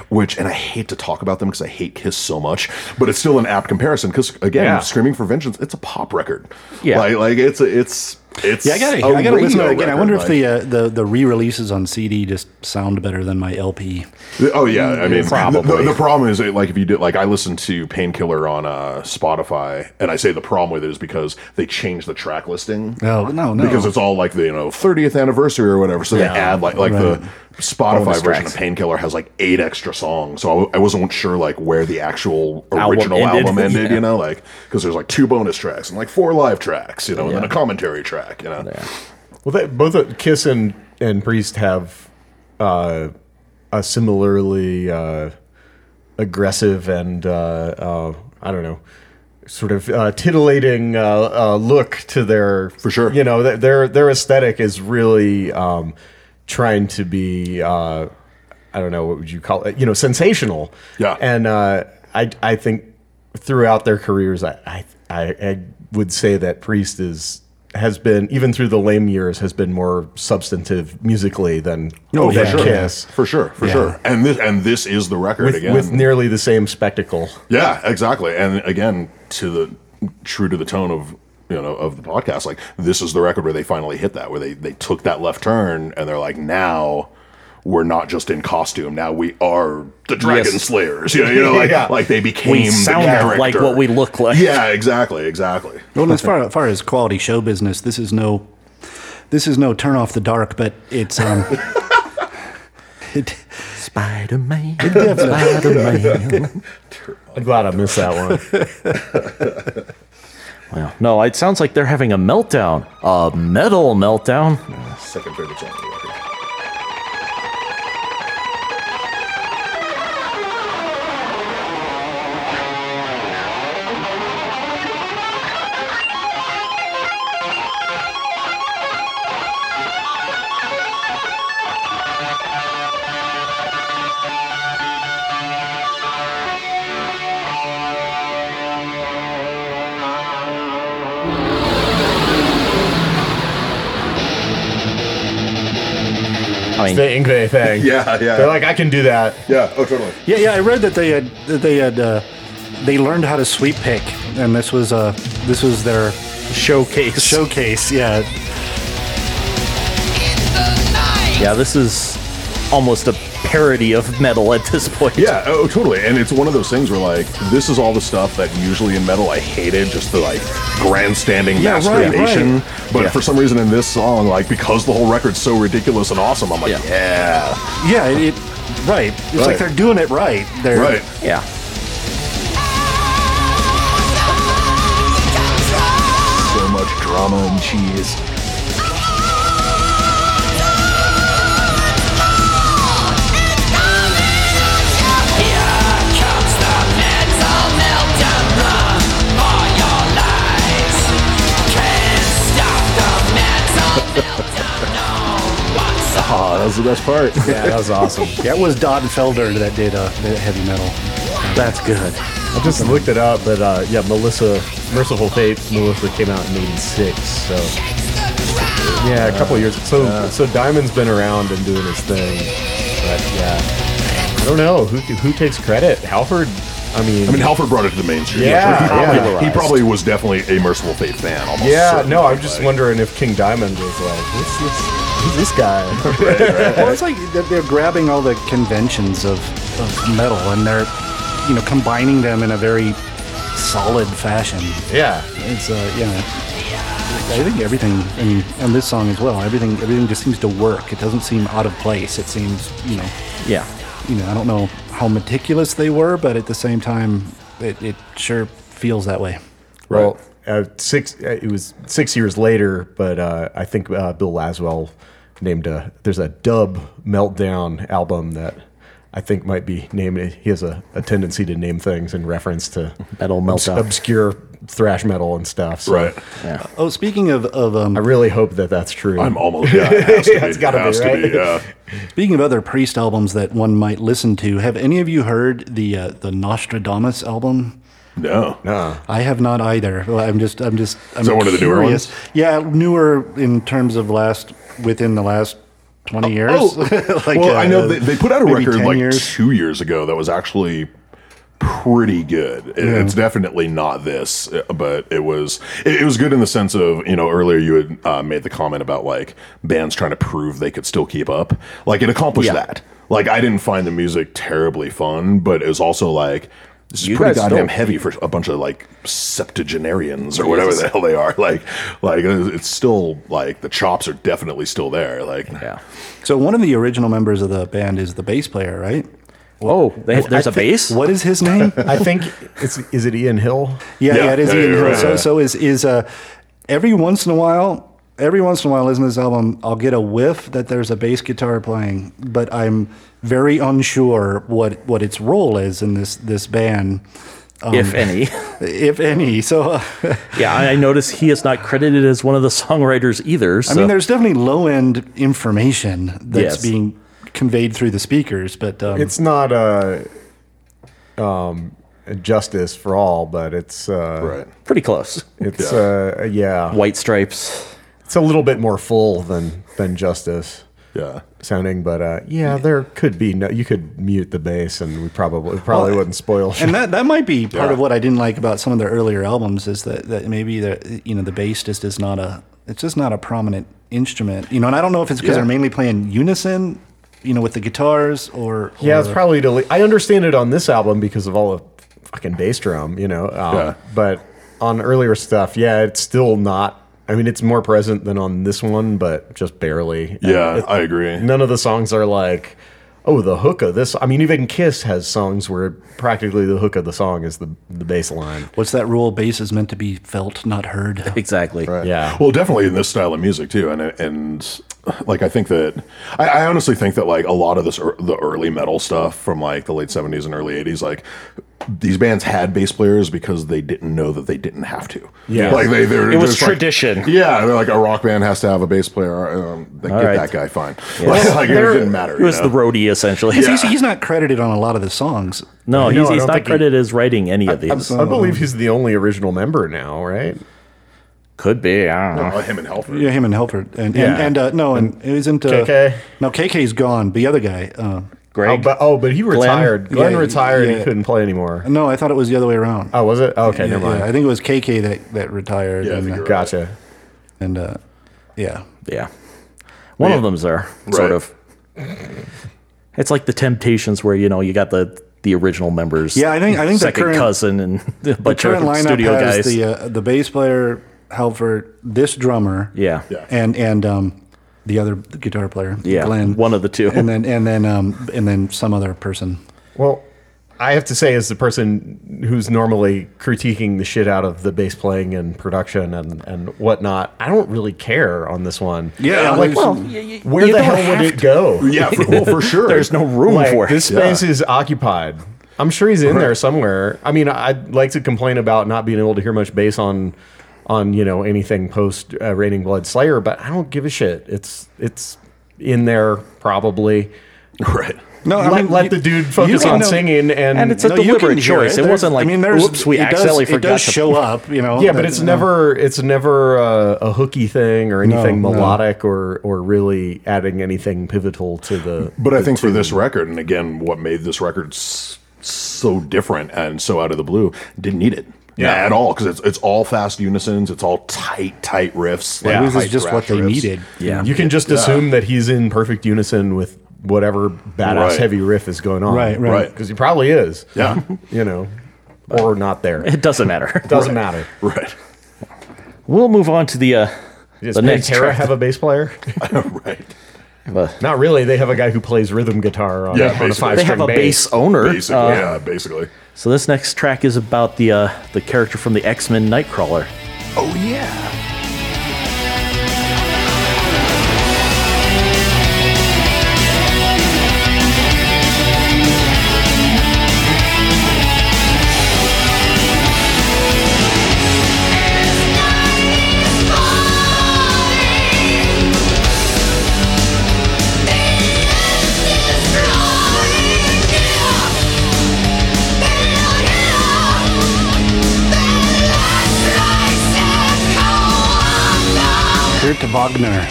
[SPEAKER 8] which and I hate to talk about them because I hate Kiss so much, but it's still an apt comparison because again,
[SPEAKER 6] Yeah.
[SPEAKER 8] Screaming for Vengeance, it's a pop record.
[SPEAKER 4] Yeah.
[SPEAKER 8] like, like it's a, it's it's
[SPEAKER 5] yeah, I gotta,
[SPEAKER 8] a
[SPEAKER 5] I gotta listen to
[SPEAKER 8] radio
[SPEAKER 5] it again. I
[SPEAKER 8] record,
[SPEAKER 5] wonder if
[SPEAKER 8] like-
[SPEAKER 5] the uh, the the re releases on CD just sound better than my LP.
[SPEAKER 8] Oh yeah, I mean,
[SPEAKER 4] Probably.
[SPEAKER 8] The, the problem is like if you did like I listened to Painkiller on uh, Spotify, and I say the problem with it is because they changed the track listing.
[SPEAKER 5] No, no, no.
[SPEAKER 8] Because it's all like the you know 30th anniversary or whatever, so they add like like the Spotify
[SPEAKER 6] Bonus
[SPEAKER 8] version
[SPEAKER 6] tracks.
[SPEAKER 8] of Painkiller has like eight extra songs, so I w- I wasn't sure like where the actual
[SPEAKER 4] Album
[SPEAKER 8] original album
[SPEAKER 4] ended,
[SPEAKER 8] ended,
[SPEAKER 4] yeah.
[SPEAKER 8] you know, like because there's like two bonus tracks and like four live tracks, you know, and then
[SPEAKER 4] Yeah.
[SPEAKER 8] a commentary track, you know.
[SPEAKER 6] Well, they, both uh, Kiss and and Priest have uh, a similarly uh, aggressive and uh, uh, I don't know, sort of uh, titillating uh, uh, look to their for
[SPEAKER 8] sure.
[SPEAKER 6] You know, th- their their aesthetic is really um, trying to be uh, I don't know what would you call it? You know, sensational.
[SPEAKER 8] Yeah.
[SPEAKER 6] and uh, I I think throughout their careers, I, I I I would say that Priest is has been even through the lame years has been more substantive musically than
[SPEAKER 8] Oh,
[SPEAKER 6] than
[SPEAKER 8] for sure,
[SPEAKER 6] Kiss
[SPEAKER 8] for sure, for sure. And this and this is the record
[SPEAKER 6] with,
[SPEAKER 8] again
[SPEAKER 6] with nearly the same spectacle.
[SPEAKER 8] Yeah, exactly. And again, to the true to the tone of you know of the podcast, like this is the record where they finally hit that, where they they took that left turn and they're like, now we're not just in costume. Now we are the Dragon
[SPEAKER 4] Yes.
[SPEAKER 8] Slayers. You know, you know like
[SPEAKER 6] Yeah.
[SPEAKER 8] like they became
[SPEAKER 4] We
[SPEAKER 8] the
[SPEAKER 4] sound like
[SPEAKER 8] character.
[SPEAKER 4] what we look like.
[SPEAKER 8] Yeah, exactly, exactly.
[SPEAKER 5] Well, as far as far as quality show business, this is no, this is no turn off the dark, but it's um, it,
[SPEAKER 4] Spider Man. Spider Man.
[SPEAKER 6] I'm glad I missed that one.
[SPEAKER 4] Well, no, it sounds like they're having a meltdown. A metal meltdown.
[SPEAKER 8] Second favorite song. on the record.
[SPEAKER 4] I mean,
[SPEAKER 6] the Ingve thing.
[SPEAKER 8] Yeah, yeah.
[SPEAKER 6] They're like, I can do that.
[SPEAKER 8] Yeah. Oh, totally.
[SPEAKER 5] yeah, yeah. I read that they had that they had uh, they learned how to sweep pick, and this was uh this was their
[SPEAKER 4] showcase.
[SPEAKER 5] showcase. Yeah,
[SPEAKER 2] In the night.
[SPEAKER 4] yeah, this is almost a parody of metal at this point.
[SPEAKER 8] Yeah, oh, totally. And it's one of those things where, like, this is all the stuff that usually in metal I hated, just the, like, grandstanding
[SPEAKER 5] Yeah, right,
[SPEAKER 8] masturbation.
[SPEAKER 5] right.
[SPEAKER 8] But
[SPEAKER 4] Yeah.
[SPEAKER 8] for some reason in this song, like, because the whole record's so ridiculous and awesome, I'm like,
[SPEAKER 4] Yeah.
[SPEAKER 8] yeah,
[SPEAKER 5] Yeah, it, it right. It's
[SPEAKER 8] Right.
[SPEAKER 5] like they're doing it right. They're
[SPEAKER 8] right.
[SPEAKER 4] Yeah.
[SPEAKER 8] So much drama and cheese. Ah, that was the best part.
[SPEAKER 6] Yeah, that was awesome.
[SPEAKER 5] That was Don Felder that did uh, the heavy metal.
[SPEAKER 4] That's good.
[SPEAKER 6] I just looked it up, but uh, yeah, Melissa, Merciful Fate, Melissa came out in '86, so yeah, a couple of years. So, so Diamond's been around and doing his thing, but yeah, I don't know who who takes credit. Halford, I mean,
[SPEAKER 8] I mean, Halford brought it to the mainstream.
[SPEAKER 6] Yeah,
[SPEAKER 8] he, probably,
[SPEAKER 6] yeah.
[SPEAKER 8] he probably was definitely a merciful fate fan. Almost
[SPEAKER 6] yeah,
[SPEAKER 8] certainly,
[SPEAKER 6] no, I'm just
[SPEAKER 8] like-
[SPEAKER 6] wondering if King Diamond was like, who's this, who's this guy?
[SPEAKER 5] Well, it's like they're- they're grabbing all the conventions of, of metal and they're, you know, combining them in a very solid fashion.
[SPEAKER 6] yeah,
[SPEAKER 5] It's uh, you know, I think everything, I mean, and this song as well. Everything, everything just seems to work. It doesn't seem out of place. It seems, you know,
[SPEAKER 4] Yeah.
[SPEAKER 5] you know, I don't know how meticulous they were, but at the same time, it, it sure feels that way.
[SPEAKER 6] Well, uh, six. uh, It was six years later, but uh, I think uh, Bill Laswell named a. There's a dub meltdown album that I think might be named. He has a, a tendency to name things in reference to
[SPEAKER 4] Metal
[SPEAKER 6] obs-
[SPEAKER 4] meltdown.
[SPEAKER 6] obscure thrash metal and stuff. So
[SPEAKER 8] Right.
[SPEAKER 5] Oh, speaking of of um,
[SPEAKER 6] I really hope that that's true.
[SPEAKER 8] I'm almost. Yeah, it has to be.
[SPEAKER 6] it's gotta
[SPEAKER 8] it
[SPEAKER 6] be,
[SPEAKER 8] has
[SPEAKER 6] right?
[SPEAKER 8] to be. Yeah.
[SPEAKER 5] Speaking of other Priest albums that one might listen to, have any of you heard the uh, the Nostradamus album?
[SPEAKER 8] No.
[SPEAKER 5] I have not either. Well, I'm just I'm just I'm
[SPEAKER 8] that one of the newer
[SPEAKER 5] curious.
[SPEAKER 8] ones?
[SPEAKER 5] Yeah, newer in terms of last within the last twenty years. Like,
[SPEAKER 8] Oh, well, I know
[SPEAKER 5] uh,
[SPEAKER 8] they, they put out a
[SPEAKER 5] maybe
[SPEAKER 8] record
[SPEAKER 5] 10
[SPEAKER 8] like
[SPEAKER 5] years.
[SPEAKER 8] two years ago that was actually pretty good. It- It's definitely not this, uh, but it was it, it was good in the sense of you know earlier you had uh, made the comment about like bands trying to prove they could still keep up. Like it accomplished
[SPEAKER 4] Yeah.
[SPEAKER 8] that. Like I didn't find the music terribly fun, but it was also like. This is
[SPEAKER 4] You
[SPEAKER 8] pretty
[SPEAKER 4] guys
[SPEAKER 8] goddamn
[SPEAKER 4] don't-
[SPEAKER 8] heavy for a bunch of like septuagenarians or whatever the hell they are. Like, like it's still like the chops are definitely still there. Like,
[SPEAKER 4] Yeah.
[SPEAKER 5] So one of the original members of the band is the bass player, right?
[SPEAKER 4] Oh, they, there's
[SPEAKER 5] a
[SPEAKER 4] a bass?
[SPEAKER 5] What is his name?
[SPEAKER 6] I think it's is it Ian Hill?
[SPEAKER 5] Yeah,
[SPEAKER 8] Yeah,
[SPEAKER 5] yeah, it is
[SPEAKER 8] yeah,
[SPEAKER 5] Ian
[SPEAKER 8] yeah,
[SPEAKER 5] Hill.
[SPEAKER 8] right,
[SPEAKER 5] so,
[SPEAKER 8] yeah.
[SPEAKER 5] so is is uh, every once in a while. Every once in a while, listening to this album, I'll get a whiff that there's a bass guitar playing, but I'm very unsure what, what its role is in this this band,
[SPEAKER 4] if any.
[SPEAKER 5] if any. So, uh,
[SPEAKER 4] um, yeah, I I noticed he is not credited as one of the songwriters either. So.
[SPEAKER 5] I mean, there's definitely low end information that's
[SPEAKER 4] Yes.
[SPEAKER 5] being conveyed through the speakers, but um,
[SPEAKER 6] It's not a um, justice for all, but it's uh,
[SPEAKER 8] right.
[SPEAKER 4] pretty close.
[SPEAKER 6] It's
[SPEAKER 8] Yeah.
[SPEAKER 6] uh, yeah.
[SPEAKER 4] White stripes.
[SPEAKER 6] it's a little bit more full than than justice
[SPEAKER 8] Yeah.
[SPEAKER 6] sounding but uh yeah there could be no you could mute the bass and we probably it probably
[SPEAKER 5] Well,
[SPEAKER 6] wouldn't spoil shit.
[SPEAKER 5] and that that might be part
[SPEAKER 8] Yeah.
[SPEAKER 5] of what I didn't like about some of their earlier albums is that that maybe the you know the bass just is not a it's just not a prominent instrument you know and I don't know if it's because
[SPEAKER 8] Yeah.
[SPEAKER 5] they're mainly playing unison you know with the guitars or
[SPEAKER 6] yeah
[SPEAKER 8] Uh,
[SPEAKER 6] it's
[SPEAKER 5] or-
[SPEAKER 6] probably deli- i understand it on this album because of all the fucking bass drum you know um,
[SPEAKER 8] Yeah.
[SPEAKER 6] but on earlier stuff yeah it's still not i mean it's more present than on this one but just barely And
[SPEAKER 8] Yeah,
[SPEAKER 6] it-
[SPEAKER 8] I agree.
[SPEAKER 6] none of the songs are like oh the hook of this i mean even kiss has songs where practically the hook of the song is the the bass line
[SPEAKER 5] what's that rule bass is meant to be felt not heard
[SPEAKER 4] Exactly.
[SPEAKER 6] yeah
[SPEAKER 8] Well, definitely in this style of music too, and and like I think that I, I honestly think that like a lot of this ear the early metal stuff from like the late seventies and early eighties, like these bands had bass players because they didn't know that they didn't have to.
[SPEAKER 6] Yeah.
[SPEAKER 8] like they they're
[SPEAKER 4] It was
[SPEAKER 8] just like-
[SPEAKER 4] tradition.
[SPEAKER 8] yeah, they're like a rock band has to have a bass player. Um, they get
[SPEAKER 4] right.
[SPEAKER 8] that guy fine. Like, like, it didn't matter.
[SPEAKER 4] It was
[SPEAKER 8] you
[SPEAKER 4] the
[SPEAKER 8] know?
[SPEAKER 4] roadie, essentially.
[SPEAKER 5] he's, he's not credited on a lot of the songs
[SPEAKER 4] No,
[SPEAKER 6] No,
[SPEAKER 4] he's,
[SPEAKER 6] I
[SPEAKER 4] he's
[SPEAKER 6] don't
[SPEAKER 4] not
[SPEAKER 6] think he-
[SPEAKER 4] credited as writing any of these.
[SPEAKER 6] I believe he's the only original member now, right?
[SPEAKER 4] Could be. I don't know.
[SPEAKER 8] Uh, him and Halford.
[SPEAKER 5] yeah him and Helford and and,
[SPEAKER 6] Yeah.
[SPEAKER 5] and uh, no and it isn't uh,
[SPEAKER 6] KK?
[SPEAKER 5] no KK's gone the other guy uh,
[SPEAKER 6] Oh, but oh, but he retired. Glenn
[SPEAKER 5] Yeah,
[SPEAKER 6] retired.
[SPEAKER 5] yeah.
[SPEAKER 6] He couldn't play anymore.
[SPEAKER 5] no I thought it was the other way around
[SPEAKER 6] Oh, was it? Okay, never
[SPEAKER 5] Yeah,
[SPEAKER 6] mind.
[SPEAKER 5] I think it was KK that that retired
[SPEAKER 8] Yeah, I
[SPEAKER 5] and,
[SPEAKER 8] think
[SPEAKER 5] uh,
[SPEAKER 8] you're right.
[SPEAKER 6] Gotcha.
[SPEAKER 5] and uh, yeah
[SPEAKER 4] Yeah. One of them's there,
[SPEAKER 8] Right.
[SPEAKER 4] sort of. It's like the Temptations, where you know you got the the original members.
[SPEAKER 5] Yeah, I think- I think the
[SPEAKER 4] second
[SPEAKER 5] current-
[SPEAKER 4] cousin and a
[SPEAKER 5] The
[SPEAKER 4] bunch
[SPEAKER 5] current
[SPEAKER 4] of
[SPEAKER 5] lineup
[SPEAKER 4] studio
[SPEAKER 5] has
[SPEAKER 4] guys.
[SPEAKER 5] the uh, the bass player Halford, this drummer,
[SPEAKER 4] yeah,
[SPEAKER 8] Yeah.
[SPEAKER 5] and and um, the other guitar player,
[SPEAKER 4] Yeah,
[SPEAKER 5] Glenn,
[SPEAKER 4] one of the two.
[SPEAKER 5] and then and then um, and then some other person.
[SPEAKER 6] Well, I have to say, as the person who's normally critiquing the shit out of the bass playing and production and, and whatnot, I don't really care on this one.
[SPEAKER 5] Yeah,
[SPEAKER 6] I'm like,
[SPEAKER 5] there's-
[SPEAKER 6] well, where
[SPEAKER 4] you
[SPEAKER 6] the
[SPEAKER 4] don't
[SPEAKER 6] hell would
[SPEAKER 4] have
[SPEAKER 6] it go?
[SPEAKER 8] Yeah, for, well, for sure.
[SPEAKER 4] There's no room
[SPEAKER 6] Like,
[SPEAKER 4] for it.
[SPEAKER 6] this space is occupied. I'm sure he's in there somewhere. I mean, I'd like to complain about not being able to hear much bass on, on you know anything post uh, Raining Blood Slayer, but I don't give a shit. It's it's in there probably.
[SPEAKER 8] right.
[SPEAKER 5] No,
[SPEAKER 6] let, let the dude focus
[SPEAKER 5] can
[SPEAKER 6] on
[SPEAKER 5] know-
[SPEAKER 6] singing and
[SPEAKER 4] And it's a
[SPEAKER 5] No, you
[SPEAKER 4] deliberate
[SPEAKER 5] can hear
[SPEAKER 4] choice. It,
[SPEAKER 5] There's-
[SPEAKER 4] wasn't like
[SPEAKER 5] I mean, there's,
[SPEAKER 4] oops, we
[SPEAKER 5] it does-
[SPEAKER 4] accidentally forgot
[SPEAKER 5] It does
[SPEAKER 4] to
[SPEAKER 5] show up, you know.
[SPEAKER 6] yeah, but
[SPEAKER 5] that- uh,
[SPEAKER 6] it's
[SPEAKER 5] you know.
[SPEAKER 6] never it's never uh, a hooky thing or anything
[SPEAKER 5] no.
[SPEAKER 6] melodic or or really adding anything pivotal to the.
[SPEAKER 8] But I think for this record, and again, what made this record s- so different and so out of the blue, didn't need it.
[SPEAKER 6] Yeah.
[SPEAKER 8] at all because it's it's all fast unisons, it's all tight, tight riffs. like
[SPEAKER 5] It was
[SPEAKER 8] tight
[SPEAKER 5] just what
[SPEAKER 8] thrash
[SPEAKER 5] they
[SPEAKER 8] riffs.
[SPEAKER 5] needed.
[SPEAKER 4] Yeah.
[SPEAKER 6] you can just assume that he's in perfect unison with whatever badass
[SPEAKER 8] Right.
[SPEAKER 6] heavy riff is going on.
[SPEAKER 5] Right, right.
[SPEAKER 8] Right.
[SPEAKER 6] Because he probably is.
[SPEAKER 8] Yeah.
[SPEAKER 6] you know, or not there. It
[SPEAKER 4] It doesn't matter.
[SPEAKER 6] doesn't matter.
[SPEAKER 8] Right,
[SPEAKER 4] We'll move on to the uh,
[SPEAKER 6] Does
[SPEAKER 4] the next
[SPEAKER 6] Pantera
[SPEAKER 4] track.
[SPEAKER 6] have a bass player?
[SPEAKER 8] right.
[SPEAKER 6] not really. They have a guy who plays rhythm guitar on,
[SPEAKER 8] Yeah,
[SPEAKER 6] on a
[SPEAKER 8] basically.
[SPEAKER 6] five
[SPEAKER 4] they have
[SPEAKER 6] string
[SPEAKER 4] a bass owner.
[SPEAKER 8] Basically,
[SPEAKER 4] Uh,
[SPEAKER 8] yeah, basically.
[SPEAKER 4] So this next track is about the uh, the character from the X Men Nightcrawler.
[SPEAKER 8] Oh yeah,
[SPEAKER 5] Kurt Wagner.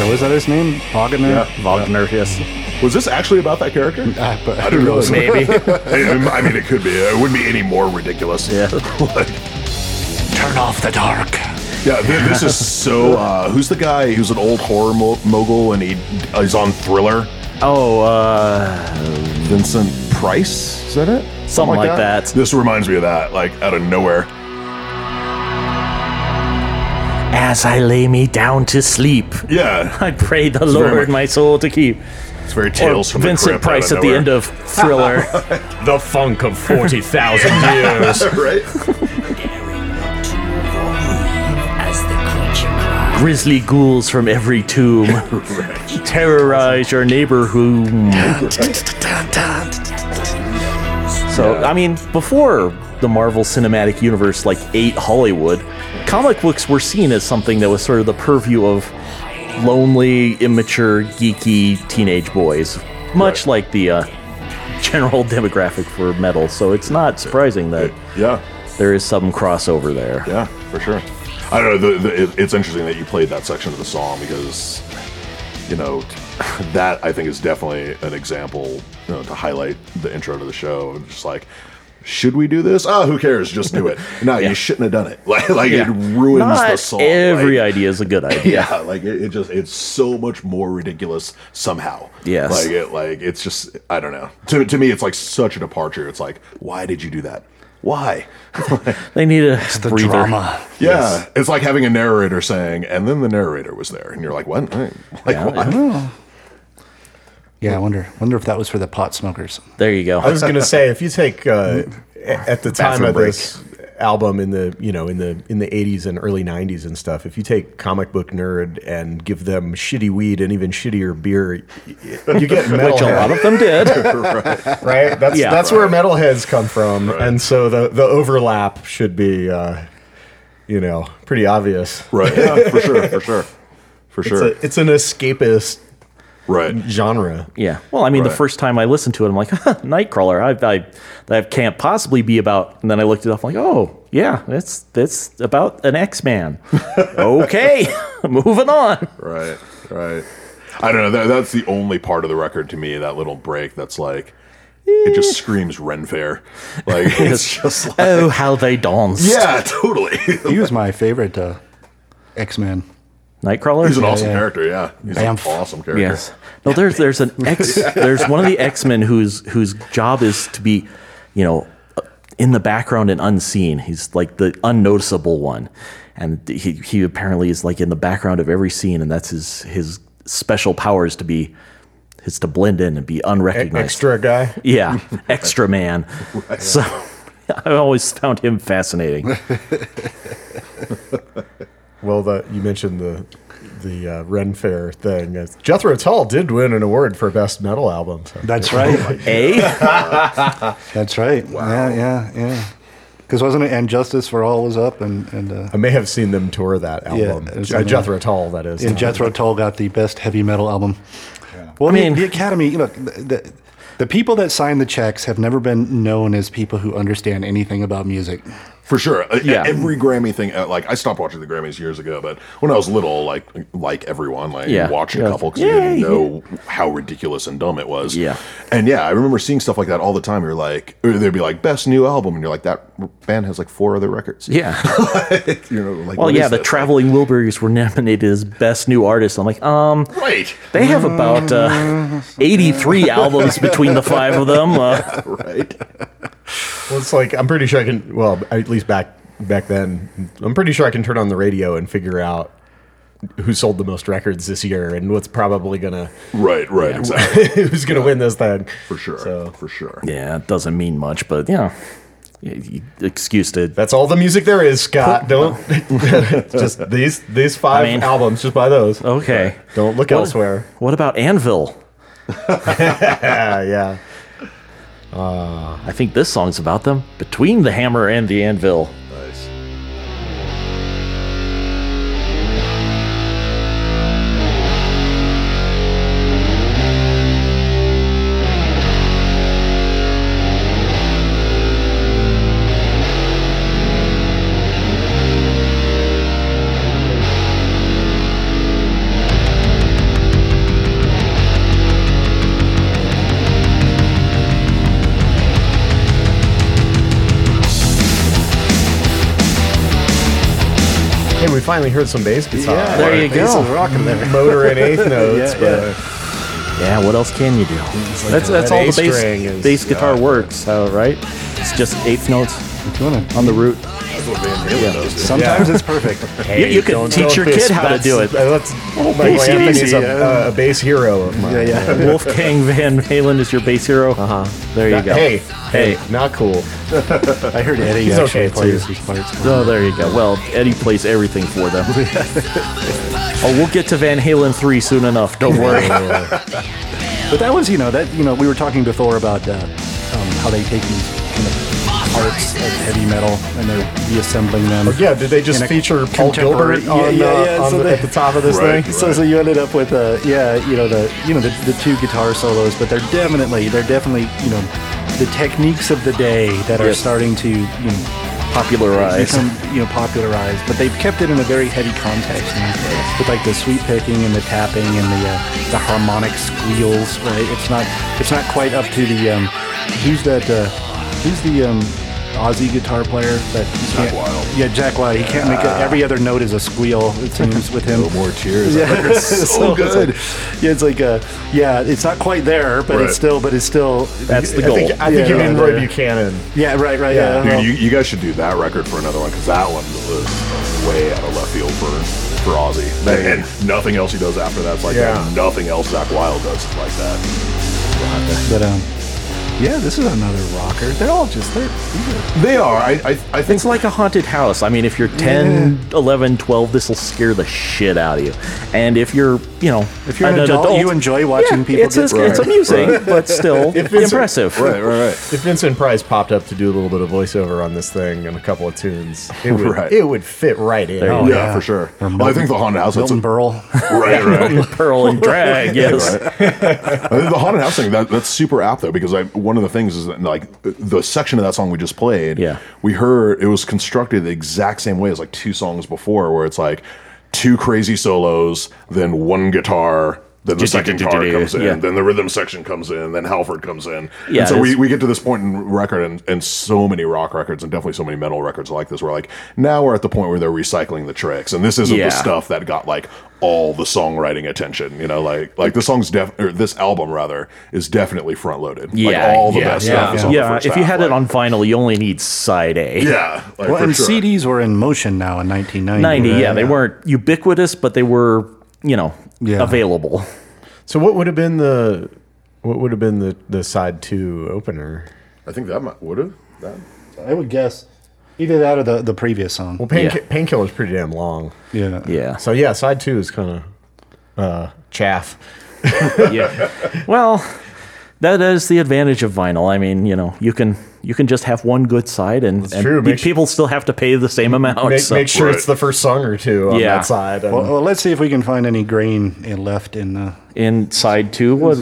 [SPEAKER 5] Or was that his name? Wagner.
[SPEAKER 4] Wagner, yes.
[SPEAKER 8] was this actually about that character?
[SPEAKER 5] Ah, but-
[SPEAKER 8] I don't know.
[SPEAKER 4] Maybe.
[SPEAKER 8] I mean, it could be. It wouldn't be any more ridiculous.
[SPEAKER 4] Yeah.
[SPEAKER 8] like,
[SPEAKER 5] Turn off the dark.
[SPEAKER 8] Yeah, th- this is so. Uh, who's the guy who's an old horror mo- mogul and he uh, he's on Thriller?
[SPEAKER 4] Oh, uh,
[SPEAKER 8] Vincent Price, is that it? Something,
[SPEAKER 5] Oh
[SPEAKER 4] like that.
[SPEAKER 8] This reminds me of that, like out of nowhere.
[SPEAKER 4] as I lay me down to sleep,
[SPEAKER 8] Yeah,
[SPEAKER 4] I pray the
[SPEAKER 8] very
[SPEAKER 4] Lord
[SPEAKER 8] much-
[SPEAKER 4] my soul to keep.
[SPEAKER 8] it's very
[SPEAKER 4] Or
[SPEAKER 8] Tales from
[SPEAKER 4] Vincent
[SPEAKER 8] the Crypt
[SPEAKER 4] Price
[SPEAKER 8] out
[SPEAKER 4] at the end of Thriller.
[SPEAKER 6] The funk of 40,000 years.
[SPEAKER 8] nowhere. right.
[SPEAKER 4] Grizzly ghouls from every tomb terrorize your neighbor who. so, I mean, before the Marvel Cinematic Universe like ate Hollywood, comic books were seen as something that was sort of the purview of lonely, immature, geeky teenage boys, much like the uh, general demographic for metal. So, it's not surprising that
[SPEAKER 8] Yeah,
[SPEAKER 4] there is some crossover there.
[SPEAKER 8] yeah, for sure. I don't know. The, the, it, it's interesting that you played that section of the song because, you know, that I think is definitely an example you know, to highlight the intro to the show. Just like. Should we do this? Ah, who cares? Just do it. No, you shouldn't have done it. Like, like it ruins the
[SPEAKER 4] Not
[SPEAKER 8] song.
[SPEAKER 4] every
[SPEAKER 8] like-
[SPEAKER 4] idea is a good idea.
[SPEAKER 8] yeah like it, it just it's so much more ridiculous somehow
[SPEAKER 4] Yes.
[SPEAKER 8] like it like it's just i don't know to, to me it's like such a departure it's like why did you do that why
[SPEAKER 4] They need a
[SPEAKER 5] The
[SPEAKER 4] breather.
[SPEAKER 5] drama.
[SPEAKER 8] yeah it's like having a narrator saying and then the narrator was there and you're like what like what?
[SPEAKER 5] Yeah, I wonder. Wonder if that was for the pot smokers.
[SPEAKER 4] There you
[SPEAKER 6] I
[SPEAKER 4] go.
[SPEAKER 6] was gonna say if you take uh, a- at the time
[SPEAKER 8] Bathroom
[SPEAKER 6] of
[SPEAKER 8] break.
[SPEAKER 6] this album in the you know in the in the 80s and early 90s and stuff if you take comic book nerd and give them shitty weed and even shittier beer y- y- you get
[SPEAKER 4] Which a lot
[SPEAKER 6] metalhead
[SPEAKER 4] of them did.
[SPEAKER 6] right that's
[SPEAKER 4] Yeah.
[SPEAKER 6] that's where metalheads come from and so the the overlap should be uh, you know pretty obvious
[SPEAKER 8] right yeah, for sure for sure for
[SPEAKER 6] it's,
[SPEAKER 8] sure
[SPEAKER 6] a, it's an escapist
[SPEAKER 8] right
[SPEAKER 6] genre
[SPEAKER 4] Yeah. Well, I mean, the
[SPEAKER 8] Right.
[SPEAKER 4] first time I listened to it, I'm like, Nightcrawler. I, I that can't possibly be about. And then I looked it up. I'm like, oh yeah, that's that's about an X Man. okay, moving on.
[SPEAKER 8] right right i don't know that, that's the only part of the record to me that little break that's like it just screams ren fair like it's just like
[SPEAKER 4] Oh, how they dance.
[SPEAKER 8] Yeah, totally.
[SPEAKER 5] He was my favorite uh, X Man.
[SPEAKER 4] Nightcrawler.
[SPEAKER 8] He's an awesome character. Yeah, he's
[SPEAKER 5] Bamf.
[SPEAKER 8] an awesome character.
[SPEAKER 4] Yes. No, there's there's an X. There's one of the X Men whose whose job is to be, you know, uh, in the background and unseen. He's like the unnoticeable one, and he he apparently is like in the background of every scene, and that's his his special power is to be, is to blend in and be
[SPEAKER 7] E-
[SPEAKER 4] unrecognized.
[SPEAKER 7] extra guy.
[SPEAKER 4] Yeah, extra man. So I always found him fascinating.
[SPEAKER 7] Well, the, you mentioned the the uh, Ren Fair thing. Uh, Jethro Tull did win an award for best metal album. so-
[SPEAKER 5] That's right.
[SPEAKER 4] Eh?
[SPEAKER 5] That's right. Yeah, yeah, yeah. Because wasn't it "And Justice for All" was up, and and uh,
[SPEAKER 7] I may have seen them tour that album.
[SPEAKER 5] it was
[SPEAKER 7] Uh,
[SPEAKER 5] on the-
[SPEAKER 7] Jethro Tull, that is.
[SPEAKER 5] and Jethro Tull got the best heavy metal album. Well,
[SPEAKER 4] I
[SPEAKER 5] I mean,
[SPEAKER 4] mean-
[SPEAKER 5] the, Academy. Look, the, the, the people that sign the checks have never been known as people who understand anything about music.
[SPEAKER 8] For sure. Uh,
[SPEAKER 4] Yeah.
[SPEAKER 8] Every Grammy thing, uh, like I stopped watching the Grammys years ago, but when I was little, like like everyone, like
[SPEAKER 4] Yeah.
[SPEAKER 8] watched
[SPEAKER 4] Yeah.
[SPEAKER 8] a couple because you
[SPEAKER 4] Yeah,
[SPEAKER 8] didn't
[SPEAKER 4] yeah.
[SPEAKER 8] know how ridiculous and dumb it was.
[SPEAKER 4] Yeah.
[SPEAKER 8] And yeah, I remember seeing stuff like that all the time. You're like, or they'd be like, best new album. And you're like, that band has like four other records.
[SPEAKER 4] Yeah.
[SPEAKER 8] you know, like,
[SPEAKER 4] Well,
[SPEAKER 8] what
[SPEAKER 4] yeah,
[SPEAKER 8] is
[SPEAKER 4] the
[SPEAKER 8] this?
[SPEAKER 4] Traveling Wilburys were nominated as Best New Artist. I'm like, um,
[SPEAKER 8] Right.
[SPEAKER 4] they have about uh, 83 albums between the five of them. Uh,
[SPEAKER 8] Right.
[SPEAKER 7] Well, it's like I'm pretty sure I can. Well, at least back back then, I'm pretty sure I can turn on the radio and figure out who sold the most records this year and what's probably gonna
[SPEAKER 8] Right. Right. Exactly.
[SPEAKER 7] who's gonna win this thing
[SPEAKER 8] For sure.
[SPEAKER 7] So
[SPEAKER 8] For sure.
[SPEAKER 4] yeah, it doesn't mean much, but yeah, Y- y- excuse to
[SPEAKER 7] that's all the music there is, Scott. Don't just these these five
[SPEAKER 4] mean-
[SPEAKER 7] albums. Just buy those.
[SPEAKER 4] Okay.
[SPEAKER 7] Don't look
[SPEAKER 4] What-
[SPEAKER 7] elsewhere.
[SPEAKER 4] What about Anvil?
[SPEAKER 7] Yeah, yeah.
[SPEAKER 4] Uh, I think this song's about them. Between the hammer and the anvil.
[SPEAKER 8] Nice.
[SPEAKER 7] Hey, we finally heard some bass guitar.
[SPEAKER 4] There you go.
[SPEAKER 5] Rocking there.
[SPEAKER 7] Motor and eighth notes,
[SPEAKER 5] Yeah,
[SPEAKER 7] but uh,
[SPEAKER 5] yeah.
[SPEAKER 4] Yeah, what else can you do? that's that's
[SPEAKER 7] that
[SPEAKER 4] all
[SPEAKER 7] A
[SPEAKER 4] the bass,
[SPEAKER 7] string is-
[SPEAKER 4] bass guitar works, uh, right? It's just eighth notes on the root.
[SPEAKER 5] Sometimes it's perfect.
[SPEAKER 4] You- you could
[SPEAKER 7] don't-
[SPEAKER 4] teach
[SPEAKER 7] don't
[SPEAKER 4] your kid
[SPEAKER 7] fist-
[SPEAKER 4] how to do
[SPEAKER 7] that's-
[SPEAKER 4] it.
[SPEAKER 7] uh, That's Michael
[SPEAKER 4] easy,
[SPEAKER 7] Anthony's
[SPEAKER 5] easy,
[SPEAKER 7] a,
[SPEAKER 5] yeah.
[SPEAKER 7] a bass hero of mine.
[SPEAKER 5] Yeah, yeah.
[SPEAKER 4] Wolfgang Van Halen is your bass hero. Uh huh. There you go.
[SPEAKER 7] Hey,
[SPEAKER 4] Hey.
[SPEAKER 7] hey, not cool.
[SPEAKER 5] I heard Eddie
[SPEAKER 7] He's
[SPEAKER 5] actually
[SPEAKER 7] okay,
[SPEAKER 5] plays
[SPEAKER 7] too.
[SPEAKER 5] these parts.
[SPEAKER 4] Oh, there you go. Well, Eddie plays everything for them. oh, we'll get to Van Halen 3 soon enough. Don't worry.
[SPEAKER 5] But that was, you know, that you know, we were talking before about uh, um, how they take these kind of parts of heavy metal and they're reassembling them.
[SPEAKER 7] Yeah, did they just
[SPEAKER 5] In a
[SPEAKER 7] feature Paul
[SPEAKER 5] contemporary-
[SPEAKER 7] Gilbert on,
[SPEAKER 5] Yeah, yeah,
[SPEAKER 7] uh,
[SPEAKER 5] yeah,
[SPEAKER 7] on
[SPEAKER 5] so
[SPEAKER 7] the,
[SPEAKER 5] they-
[SPEAKER 7] at the top of this
[SPEAKER 8] Right.
[SPEAKER 7] thing?
[SPEAKER 5] So, so you ended up with uh, yeah, you know the you know the, the two guitar solos, but they're definitely they're definitely you know the techniques of the day that are
[SPEAKER 4] Yes.
[SPEAKER 5] starting to you know,
[SPEAKER 4] Popularize.
[SPEAKER 5] become you know popularized. But they've kept it in a very heavy context these days, with like the sweep picking and the tapping and the uh, the harmonic squeals. Right? It's not it's not quite up to the um, who's that uh, who's the um, Aussie guitar player that Jack
[SPEAKER 8] Wild.
[SPEAKER 5] Yeah, Jack Wild. He can't make a, every other note is a squeal. It seems with him.
[SPEAKER 7] More cheers.
[SPEAKER 5] Yeah, so,
[SPEAKER 8] good.
[SPEAKER 5] It's like, yeah, it's like uh, yeah, it's not quite there, but
[SPEAKER 8] Right.
[SPEAKER 5] it's still, but it's still.
[SPEAKER 4] That's the
[SPEAKER 7] I think,
[SPEAKER 4] goal.
[SPEAKER 7] I think
[SPEAKER 5] Yeah,
[SPEAKER 7] you
[SPEAKER 5] yeah,
[SPEAKER 7] mean Roy
[SPEAKER 5] yeah.
[SPEAKER 7] Buchanan.
[SPEAKER 5] yeah, right, right, yeah.
[SPEAKER 8] Dude,
[SPEAKER 5] well,
[SPEAKER 8] you, you guys should do that record for another one because that one was way out of left field for for Ozzy. And nothing else he does after that's like
[SPEAKER 7] Yeah.
[SPEAKER 8] that. Nothing else Zach Wild does is like that.
[SPEAKER 5] but um, yeah, this is another rocker. They're all just they're these are-
[SPEAKER 8] They are. I I, I think
[SPEAKER 4] It's like a haunted house. I mean, if you're 10, 11, 12, this will scare the shit out of you. And if you're, you know, if
[SPEAKER 5] you're an adult, you enjoy watching people
[SPEAKER 4] It's,
[SPEAKER 5] get
[SPEAKER 4] it's, it's
[SPEAKER 8] drunk.
[SPEAKER 4] amusing, but still impressive.
[SPEAKER 8] right, right, right.
[SPEAKER 7] If Vincent Price popped up to do a little bit of voiceover on this thing and a couple of tunes, it would,
[SPEAKER 8] Right.
[SPEAKER 7] it would fit right in. Oh,
[SPEAKER 4] There
[SPEAKER 8] yeah,
[SPEAKER 4] you
[SPEAKER 8] for sure. Well, I think the haunted house. That's a,
[SPEAKER 5] Milton Berle.
[SPEAKER 8] right, right.
[SPEAKER 4] Pearl and drag, yes.
[SPEAKER 8] I think the haunted house thing that, that's super apt though because I, one of the things is that like the section of that song we just played
[SPEAKER 4] Yeah.
[SPEAKER 8] we heard it was constructed the exact same way as like two songs before where it's like two crazy solos then one guitar Then the second car comes in.
[SPEAKER 4] Yeah.
[SPEAKER 8] Then the rhythm section comes in. Then Halford comes in.
[SPEAKER 4] Yeah,
[SPEAKER 8] and so we,
[SPEAKER 4] it's-
[SPEAKER 8] we get to this point in record, and, and so many rock records, and definitely so many metal records like this. Where like now we're at the point where they're recycling the tricks, and this isn't
[SPEAKER 4] Yeah.
[SPEAKER 8] the stuff that got like all the songwriting attention. You know, like like the song's def or this album rather is definitely front loaded.
[SPEAKER 4] Yeah,
[SPEAKER 8] like, all the
[SPEAKER 4] yeah,
[SPEAKER 8] best
[SPEAKER 4] yeah.
[SPEAKER 8] stuff is on the
[SPEAKER 4] yeah,
[SPEAKER 8] first
[SPEAKER 4] if you
[SPEAKER 8] half,
[SPEAKER 4] had
[SPEAKER 8] like-
[SPEAKER 4] it on vinyl, you only need side A.
[SPEAKER 8] yeah, like,
[SPEAKER 5] well,
[SPEAKER 8] for
[SPEAKER 5] and
[SPEAKER 8] sure.
[SPEAKER 5] CDs were in motion now in 1990.
[SPEAKER 4] 90,
[SPEAKER 5] right?
[SPEAKER 4] yeah, they weren't ubiquitous, but they were, you know,
[SPEAKER 5] Yeah.
[SPEAKER 4] available.
[SPEAKER 6] So what would have been the what would have been the the side two opener?
[SPEAKER 8] I think that might would have. That
[SPEAKER 5] I would guess either that or the, the previous song.
[SPEAKER 6] Well, pain
[SPEAKER 4] Yeah.
[SPEAKER 6] painkiller's pretty damn long.
[SPEAKER 5] yeah.
[SPEAKER 4] Yeah.
[SPEAKER 6] So yeah, side two is kind of uh, chaff.
[SPEAKER 4] yeah. Well, that is the advantage of vinyl. I mean, you know, you can you can just have one good side, and, and
[SPEAKER 6] true.
[SPEAKER 4] pe-
[SPEAKER 6] Make su-
[SPEAKER 4] people still have to pay the same amount.
[SPEAKER 6] Make,
[SPEAKER 4] so-
[SPEAKER 6] make sure it's
[SPEAKER 8] right.
[SPEAKER 6] the first song or two on
[SPEAKER 4] Yeah.
[SPEAKER 6] that side. and-
[SPEAKER 5] Well, well, let's see if we can find any grain in- left in. Uh,
[SPEAKER 4] in side two. What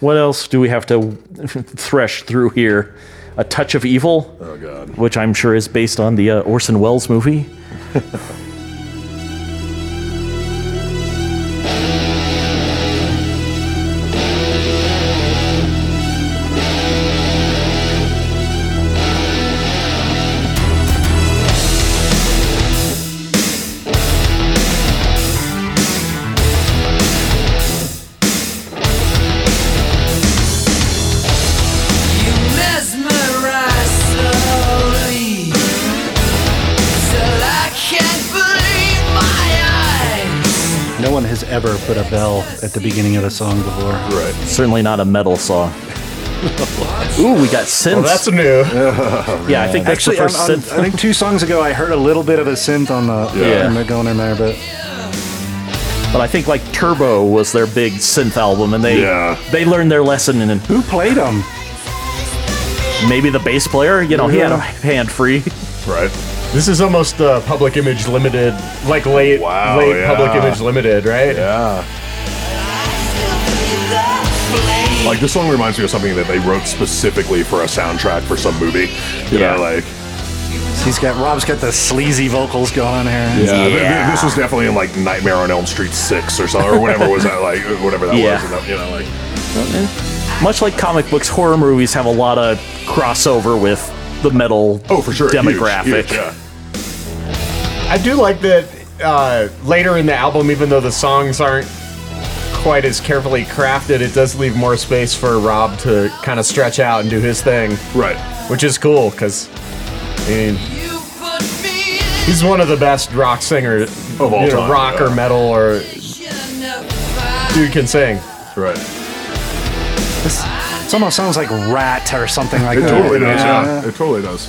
[SPEAKER 4] what else do we have to thresh through here? A touch of evil,
[SPEAKER 8] oh god.
[SPEAKER 4] which I'm sure is based on the uh, Orson Welles movie.
[SPEAKER 2] You mesmerize slowly Till I can't believe my eyes
[SPEAKER 5] no one has ever put a bell at the beginning of a song before.
[SPEAKER 4] Certainly not a metal saw. Ooh, we got synths.
[SPEAKER 6] well, that's new.
[SPEAKER 4] yeah, I think that's
[SPEAKER 5] Actually,
[SPEAKER 4] the
[SPEAKER 5] on,
[SPEAKER 4] 1st
[SPEAKER 5] on-
[SPEAKER 4] synth.
[SPEAKER 5] I think two songs ago, I heard a little bit of a synth on the
[SPEAKER 4] Yeah.
[SPEAKER 5] on the going in there, but
[SPEAKER 4] But I think like Turbo was their big synth album, and they
[SPEAKER 8] Yeah.
[SPEAKER 4] they learned their lesson, and
[SPEAKER 5] who played them?
[SPEAKER 4] maybe the bass player, you know, he had a
[SPEAKER 5] Yeah.
[SPEAKER 4] hand free.
[SPEAKER 8] Right.
[SPEAKER 6] This is almost uh, Public Image Limited, like late,
[SPEAKER 8] Wow,
[SPEAKER 6] late
[SPEAKER 8] yeah.
[SPEAKER 6] Public Image Limited, right?
[SPEAKER 8] Like this song reminds me of something that they wrote specifically for a soundtrack for some movie. You
[SPEAKER 4] Yeah.
[SPEAKER 8] know, like
[SPEAKER 5] He's got Rob's got the sleazy vocals going on here.
[SPEAKER 8] yeah, uh, th- th- this was definitely in like Nightmare on Elm Street six or something or whatever was that like uh, whatever that
[SPEAKER 4] Yeah.
[SPEAKER 8] was. and that- You know, like
[SPEAKER 4] Much like comic books, horror movies have a lot of crossover with the metal
[SPEAKER 8] oh for sure huge,
[SPEAKER 4] demographic.
[SPEAKER 8] huge, yeah.
[SPEAKER 6] I do like that uh, later in the album, even though the songs aren't quite as carefully crafted, it does leave more space for Rob to kind of stretch out and do his thing,
[SPEAKER 8] Right.
[SPEAKER 6] which is cool because I mean,
[SPEAKER 2] You put me in
[SPEAKER 6] he's one of the best rock singers of
[SPEAKER 8] all time,
[SPEAKER 6] rock or
[SPEAKER 8] yeah.
[SPEAKER 6] metal or
[SPEAKER 2] a fire
[SPEAKER 6] dude can sing.
[SPEAKER 8] Right.
[SPEAKER 5] This, this almost sounds like Rat or something like
[SPEAKER 8] It
[SPEAKER 5] that.
[SPEAKER 8] totally does.
[SPEAKER 5] Yeah.
[SPEAKER 8] Yeah. It totally does.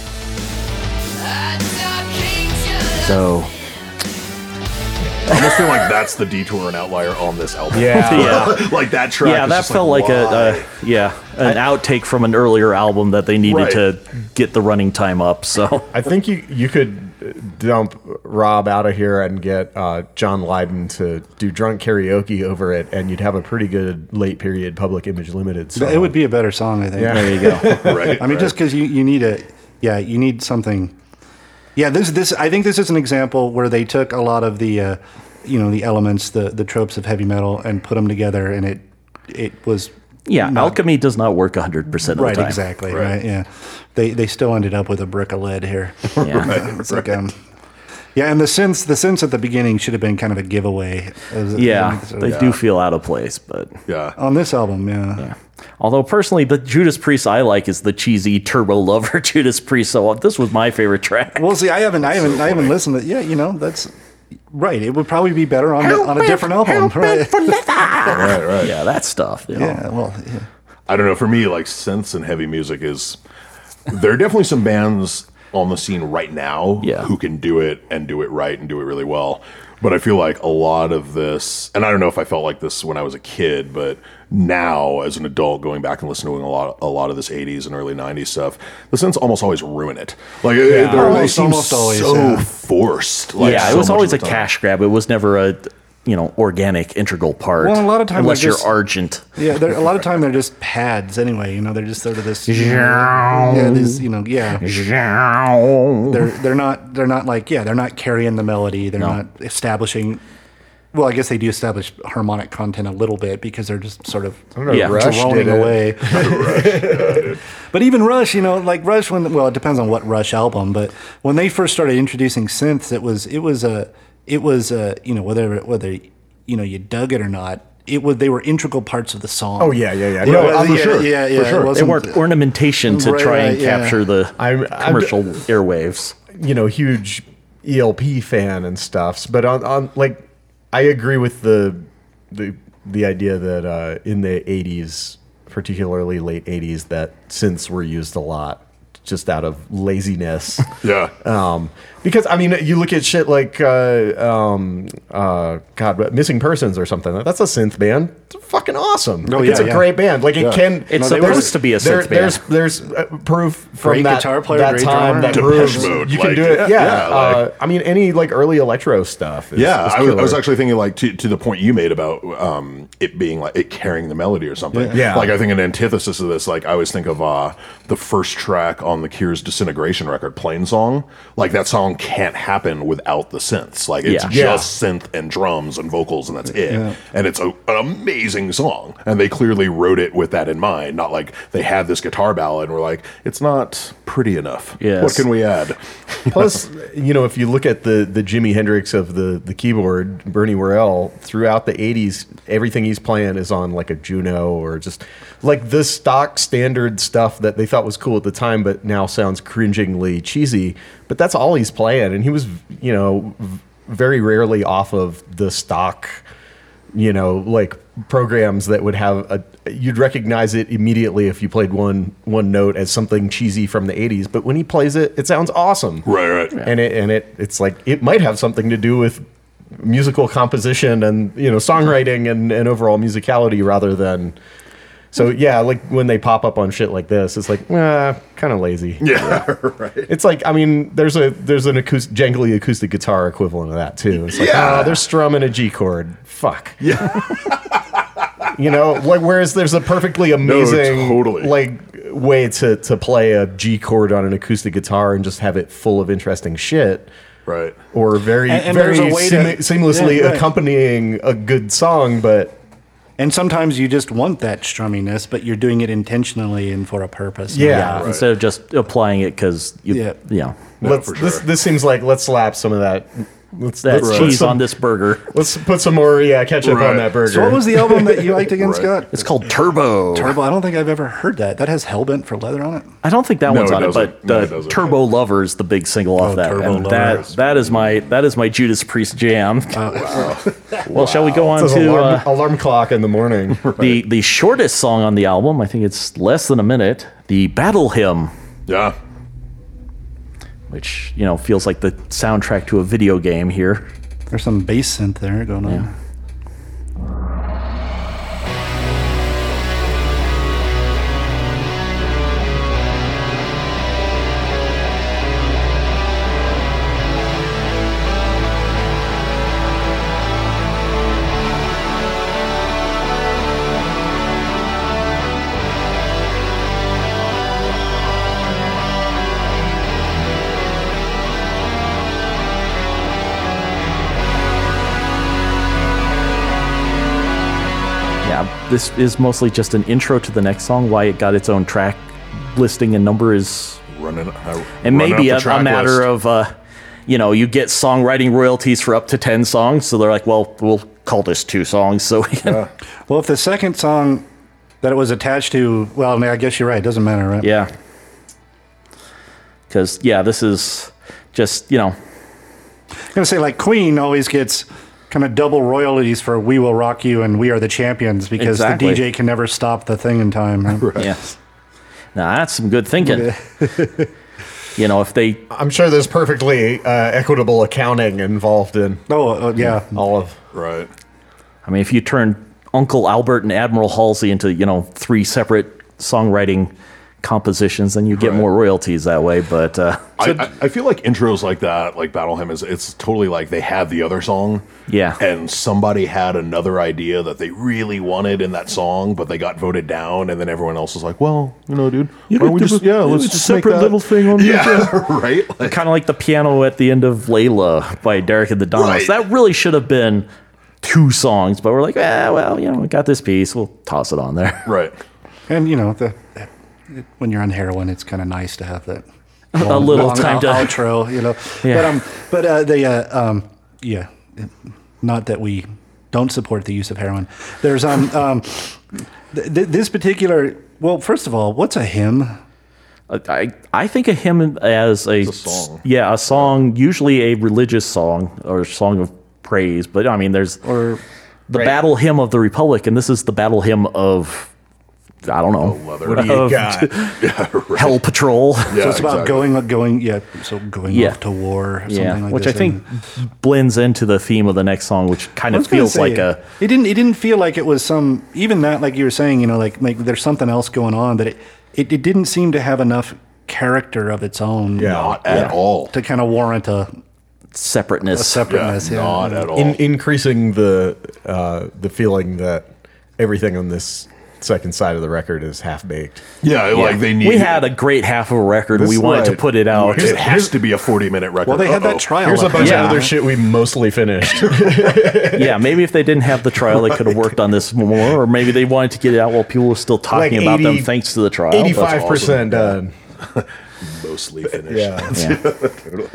[SPEAKER 2] I can't just
[SPEAKER 4] So
[SPEAKER 8] I almost feel like that's the detour and outlier on this album.
[SPEAKER 6] Yeah.
[SPEAKER 4] yeah,
[SPEAKER 8] like that track.
[SPEAKER 4] yeah,
[SPEAKER 8] is
[SPEAKER 4] that
[SPEAKER 8] just
[SPEAKER 4] felt like,
[SPEAKER 8] why?
[SPEAKER 4] a, uh, a yeah an outtake from an earlier album that they needed
[SPEAKER 8] Right.
[SPEAKER 4] to get the running time up. So
[SPEAKER 6] I think you you could dump Rob out of here and get uh, John Lydon to do drunk karaoke over it, and you'd have a pretty good late period public image limited. Song.
[SPEAKER 5] It would be a better song, I think.
[SPEAKER 6] Yeah.
[SPEAKER 4] there you go.
[SPEAKER 8] right.
[SPEAKER 5] I mean, just 'cause
[SPEAKER 8] right.
[SPEAKER 5] just because you, you need a, yeah, you need something. Yeah, this this I think this is an example where they took a lot of the, uh, you know, the elements, the the tropes of heavy metal, and put them together, and it it was
[SPEAKER 4] Yeah, alchemy does not work 100 percent of
[SPEAKER 5] right
[SPEAKER 4] the time.
[SPEAKER 5] exactly
[SPEAKER 8] Right.
[SPEAKER 5] right. Yeah, they they still ended up with a brick of lead here.
[SPEAKER 4] Yeah.
[SPEAKER 5] it's like um. Yeah, and the sense the sense at the beginning should have been kind of a giveaway. It was-
[SPEAKER 4] Yeah,
[SPEAKER 5] so-
[SPEAKER 4] they do feel out of place, but
[SPEAKER 8] yeah.
[SPEAKER 5] on this album, yeah.
[SPEAKER 4] yeah. Although personally, the Judas Priest I like is the cheesy Turbo Lover Judas Priest. So this was my favorite track.
[SPEAKER 5] Well, see, I haven't, I haven't, I haven't listened to. Yeah, you know, that's right. It would probably be better on, the, on a different album, right?
[SPEAKER 8] right. Right.
[SPEAKER 4] yeah, that stuff. You know.
[SPEAKER 5] Yeah, well, yeah.
[SPEAKER 8] I don't know. For me, like synths and heavy music is there are definitely some bands on the scene right now
[SPEAKER 4] Yeah.
[SPEAKER 8] who can do it and do it right and do it really well. But I feel like a lot of this, and I don't know if I felt like this when I was a kid, but now as an adult, going back and listening to a lot, a lot of this '80s and early '90s stuff, the synths almost always ruin it. Like it- it- they're- they
[SPEAKER 5] Almost-
[SPEAKER 8] seem
[SPEAKER 5] almost always,
[SPEAKER 8] so
[SPEAKER 5] yeah.
[SPEAKER 8] forced. Like,
[SPEAKER 4] yeah,
[SPEAKER 8] so
[SPEAKER 4] it was
[SPEAKER 8] much
[SPEAKER 4] always a
[SPEAKER 8] of the time.
[SPEAKER 4] cash grab. It was never a you know organic integral part.
[SPEAKER 5] Well, a lot of times
[SPEAKER 4] unless
[SPEAKER 5] they're
[SPEAKER 4] you're
[SPEAKER 5] just-
[SPEAKER 4] argent.
[SPEAKER 5] yeah. They're, a lot of time they're just pads anyway. You know, they're just sort of this. Yeah, this, you know, yeah. They're they're not they're not like yeah they're not carrying the melody. They're not establishing well, I guess they do establish harmonic content a little bit because they're just sort of
[SPEAKER 7] I don't know,
[SPEAKER 4] Yeah,
[SPEAKER 7] Rush
[SPEAKER 5] droning
[SPEAKER 7] did it.
[SPEAKER 5] away. but even Rush, you know, like Rush when well, it depends on what Rush album, but when they first started introducing synths, it was it was a it was a you know whether whether you know you dug it or not, it was they were integral parts of the song.
[SPEAKER 7] Oh yeah, yeah, yeah.
[SPEAKER 5] You know,
[SPEAKER 7] No,
[SPEAKER 5] yeah,
[SPEAKER 7] I'm
[SPEAKER 5] yeah,
[SPEAKER 7] sure.
[SPEAKER 5] yeah, yeah, It
[SPEAKER 7] sure. They
[SPEAKER 4] They
[SPEAKER 5] wasn't,
[SPEAKER 4] weren't ornamentation to
[SPEAKER 5] Right,
[SPEAKER 4] try and
[SPEAKER 5] right, yeah.
[SPEAKER 4] capture the
[SPEAKER 7] I'm- I'm-
[SPEAKER 4] commercial airwaves.
[SPEAKER 7] you know, huge ELP fan and stuffs, but on, on like I agree with the the the idea that uh, in the '80s, particularly late '80s, that synths were used a lot just out of laziness.
[SPEAKER 8] Yeah.
[SPEAKER 7] Um, because I mean, you look at shit like uh, um, uh, God, what- Missing Persons or something. That's a synth band. It's fucking awesome.
[SPEAKER 5] Oh,
[SPEAKER 7] Like, it's
[SPEAKER 5] yeah,
[SPEAKER 7] a
[SPEAKER 5] yeah.
[SPEAKER 7] great band. Like
[SPEAKER 5] Yeah.
[SPEAKER 7] it can.
[SPEAKER 4] It's
[SPEAKER 5] No, they
[SPEAKER 4] supposed to
[SPEAKER 5] were-
[SPEAKER 4] be a synth
[SPEAKER 7] there-
[SPEAKER 4] band.
[SPEAKER 7] There's there's uh, proof from
[SPEAKER 5] Great
[SPEAKER 7] that
[SPEAKER 5] guitar player,
[SPEAKER 7] that
[SPEAKER 5] great
[SPEAKER 7] time
[SPEAKER 5] drummer.
[SPEAKER 7] that
[SPEAKER 8] Depeche
[SPEAKER 7] proves
[SPEAKER 8] Mode,
[SPEAKER 7] you can
[SPEAKER 8] like,
[SPEAKER 7] do it.
[SPEAKER 8] yeah,
[SPEAKER 7] Yeah.
[SPEAKER 8] like-
[SPEAKER 7] uh, I mean, any like early electro stuff. Is,
[SPEAKER 8] Yeah,
[SPEAKER 7] is
[SPEAKER 8] I was, I was
[SPEAKER 7] killer.
[SPEAKER 8] actually thinking like to, to the point you made about um, it being like it carrying the melody or something.
[SPEAKER 7] Yeah.
[SPEAKER 8] like I think an antithesis of this, like I always think of uh, the first track on the Cure's Disintegration record, "Plain Song." Like that song can't happen without the synths. Like it's
[SPEAKER 4] Yeah.
[SPEAKER 7] Yeah.
[SPEAKER 8] just synth and drums and vocals, and that's it. And it's a, an amazing song, and they clearly wrote it with that in mind. Not like they had this guitar ballad and were like, "It's not pretty enough.
[SPEAKER 4] Yes.
[SPEAKER 8] What can we add?"
[SPEAKER 7] Plus, you know, if you look at the the Jimi Hendrix of the the keyboard, Bernie Worrell, throughout the '80s, everything he's playing is on like a Juno or just like the stock standard stuff that they thought was cool at the time, but now sounds cringingly cheesy. But that's all he's playing, and he was, you know, v- very rarely off of the stock you know, like programs that would have a you'd recognize it immediately if you played one one note as something cheesy from the 80s, but when he plays it, it sounds awesome.
[SPEAKER 8] Right, right.
[SPEAKER 7] And it and it it's like it might have something to do with musical composition and, you know, songwriting and and overall musicality rather than so yeah, like when they pop up on shit like this, it's like, nah, kind of lazy.
[SPEAKER 8] Yeah, right.
[SPEAKER 7] It's like I mean, there's a there's an acoustic, jangly acoustic guitar equivalent of that too. It's like
[SPEAKER 8] Yeah.
[SPEAKER 7] ah, they're strumming a G chord. Fuck.
[SPEAKER 8] Yeah.
[SPEAKER 7] you know, like whereas there's a perfectly amazing
[SPEAKER 8] totally.
[SPEAKER 7] like way to to play a G chord on an acoustic guitar and just have it full of interesting shit.
[SPEAKER 8] Right.
[SPEAKER 7] Or very,
[SPEAKER 5] And- and
[SPEAKER 7] very
[SPEAKER 5] there's a way
[SPEAKER 7] seam-
[SPEAKER 5] to-
[SPEAKER 7] seamlessly
[SPEAKER 5] Yeah, right.
[SPEAKER 7] accompanying a good song, but
[SPEAKER 5] And sometimes you just want that strumminess, but you're doing it intentionally and for a purpose.
[SPEAKER 7] Yeah. Right.
[SPEAKER 4] Instead of just applying it because you,
[SPEAKER 5] Yeah.
[SPEAKER 4] yeah,
[SPEAKER 7] let's,
[SPEAKER 8] for
[SPEAKER 7] this
[SPEAKER 8] sure.
[SPEAKER 7] this seems like let's slap some of that. Let's,
[SPEAKER 4] that
[SPEAKER 7] let's put
[SPEAKER 4] cheese
[SPEAKER 7] some-
[SPEAKER 4] on this burger.
[SPEAKER 7] Let's put some more yeah, ketchup
[SPEAKER 8] Right.
[SPEAKER 7] on that burger.
[SPEAKER 5] So what was the album that you liked again,
[SPEAKER 8] Right.
[SPEAKER 5] Scott?
[SPEAKER 4] It's called Turbo.
[SPEAKER 5] Turbo. I don't think I've ever heard that. That has Hellbent for leather on it.
[SPEAKER 4] I don't think that
[SPEAKER 8] No,
[SPEAKER 4] one's
[SPEAKER 8] it
[SPEAKER 4] on it,
[SPEAKER 8] doesn't.
[SPEAKER 4] but
[SPEAKER 8] No,
[SPEAKER 4] uh,
[SPEAKER 8] it doesn't.
[SPEAKER 4] Turbo Lovers, the big single off
[SPEAKER 5] Oh,
[SPEAKER 4] that,
[SPEAKER 5] Turbo
[SPEAKER 4] and that
[SPEAKER 5] Lovers.
[SPEAKER 4] that is my that is my Judas Priest jam. well, shall we go on
[SPEAKER 7] It's an
[SPEAKER 4] to
[SPEAKER 7] alarm,
[SPEAKER 4] uh,
[SPEAKER 7] alarm clock in the morning?
[SPEAKER 4] the the shortest song on the album? I think it's less than a minute. The Battle Hymn,
[SPEAKER 8] Yeah.
[SPEAKER 4] which you know feels like the soundtrack to a video game here.
[SPEAKER 5] There's some bass synth there going on.
[SPEAKER 4] Yeah. Yeah, this is mostly just an intro to the next song. Why it got its own track listing and number is
[SPEAKER 8] running I,
[SPEAKER 4] and maybe a, a matter of uh, you know you get songwriting royalties for up to 10 songs so they're like well we'll call this two songs so we can yeah,
[SPEAKER 5] Well, if the second song that it was attached to, well, I guess you're right. It doesn't matter, right?
[SPEAKER 4] because yeah this is just you know
[SPEAKER 5] I'm gonna say like Queen always gets kind of double royalties for "We Will Rock You" and "We Are the Champions" because
[SPEAKER 4] Exactly.
[SPEAKER 5] the DJ can never stop the thing in time. Right?
[SPEAKER 4] yeah now that's some good thinking you know if they
[SPEAKER 7] I'm sure there's perfectly uh, equitable accounting involved in
[SPEAKER 5] Oh, uh, yeah.
[SPEAKER 7] all of
[SPEAKER 8] right.
[SPEAKER 4] i mean if you turn uncle albert and admiral halsey into you know three separate songwriting compositions then you get more royalties that way but uh
[SPEAKER 8] I, I, I feel like intros like that, like Battle Hymn, is it's totally like they had the other song,
[SPEAKER 4] Yeah.
[SPEAKER 8] and somebody had another idea that they really wanted in that song, but they got voted down, and then everyone else was like, "Well, you know, dude, why don't we just yeah, let's just make that-
[SPEAKER 4] thing on
[SPEAKER 8] yeah, right, like,
[SPEAKER 4] kind of like the piano at the end of Layla by Derek and the Donos.
[SPEAKER 8] Right.
[SPEAKER 4] That really should have been two songs, but we're like, ah, well, you know, we got this piece. We'll toss it on there.
[SPEAKER 8] Right.
[SPEAKER 5] And you know, the, the- when you're on heroin, it's kind of nice to have that
[SPEAKER 4] A little time to-
[SPEAKER 5] outro, you know.
[SPEAKER 4] Yeah.
[SPEAKER 5] But um, but uh, the uh, um, yeah, not that we don't support the use of heroin. There's um um th- th- this particular. Well, first of all, what's a hymn?
[SPEAKER 4] I I think of him as a,
[SPEAKER 8] song.
[SPEAKER 4] yeah, a song, usually a religious song or song of praise. But I mean, there's
[SPEAKER 5] Or
[SPEAKER 4] the battle hymn of the Republic, and this is the battle hymn of I don't know
[SPEAKER 8] Leather.
[SPEAKER 7] What do you
[SPEAKER 4] Of-
[SPEAKER 7] got?
[SPEAKER 4] Hell Patrol.
[SPEAKER 8] Oh, Yeah,
[SPEAKER 5] so it's about
[SPEAKER 8] exactly.
[SPEAKER 5] going going yeah, so going
[SPEAKER 4] Yeah.
[SPEAKER 5] off to war, or something
[SPEAKER 4] Yeah,
[SPEAKER 5] like
[SPEAKER 4] which I
[SPEAKER 5] this,
[SPEAKER 4] think
[SPEAKER 5] and-
[SPEAKER 4] blends into the theme of the next song, which kind
[SPEAKER 5] I
[SPEAKER 4] of
[SPEAKER 5] was gonna
[SPEAKER 4] feels
[SPEAKER 5] say,
[SPEAKER 4] like a
[SPEAKER 5] It didn't. It didn't feel like it was some. Even that, like you were saying, you know, like like there's something else going on that it it, it didn't seem to have enough character of its own.
[SPEAKER 7] Yeah.
[SPEAKER 8] Not at all.
[SPEAKER 5] To kind of warrant a, a
[SPEAKER 4] separateness.
[SPEAKER 8] Yeah,
[SPEAKER 5] separateness. Yeah.
[SPEAKER 8] not at all.
[SPEAKER 7] In, increasing the uh, the feeling that everything on this second side of the record is half baked.
[SPEAKER 8] yeah, like they need.
[SPEAKER 4] we had a great half of a record. and
[SPEAKER 7] This
[SPEAKER 4] We wanted to
[SPEAKER 7] right.
[SPEAKER 4] put it out.
[SPEAKER 8] It has to be a forty-minute record.
[SPEAKER 5] Well, they had
[SPEAKER 8] Uh-oh.
[SPEAKER 5] that trial.
[SPEAKER 7] Here's a bunch
[SPEAKER 4] Yeah.
[SPEAKER 7] of other shit we mostly
[SPEAKER 8] Oh,
[SPEAKER 7] finished.
[SPEAKER 4] yeah, maybe if they didn't have the trial, they could have worked on this more, or maybe they wanted to get it out while people were still talking about them
[SPEAKER 7] 80
[SPEAKER 4] thanks to the trial. That's
[SPEAKER 7] Eighty-five percent done.
[SPEAKER 8] mostly finished.
[SPEAKER 7] Yeah,
[SPEAKER 4] Yeah.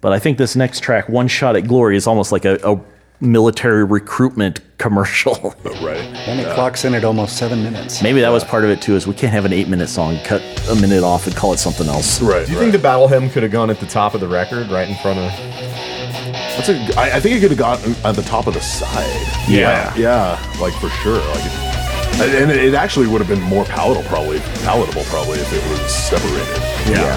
[SPEAKER 4] But I think this next track, One Shot at Glory, is almost like a, a military recruitment commercial.
[SPEAKER 8] Right.
[SPEAKER 5] and it clocks in at almost seven minutes.
[SPEAKER 4] Maybe that was part of it too, is we can't have an eight minute song, cut a minute off and call it something else.
[SPEAKER 8] Right.
[SPEAKER 7] Do you
[SPEAKER 8] right.
[SPEAKER 7] think the battle hymn could have gone at the top of the record, right in front of?
[SPEAKER 8] That's a, I, I think it could have gotten at the top of the side.
[SPEAKER 7] Yeah.
[SPEAKER 8] Yeah, like for sure. Like, it- and it, it actually would have been more palatable, probably palatable, probably if it was separated.
[SPEAKER 7] Yeah.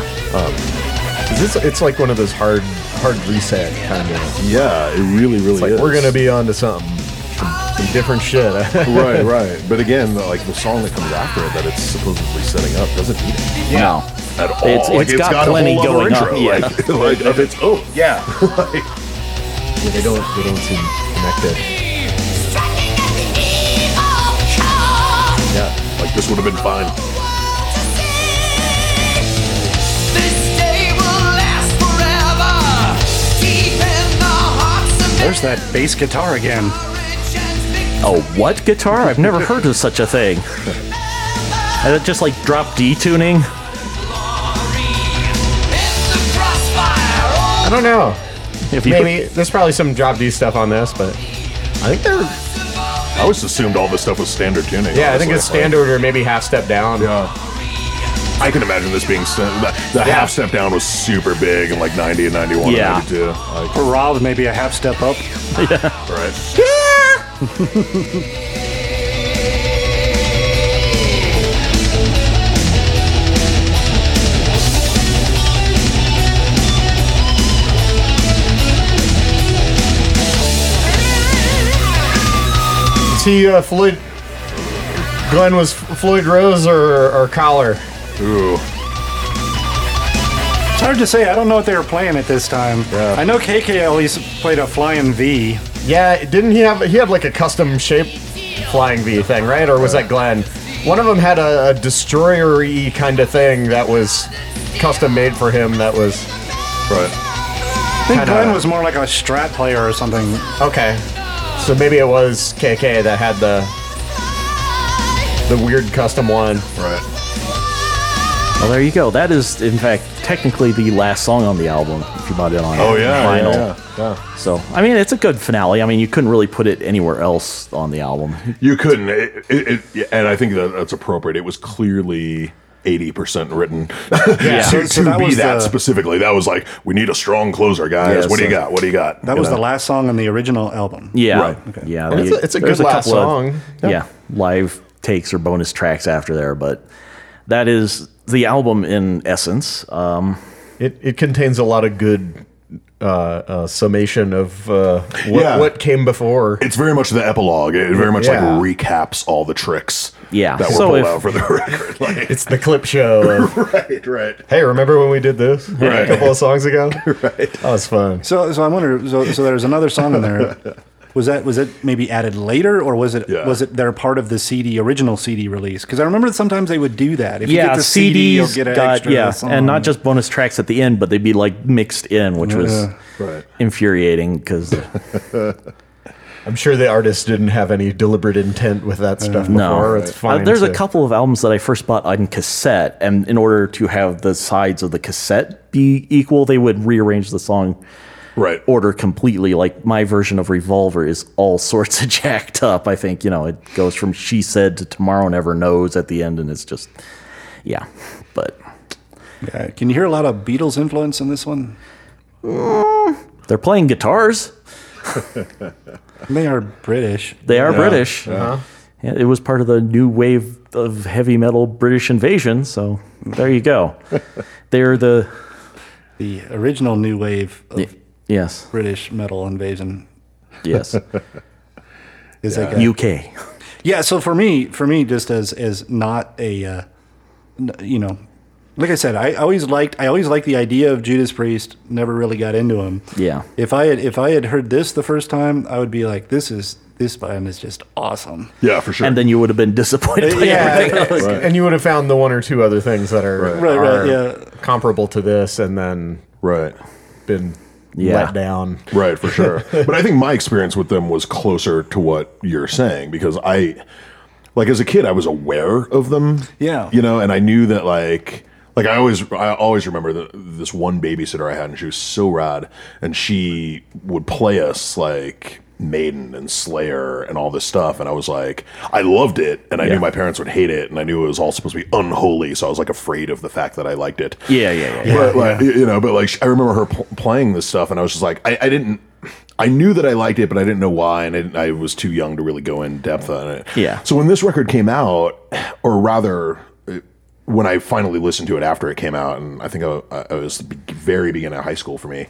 [SPEAKER 7] 'Cause It's, it's like one of those hard hard reset kind of.
[SPEAKER 8] Yeah, it really, really
[SPEAKER 7] It's like
[SPEAKER 8] is.
[SPEAKER 7] we're gonna be onto something, some, some different shit.
[SPEAKER 8] right, right. But again, the, like the song that comes after it that it's supposedly setting up doesn't need it
[SPEAKER 4] No.
[SPEAKER 8] at all.
[SPEAKER 4] It's-
[SPEAKER 8] like,
[SPEAKER 4] it's got
[SPEAKER 8] a
[SPEAKER 4] plenty
[SPEAKER 8] whole other
[SPEAKER 4] going on,
[SPEAKER 8] intro,
[SPEAKER 4] yeah.
[SPEAKER 8] Like, like of its own.
[SPEAKER 7] yeah. they don't they don't seem connected.
[SPEAKER 2] Striking at the eve of calm.
[SPEAKER 8] Yeah. Like this would have been fine.
[SPEAKER 5] There's that bass guitar again.
[SPEAKER 4] A what guitar? I've never heard of such a thing. And it just like drop D tuning.
[SPEAKER 5] Oh.
[SPEAKER 7] I don't know.
[SPEAKER 4] If you
[SPEAKER 7] Oh, Maybe there's probably some drop D stuff on this, but I think they're
[SPEAKER 8] I always assumed all this stuff was standard tuning.
[SPEAKER 7] yeah. I think
[SPEAKER 8] honestly.
[SPEAKER 7] it's standard or maybe half step down.
[SPEAKER 8] Yeah. I can imagine this being st- the, the half step down was super big in like 90 and 91
[SPEAKER 4] Yeah.
[SPEAKER 8] and 92. Like,
[SPEAKER 5] For Rob, maybe a half step up.
[SPEAKER 8] right.
[SPEAKER 7] See uh, Floyd. Glenn was Floyd Rose or, or Collar.
[SPEAKER 8] Ooh.
[SPEAKER 5] It's hard to say. I don't know what they were playing at this time.
[SPEAKER 8] Yeah.
[SPEAKER 5] I know KK at least played a flying V.
[SPEAKER 7] Yeah, didn't he have he had like a custom shape flying V thing, right? Or was that Glenn? One of them had a, a destroyer-y kind of thing that was custom made for him. That was
[SPEAKER 8] Right.
[SPEAKER 5] I think
[SPEAKER 7] Kinda-
[SPEAKER 5] Glenn was more like a strat player or something.
[SPEAKER 7] okay. So maybe it was KK that had the the weird custom one.
[SPEAKER 8] Right.
[SPEAKER 4] Well, Oh, there you go. That is, in fact, technically the last song on the album. If you bought it on
[SPEAKER 8] Oh, yeah.
[SPEAKER 4] vinyl,
[SPEAKER 8] yeah, yeah.
[SPEAKER 4] so I mean, it's a good finale. I mean, you couldn't really put it anywhere else on the album.
[SPEAKER 8] You couldn't. It, it, it, yeah, and I think that that's appropriate. It was clearly 80% written to,
[SPEAKER 5] So-
[SPEAKER 8] to
[SPEAKER 5] so that
[SPEAKER 8] be
[SPEAKER 5] was
[SPEAKER 8] that
[SPEAKER 5] the-
[SPEAKER 8] specifically. That was like, we need a strong closer, guys.
[SPEAKER 4] Yeah,
[SPEAKER 8] what do you
[SPEAKER 4] so-
[SPEAKER 8] got? What do you got?
[SPEAKER 5] That
[SPEAKER 8] You
[SPEAKER 5] was
[SPEAKER 8] know?
[SPEAKER 5] the last song on the original album.
[SPEAKER 4] Yeah,
[SPEAKER 8] Right,
[SPEAKER 4] yeah.
[SPEAKER 7] And it's a- it's a
[SPEAKER 4] there's
[SPEAKER 7] good last
[SPEAKER 4] couple of-
[SPEAKER 7] song. Yeah.
[SPEAKER 4] Yeah, live takes or bonus tracks after there, but that is the album in essence. Um,
[SPEAKER 7] It it contains a lot of good uh, uh, summation of uh, what,
[SPEAKER 8] Yeah.
[SPEAKER 7] what came before.
[SPEAKER 8] It's very much the epilogue. It very much
[SPEAKER 7] Yeah.
[SPEAKER 8] like recaps all the tricks
[SPEAKER 4] Yeah.
[SPEAKER 8] that were
[SPEAKER 4] So
[SPEAKER 8] pulled
[SPEAKER 4] if-
[SPEAKER 8] out for the record. Like,
[SPEAKER 7] It's the clip show. Of,
[SPEAKER 8] right, right.
[SPEAKER 7] hey, remember when we did this
[SPEAKER 8] Right.
[SPEAKER 7] a couple of songs ago? right. That was fun.
[SPEAKER 5] So, so I wonder. So, so there's another song in there. Was that was it maybe added later, or was it
[SPEAKER 8] Yeah.
[SPEAKER 5] was it they're part of the CD original CD release? Because I remember that sometimes they would do that. If
[SPEAKER 4] yeah, CDs
[SPEAKER 5] an
[SPEAKER 4] got
[SPEAKER 5] extra
[SPEAKER 4] yeah,
[SPEAKER 5] song.
[SPEAKER 4] and not just bonus tracks at the end, but they'd be like mixed in, which was
[SPEAKER 8] Oh, Right.
[SPEAKER 4] infuriating because
[SPEAKER 6] I'm sure the artist didn't have any deliberate intent with that stuff before. It's
[SPEAKER 4] Uh,
[SPEAKER 6] fine.
[SPEAKER 4] there's a
[SPEAKER 6] to-
[SPEAKER 4] couple of albums that I first bought on cassette, and in order to have the sides of the cassette be equal, they would rearrange the song
[SPEAKER 8] Right.
[SPEAKER 4] order completely. Like my version of Revolver is all sorts of jacked up. I think you know it goes from She Said to Tomorrow Never Knows at the end, and it's just yeah. But
[SPEAKER 5] Yeah, Can you hear a lot of Beatles influence in this one?
[SPEAKER 4] they're playing guitars.
[SPEAKER 5] They are British.
[SPEAKER 4] They are British.
[SPEAKER 6] Uh-huh.
[SPEAKER 4] Yeah, it was part of the new wave of heavy metal British invasion. So there you go. they're the
[SPEAKER 5] The original new wave of
[SPEAKER 4] yes,
[SPEAKER 5] British metal invasion
[SPEAKER 4] yes,
[SPEAKER 5] is like a-
[SPEAKER 4] UK.
[SPEAKER 5] Yeah, so for me, for me, just as as not a, uh, n- you know, like I said, I always liked I always liked the idea of Judas Priest. Never really got into him.
[SPEAKER 4] Yeah.
[SPEAKER 5] If I had if I had heard this the first time, I would be like, this is this band is just awesome.
[SPEAKER 8] Yeah, for sure.
[SPEAKER 4] And then you would have been disappointed. By
[SPEAKER 5] Yeah.
[SPEAKER 4] everything.
[SPEAKER 6] Yeah, and you would have found the one or two other things that are,
[SPEAKER 5] Right, right,
[SPEAKER 6] are
[SPEAKER 5] yeah.
[SPEAKER 6] comparable to this, and then
[SPEAKER 8] right.
[SPEAKER 6] been
[SPEAKER 4] Yeah.
[SPEAKER 6] let down.
[SPEAKER 8] Right, for sure. but I think my experience with them was closer to what you're saying because I like as a kid I was aware of them.
[SPEAKER 5] Yeah.
[SPEAKER 8] You know, and I knew that like like I always I always remember the, this one babysitter I had and she was so rad and she would play us like Maiden and Slayer and all this stuff and I was like I loved it and I
[SPEAKER 4] Yeah.
[SPEAKER 8] knew my parents would hate it and I knew it was all supposed to be unholy so I was like afraid of the fact that I liked it
[SPEAKER 4] Yeah, yeah, yeah, yeah.
[SPEAKER 8] but like you know, but like I remember her pl- playing this stuff, and I was just like, I, I didn't. I knew that I liked it, but I didn't know why, and I, didn't- I was too young to really go in depth on it.
[SPEAKER 4] Yeah.
[SPEAKER 8] So when this record came out, or rather, uh, when I finally listened to it after it came out, and I think I, I it was the be- very beginning of high school for me,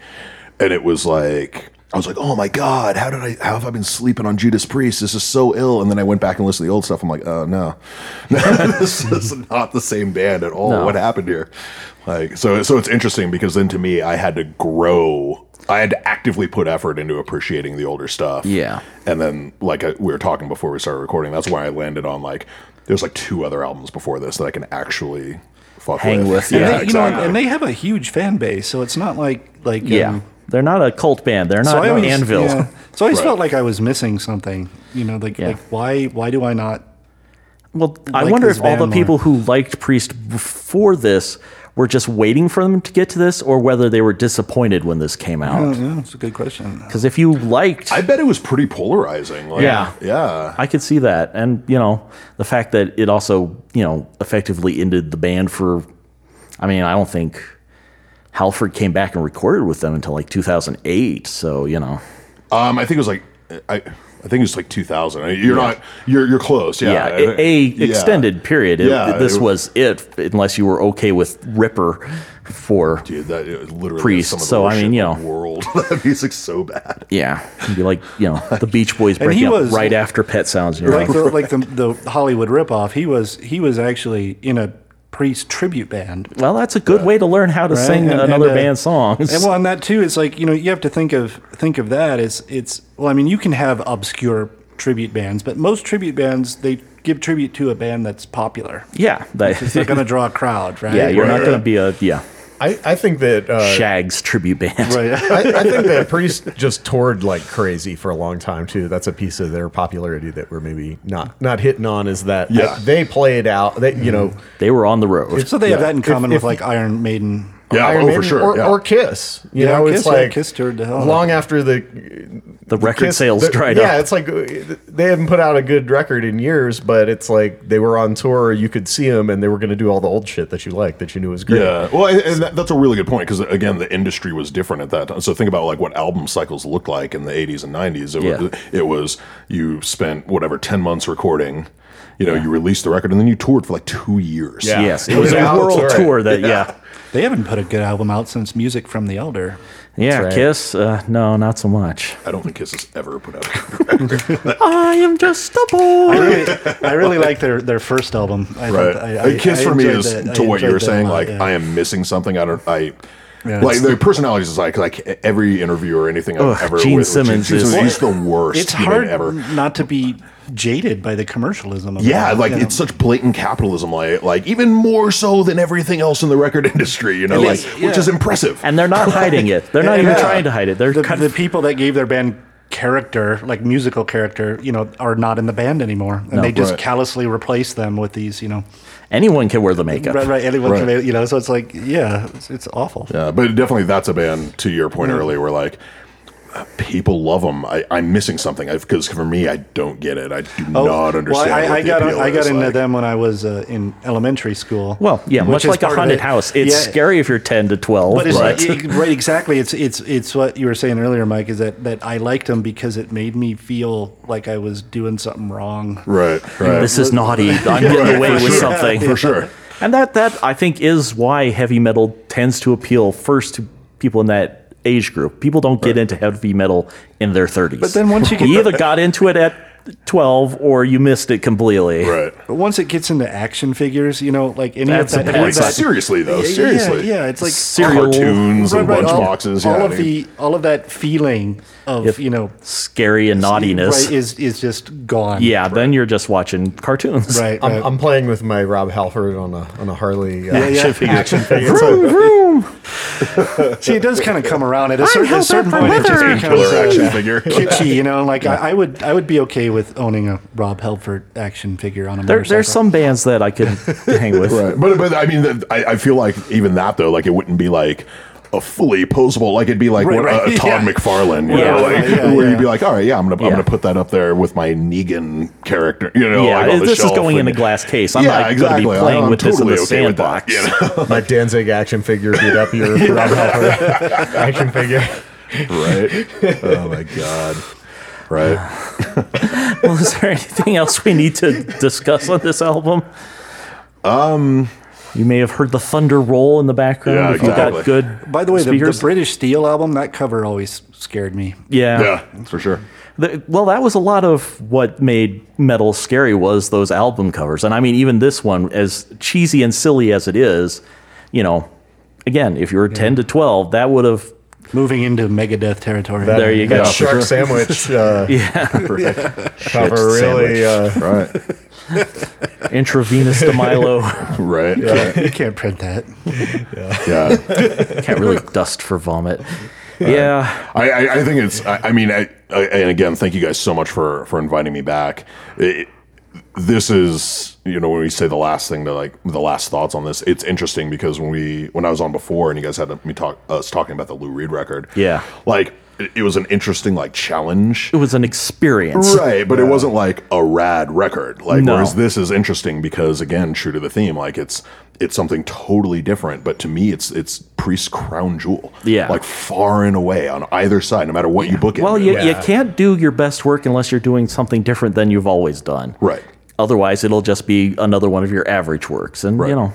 [SPEAKER 8] and it was like. I was like, "Oh my God! How did I? How have I been sleeping on Judas Priest? This is so ill." And then I went back and listened to the old stuff. I'm like, "Oh no, this is not the same band at all.
[SPEAKER 4] No.
[SPEAKER 8] What happened here?" Like, so so it's interesting because then to me, I had to grow. I had to actively put effort into appreciating the older stuff.
[SPEAKER 4] Yeah.
[SPEAKER 8] And then, like I, we were talking before we started recording, that's why I landed on like there's like two other albums before this that I can actually fuck
[SPEAKER 4] Hang with, Yeah,
[SPEAKER 5] And they,
[SPEAKER 8] Yeah,
[SPEAKER 5] you know,
[SPEAKER 8] exactly.
[SPEAKER 5] and they have a huge fan base, so it's not like like
[SPEAKER 4] Yeah.
[SPEAKER 5] um,
[SPEAKER 4] They're not a cult band. They're not
[SPEAKER 5] so I always,
[SPEAKER 4] Anvil.
[SPEAKER 5] yeah. so I always
[SPEAKER 8] Right.
[SPEAKER 5] felt like I was missing something. You know, like
[SPEAKER 4] Yeah.
[SPEAKER 5] like why why do I not?
[SPEAKER 4] Well, I
[SPEAKER 5] Like
[SPEAKER 4] wonder
[SPEAKER 5] this
[SPEAKER 4] if all the
[SPEAKER 5] band
[SPEAKER 4] people
[SPEAKER 5] more.
[SPEAKER 4] who liked Priest before this were just waiting for them to get to this or whether they were disappointed when this came out.
[SPEAKER 5] Yeah, it's a good question.
[SPEAKER 4] Because if you liked,
[SPEAKER 8] I
[SPEAKER 4] I,
[SPEAKER 8] bet it was pretty polarizing. Like,
[SPEAKER 4] Yeah.
[SPEAKER 8] Yeah.
[SPEAKER 4] could see that. And, you know, the fact that it also, you know, effectively ended the band for, I mean, I don't think Halford came back and recorded with them until like 2008. So, you know,
[SPEAKER 8] Um, I think it was like I, I think it was like 2000. I- You're not you're you're close. Yeah,
[SPEAKER 4] yeah, a, a
[SPEAKER 8] Yeah.
[SPEAKER 4] extended period. It-
[SPEAKER 8] Yeah,
[SPEAKER 4] this
[SPEAKER 8] it-
[SPEAKER 4] was it, unless you were okay with Ripper for
[SPEAKER 8] Dude, that it literally
[SPEAKER 4] Priest,
[SPEAKER 8] is some of the
[SPEAKER 4] so,
[SPEAKER 8] worst
[SPEAKER 4] I mean,
[SPEAKER 8] shit in
[SPEAKER 4] you
[SPEAKER 8] the
[SPEAKER 4] know.
[SPEAKER 8] world that music's so bad.
[SPEAKER 4] Yeah, It'd be like you know the Beach Boys breaking
[SPEAKER 5] he
[SPEAKER 4] up
[SPEAKER 5] was-
[SPEAKER 4] right after Pet Sounds. And you're
[SPEAKER 5] like
[SPEAKER 4] like,
[SPEAKER 5] the, like the, the Hollywood ripoff. He was he was actually in a Priest tribute band.
[SPEAKER 4] well, that's a good way to learn how to
[SPEAKER 5] right?
[SPEAKER 4] sing
[SPEAKER 5] And-
[SPEAKER 4] another
[SPEAKER 5] and, uh,
[SPEAKER 4] band's songs.
[SPEAKER 5] And well, and that too, it's like you know you have to think of think of that. It's it's well, I mean you can have obscure tribute bands, but most tribute bands they give tribute to a band that's popular.
[SPEAKER 4] yeah, that-
[SPEAKER 5] It's not going to draw a crowd, right?
[SPEAKER 4] yeah, you're not
[SPEAKER 8] right.
[SPEAKER 4] going to be a yeah
[SPEAKER 6] I, I think that uh,
[SPEAKER 4] Shags tribute band.
[SPEAKER 5] Right.
[SPEAKER 6] I, I think that Priest just toured like crazy for a long time too. That's a piece of their popularity that we're maybe not not hitting on is that
[SPEAKER 8] Yeah.
[SPEAKER 6] they played out. They you know
[SPEAKER 4] They were on the road.
[SPEAKER 5] So they have
[SPEAKER 6] Yeah.
[SPEAKER 5] that in
[SPEAKER 6] If-
[SPEAKER 5] common with
[SPEAKER 6] if-
[SPEAKER 5] like Iron Maiden.
[SPEAKER 8] Yeah,
[SPEAKER 6] Iron
[SPEAKER 8] oh,
[SPEAKER 6] Maiden
[SPEAKER 8] for sure.
[SPEAKER 6] or,
[SPEAKER 8] yeah.
[SPEAKER 6] or Kiss. You
[SPEAKER 5] Yeah,
[SPEAKER 6] know,
[SPEAKER 5] Kiss,
[SPEAKER 6] it's
[SPEAKER 5] yeah,
[SPEAKER 6] like
[SPEAKER 5] Kiss toured the hell out.
[SPEAKER 6] long after the
[SPEAKER 4] The record
[SPEAKER 6] Kiss-
[SPEAKER 4] sales
[SPEAKER 6] the-
[SPEAKER 4] dried
[SPEAKER 6] yeah,
[SPEAKER 4] up.
[SPEAKER 6] it's like uh, they haven't put out a good record in years, but it's like they were on tour. You could see them, and they were going to do all the old shit that you liked, that you knew was great.
[SPEAKER 8] Yeah, well, and- and that, that's a really good point because again, the industry was different at that time. So think about like what album cycles looked like in the '80s and '90s. It,
[SPEAKER 4] Yeah.
[SPEAKER 8] was, it was you spent whatever ten months recording, you know, you released the record and then you toured for like two years.
[SPEAKER 6] Yeah.
[SPEAKER 4] Yes, it was a
[SPEAKER 6] Yeah,
[SPEAKER 4] world
[SPEAKER 6] that's right.
[SPEAKER 4] tour that yeah
[SPEAKER 5] They haven't put a good album out since Music from the Elder.
[SPEAKER 4] yeah,
[SPEAKER 6] right.
[SPEAKER 4] Kiss. Uh, no, not so much.
[SPEAKER 8] I don't think Kiss has ever put out. a
[SPEAKER 4] I am just a boy.
[SPEAKER 5] I really, I really like their, their first album. I
[SPEAKER 8] Right.
[SPEAKER 5] thought-
[SPEAKER 8] A kiss
[SPEAKER 5] I
[SPEAKER 8] for me
[SPEAKER 5] enjoyed
[SPEAKER 8] is
[SPEAKER 5] that. I
[SPEAKER 8] to what you
[SPEAKER 5] enjoyed
[SPEAKER 8] were
[SPEAKER 5] that a
[SPEAKER 8] saying.
[SPEAKER 5] lot,
[SPEAKER 8] Like
[SPEAKER 5] yeah.
[SPEAKER 8] I am missing something. I don't. I
[SPEAKER 5] Yeah,
[SPEAKER 8] like
[SPEAKER 5] it's-
[SPEAKER 8] their personalities is like like every interview or anything I've
[SPEAKER 4] Ugh,
[SPEAKER 8] ever.
[SPEAKER 4] Gene
[SPEAKER 8] with- with
[SPEAKER 4] Simmons
[SPEAKER 8] Gene
[SPEAKER 4] is-
[SPEAKER 8] Simmons, he's the worst.
[SPEAKER 5] It's
[SPEAKER 8] human
[SPEAKER 5] hard
[SPEAKER 8] ever.
[SPEAKER 5] not to be jaded by the commercialism. Of
[SPEAKER 8] Yeah,
[SPEAKER 5] it,
[SPEAKER 8] like
[SPEAKER 5] you know.
[SPEAKER 8] it's such blatant capitalism, like like even more so than everything else in the record industry, you know,
[SPEAKER 5] It
[SPEAKER 8] like
[SPEAKER 5] is,
[SPEAKER 8] which
[SPEAKER 5] yeah.
[SPEAKER 8] is impressive.
[SPEAKER 4] and they're not hiding it. They're not even trying to hide it. They're
[SPEAKER 5] the,
[SPEAKER 4] kind
[SPEAKER 5] the
[SPEAKER 4] of
[SPEAKER 5] people that gave their band character, like musical character, you know, are not in the band anymore, and they just
[SPEAKER 8] Right.
[SPEAKER 5] callously replace them with these, you know,
[SPEAKER 4] Anyone can wear the makeup.
[SPEAKER 5] right, right, anyone
[SPEAKER 8] Right.
[SPEAKER 5] can make- you know. So it's like, yeah, it's, it's awful.
[SPEAKER 8] Yeah, Uh, but definitely that's a band to your point
[SPEAKER 5] Mm.
[SPEAKER 8] earlier where like uh, people love them. I, I'm missing something because for me, I don't get it. I do not understand.
[SPEAKER 5] Oh, Well, I,
[SPEAKER 8] what
[SPEAKER 5] I
[SPEAKER 8] the
[SPEAKER 5] got
[SPEAKER 8] appeal
[SPEAKER 5] I got
[SPEAKER 8] is,
[SPEAKER 5] into
[SPEAKER 8] like-
[SPEAKER 5] them when I was uh, in elementary school.
[SPEAKER 4] Well, yeah,
[SPEAKER 5] which
[SPEAKER 4] much
[SPEAKER 5] is
[SPEAKER 4] like a
[SPEAKER 5] part of
[SPEAKER 4] haunted
[SPEAKER 5] it.
[SPEAKER 4] house. It's
[SPEAKER 5] Yeah,
[SPEAKER 4] scary if you're 10 to 12,
[SPEAKER 5] But
[SPEAKER 4] but,
[SPEAKER 5] it's it- right, exactly. It's it's it's what you were saying earlier, Mike. Is that that I liked them because it made me feel like I was doing something wrong.
[SPEAKER 8] Right, right.
[SPEAKER 4] this is naughty. I'm getting away
[SPEAKER 8] for
[SPEAKER 4] with
[SPEAKER 8] sure.
[SPEAKER 4] something.
[SPEAKER 8] For sure.
[SPEAKER 4] And that that I think is why heavy metal tends to appeal first to people in that age group. People don't get into heavy metal in their 30s. But
[SPEAKER 5] then once you get-
[SPEAKER 4] either got into it at 12 or you missed it completely.
[SPEAKER 8] Right.
[SPEAKER 5] But once it gets into action figures, you know, like any
[SPEAKER 4] That's a
[SPEAKER 5] of that,
[SPEAKER 4] bad
[SPEAKER 5] any
[SPEAKER 8] Like,
[SPEAKER 5] of that-
[SPEAKER 8] seriously, though.
[SPEAKER 5] Yeah,
[SPEAKER 8] Seriously.
[SPEAKER 5] yeah, it's like
[SPEAKER 4] Serial
[SPEAKER 8] Cartoons and
[SPEAKER 5] right, right, all-
[SPEAKER 8] lunchboxes.
[SPEAKER 5] All,
[SPEAKER 8] yeah,
[SPEAKER 5] of the all of that feeling of you know
[SPEAKER 4] scary and naughtiness.
[SPEAKER 5] right, is is just gone.
[SPEAKER 4] yeah, then you're just watching cartoons.
[SPEAKER 5] right.
[SPEAKER 6] I'm,
[SPEAKER 5] right.
[SPEAKER 6] I'm playing with my Rob Halford on a on a Harley uh,
[SPEAKER 5] Yeah, yeah.
[SPEAKER 6] action figure.
[SPEAKER 5] See, it does kind of come around at a certain, at a certain point. It just becomes
[SPEAKER 8] killer
[SPEAKER 5] uh,
[SPEAKER 8] action figure.
[SPEAKER 5] kitschy, you know. Like I, I would, I would be okay with owning a Rob Helford action figure on a
[SPEAKER 4] There,
[SPEAKER 5] motorcycle.
[SPEAKER 4] there's some bands that I could hang with.
[SPEAKER 8] Right. But but I mean, that- I, I feel like even that though, like it wouldn't be like a fully posable. Like it'd be like
[SPEAKER 5] Right,
[SPEAKER 8] what,
[SPEAKER 5] right,
[SPEAKER 8] a Todd
[SPEAKER 5] yeah.
[SPEAKER 8] McFarlane, you
[SPEAKER 4] Yeah,
[SPEAKER 8] know, like,
[SPEAKER 5] yeah, yeah,
[SPEAKER 8] where
[SPEAKER 5] yeah.
[SPEAKER 8] you'd be like, all right, yeah, I'm gonna I'm
[SPEAKER 4] Yeah.
[SPEAKER 8] gonna put that up there with my Negan character, you know.
[SPEAKER 4] yeah,
[SPEAKER 8] like, on the
[SPEAKER 4] this is
[SPEAKER 8] shelf
[SPEAKER 4] going in
[SPEAKER 8] and-
[SPEAKER 4] a glass case. I'm
[SPEAKER 8] Yeah,
[SPEAKER 4] not
[SPEAKER 8] exactly.
[SPEAKER 4] going to
[SPEAKER 8] I'm-
[SPEAKER 4] be playing
[SPEAKER 8] I'm
[SPEAKER 4] with
[SPEAKER 8] totally
[SPEAKER 4] this in
[SPEAKER 8] okay
[SPEAKER 4] a
[SPEAKER 8] with that,
[SPEAKER 4] sandbox.
[SPEAKER 8] you know?
[SPEAKER 6] my Danzig action figure beat up your Rob Halford action figure.
[SPEAKER 8] right? Oh my god. Right.
[SPEAKER 4] well, is there anything else we need to discuss on this album? Um, you may have heard the thunder roll in the background.
[SPEAKER 8] Um, Yeah,
[SPEAKER 4] if you
[SPEAKER 8] exactly.
[SPEAKER 4] got good.
[SPEAKER 5] By the way, the, the
[SPEAKER 4] speakers.
[SPEAKER 5] British Steel album that cover always scared me.
[SPEAKER 4] yeah.
[SPEAKER 8] Yeah, for sure.
[SPEAKER 4] The- well, that was a lot of what made metal scary was those album covers, and I mean, even this one, as cheesy and silly as it is, you know, again, if you were ten to twelve, that would have.
[SPEAKER 5] Moving into Megadeth territory.
[SPEAKER 4] There you go.
[SPEAKER 6] That
[SPEAKER 4] for
[SPEAKER 6] shark sandwich uh, cover
[SPEAKER 8] Shit
[SPEAKER 6] really uh,
[SPEAKER 8] Right.
[SPEAKER 4] Intravenous to Milo.
[SPEAKER 8] Right. Yeah.
[SPEAKER 5] you can't print that.
[SPEAKER 8] yeah.
[SPEAKER 4] Can't really dust for vomit. Uh, Yeah,
[SPEAKER 8] I, I, I think it's. I, I mean, I, I, and again, thank you guys so much for for inviting me back. It, this is, you know, when we say the last thing to like the last thoughts on this, it's interesting because when we when I was on before and you guys had me talk us talking about the Lou Reed record,
[SPEAKER 4] Yeah.
[SPEAKER 8] like it, it was an interesting like challenge.
[SPEAKER 4] it was an experience.
[SPEAKER 8] Right, but it wasn't like a rad record. Like
[SPEAKER 4] No.
[SPEAKER 8] whereas this is interesting because again, true to the theme, like it's it's something totally different, but to me it's it's Priest's crown jewel.
[SPEAKER 4] Yeah.
[SPEAKER 8] Like far and away on either side, no matter what you book it.
[SPEAKER 4] Well,
[SPEAKER 8] with.
[SPEAKER 4] you, you can't do your best work unless you're doing something different than you've always done.
[SPEAKER 8] Right.
[SPEAKER 4] Otherwise, it'll just be another one of your average works. And,
[SPEAKER 8] Right.
[SPEAKER 4] you know,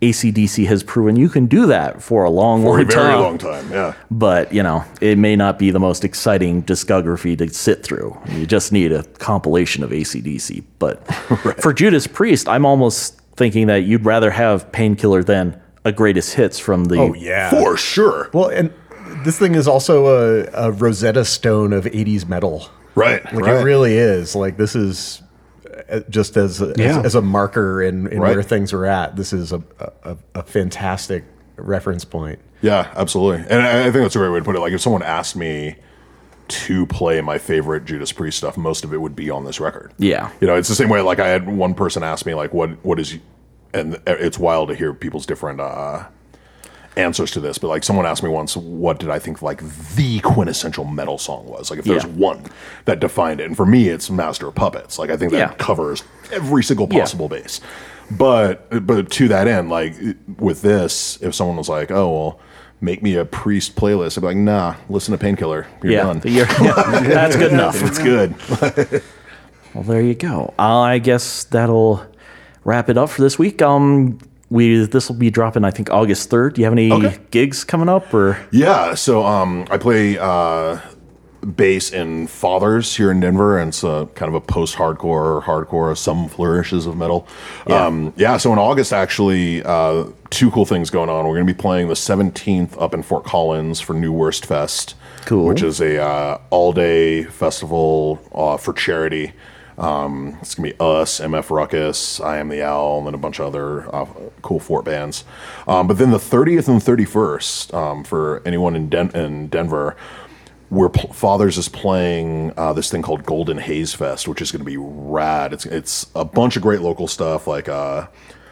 [SPEAKER 4] ACDC has proven you can do that for a long,
[SPEAKER 8] For a
[SPEAKER 4] long
[SPEAKER 8] very
[SPEAKER 4] time.
[SPEAKER 8] long time. Yeah.
[SPEAKER 4] But, you know, it may not be the most exciting discography to sit through. You just need a compilation of ACDC. But for Judas Priest, I'm almost thinking that you'd rather have Painkiller than a greatest hits from the.
[SPEAKER 6] oh yeah
[SPEAKER 8] For sure.
[SPEAKER 6] well and this thing is also a, a Rosetta Stone of 80s metal
[SPEAKER 8] Right.
[SPEAKER 6] like
[SPEAKER 8] right.
[SPEAKER 6] it really is like this is uh, just as as,
[SPEAKER 5] Yeah.
[SPEAKER 6] as a marker in, in
[SPEAKER 8] Right.
[SPEAKER 6] where things are at this is a, a, a fantastic reference point
[SPEAKER 8] Yeah, absolutely. And I, I think that's a great way to put it. Like if someone asked me to play my favorite Judas Priest stuff, most of it would be on this record.
[SPEAKER 4] Yeah.
[SPEAKER 8] You know, it's the same way. Like I had one person ask me, like, what what is, and it's wild to hear people's different uh, answers to this. But like someone asked me once, what did I think like the quintessential metal song was? Like if there's
[SPEAKER 4] Yeah.
[SPEAKER 8] one that defined it, and for me, it's Master of Puppets. Like I think that
[SPEAKER 4] Yeah.
[SPEAKER 8] covers every single possible base. But but to that end, like with this, if someone was like, oh well. Make me a priest playlist. I'd be like, nah, listen to Painkiller. You're
[SPEAKER 4] yeah,
[SPEAKER 8] done.
[SPEAKER 4] you're- yeah, that's good enough.
[SPEAKER 8] It's good.
[SPEAKER 4] Well, there you go. I guess that'll wrap it up for this week. Um, we this will be dropping, I think, August third. Do you have any
[SPEAKER 8] Okay.
[SPEAKER 4] gigs coming up, or
[SPEAKER 8] Yeah, so um, I play uh, bass in Fathers here in Denver, and it's a, kind of a post-hardcore, hardcore, some flourishes of metal. Yeah. Um, yeah. So in August, actually, uh, two cool things going on. We're going to be playing the 17th up in Fort Collins for New Worst Fest,
[SPEAKER 4] Cool.
[SPEAKER 8] which is a uh, all-day festival uh, for charity. Um, it's gonna be us, MF Ruckus, I Am the Owl, and then a bunch of other uh, cool fort bands. Um, but then the 30th and 31st um, for anyone in Den- in Denver, where P- Fathers is playing uh, this thing called Golden Haze Fest, which is going to be rad. It's it's a bunch of great local stuff like uh,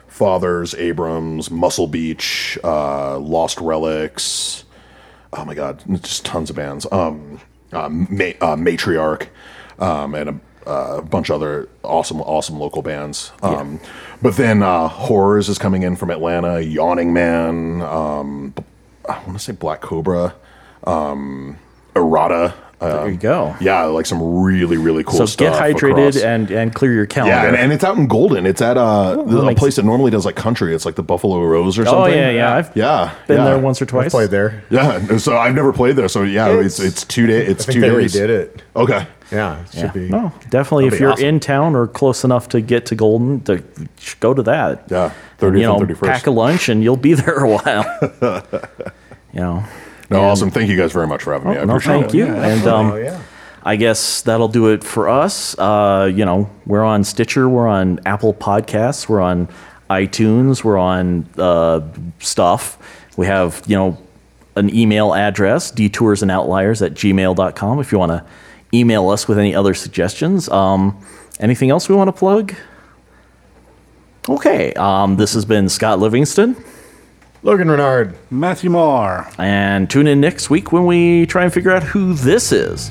[SPEAKER 8] Fathers, Abrams, Muscle Beach, uh, Lost Relics. Oh my god, just tons of bands. Um, uh, Ma- uh, Matriarch, um, and a uh, bunch of other awesome, awesome local bands. Um, But then uh, Horrors is coming in from Atlanta. Yawning Man. Um, b- I want to say Black Cobra. Um, Errata. Uh,
[SPEAKER 4] There you go.
[SPEAKER 8] yeah, like some really, really cool
[SPEAKER 4] so
[SPEAKER 8] stuff.
[SPEAKER 4] get hydrated
[SPEAKER 8] across-
[SPEAKER 4] and and clear your calendar.
[SPEAKER 8] yeah, and, and it's out in Golden. It's at uh,
[SPEAKER 4] that
[SPEAKER 8] a
[SPEAKER 4] makes-
[SPEAKER 8] place that normally does like country. It's like the Buffalo Rose or
[SPEAKER 4] oh
[SPEAKER 8] something.
[SPEAKER 4] yeah, yeah. I've
[SPEAKER 8] yeah.
[SPEAKER 4] been
[SPEAKER 8] yeah.
[SPEAKER 4] there once or twice.
[SPEAKER 6] I've played there.
[SPEAKER 8] Yeah, and so I've never played there. So yeah, it's it's, two day. It's
[SPEAKER 6] I think
[SPEAKER 8] two
[SPEAKER 6] they
[SPEAKER 8] days.
[SPEAKER 6] redid it.
[SPEAKER 8] Okay.
[SPEAKER 6] Yeah, it should
[SPEAKER 4] Yeah.
[SPEAKER 6] be.
[SPEAKER 4] No, definitely. If
[SPEAKER 6] be
[SPEAKER 4] you're
[SPEAKER 6] awesome.
[SPEAKER 4] in town or close enough to get to Golden, to go to that.
[SPEAKER 8] Yeah,
[SPEAKER 4] You
[SPEAKER 8] thirtieth
[SPEAKER 4] know,
[SPEAKER 8] and thirty first.
[SPEAKER 4] pack a lunch and you'll be there a while. you know.
[SPEAKER 8] No, awesome. Thank you guys very much for having me. I
[SPEAKER 4] Oh, no,
[SPEAKER 8] appreciate
[SPEAKER 4] thank
[SPEAKER 8] it.
[SPEAKER 4] you. and um,
[SPEAKER 6] Oh yeah.
[SPEAKER 4] I guess that'll do it for us. Uh, you know, we're on Stitcher, we're on Apple Podcasts, we're on iTunes, we're on uh, stuff. We have, you know, an email address, detoursanoutliers at gmail.com if you want to email us with any other suggestions. Um, anything else we want to plug? Okay. Um, this has been Scott Livingston.
[SPEAKER 6] Logan Renard.
[SPEAKER 5] Matthew Marr.
[SPEAKER 4] And tune in next week when we try and figure out who this is.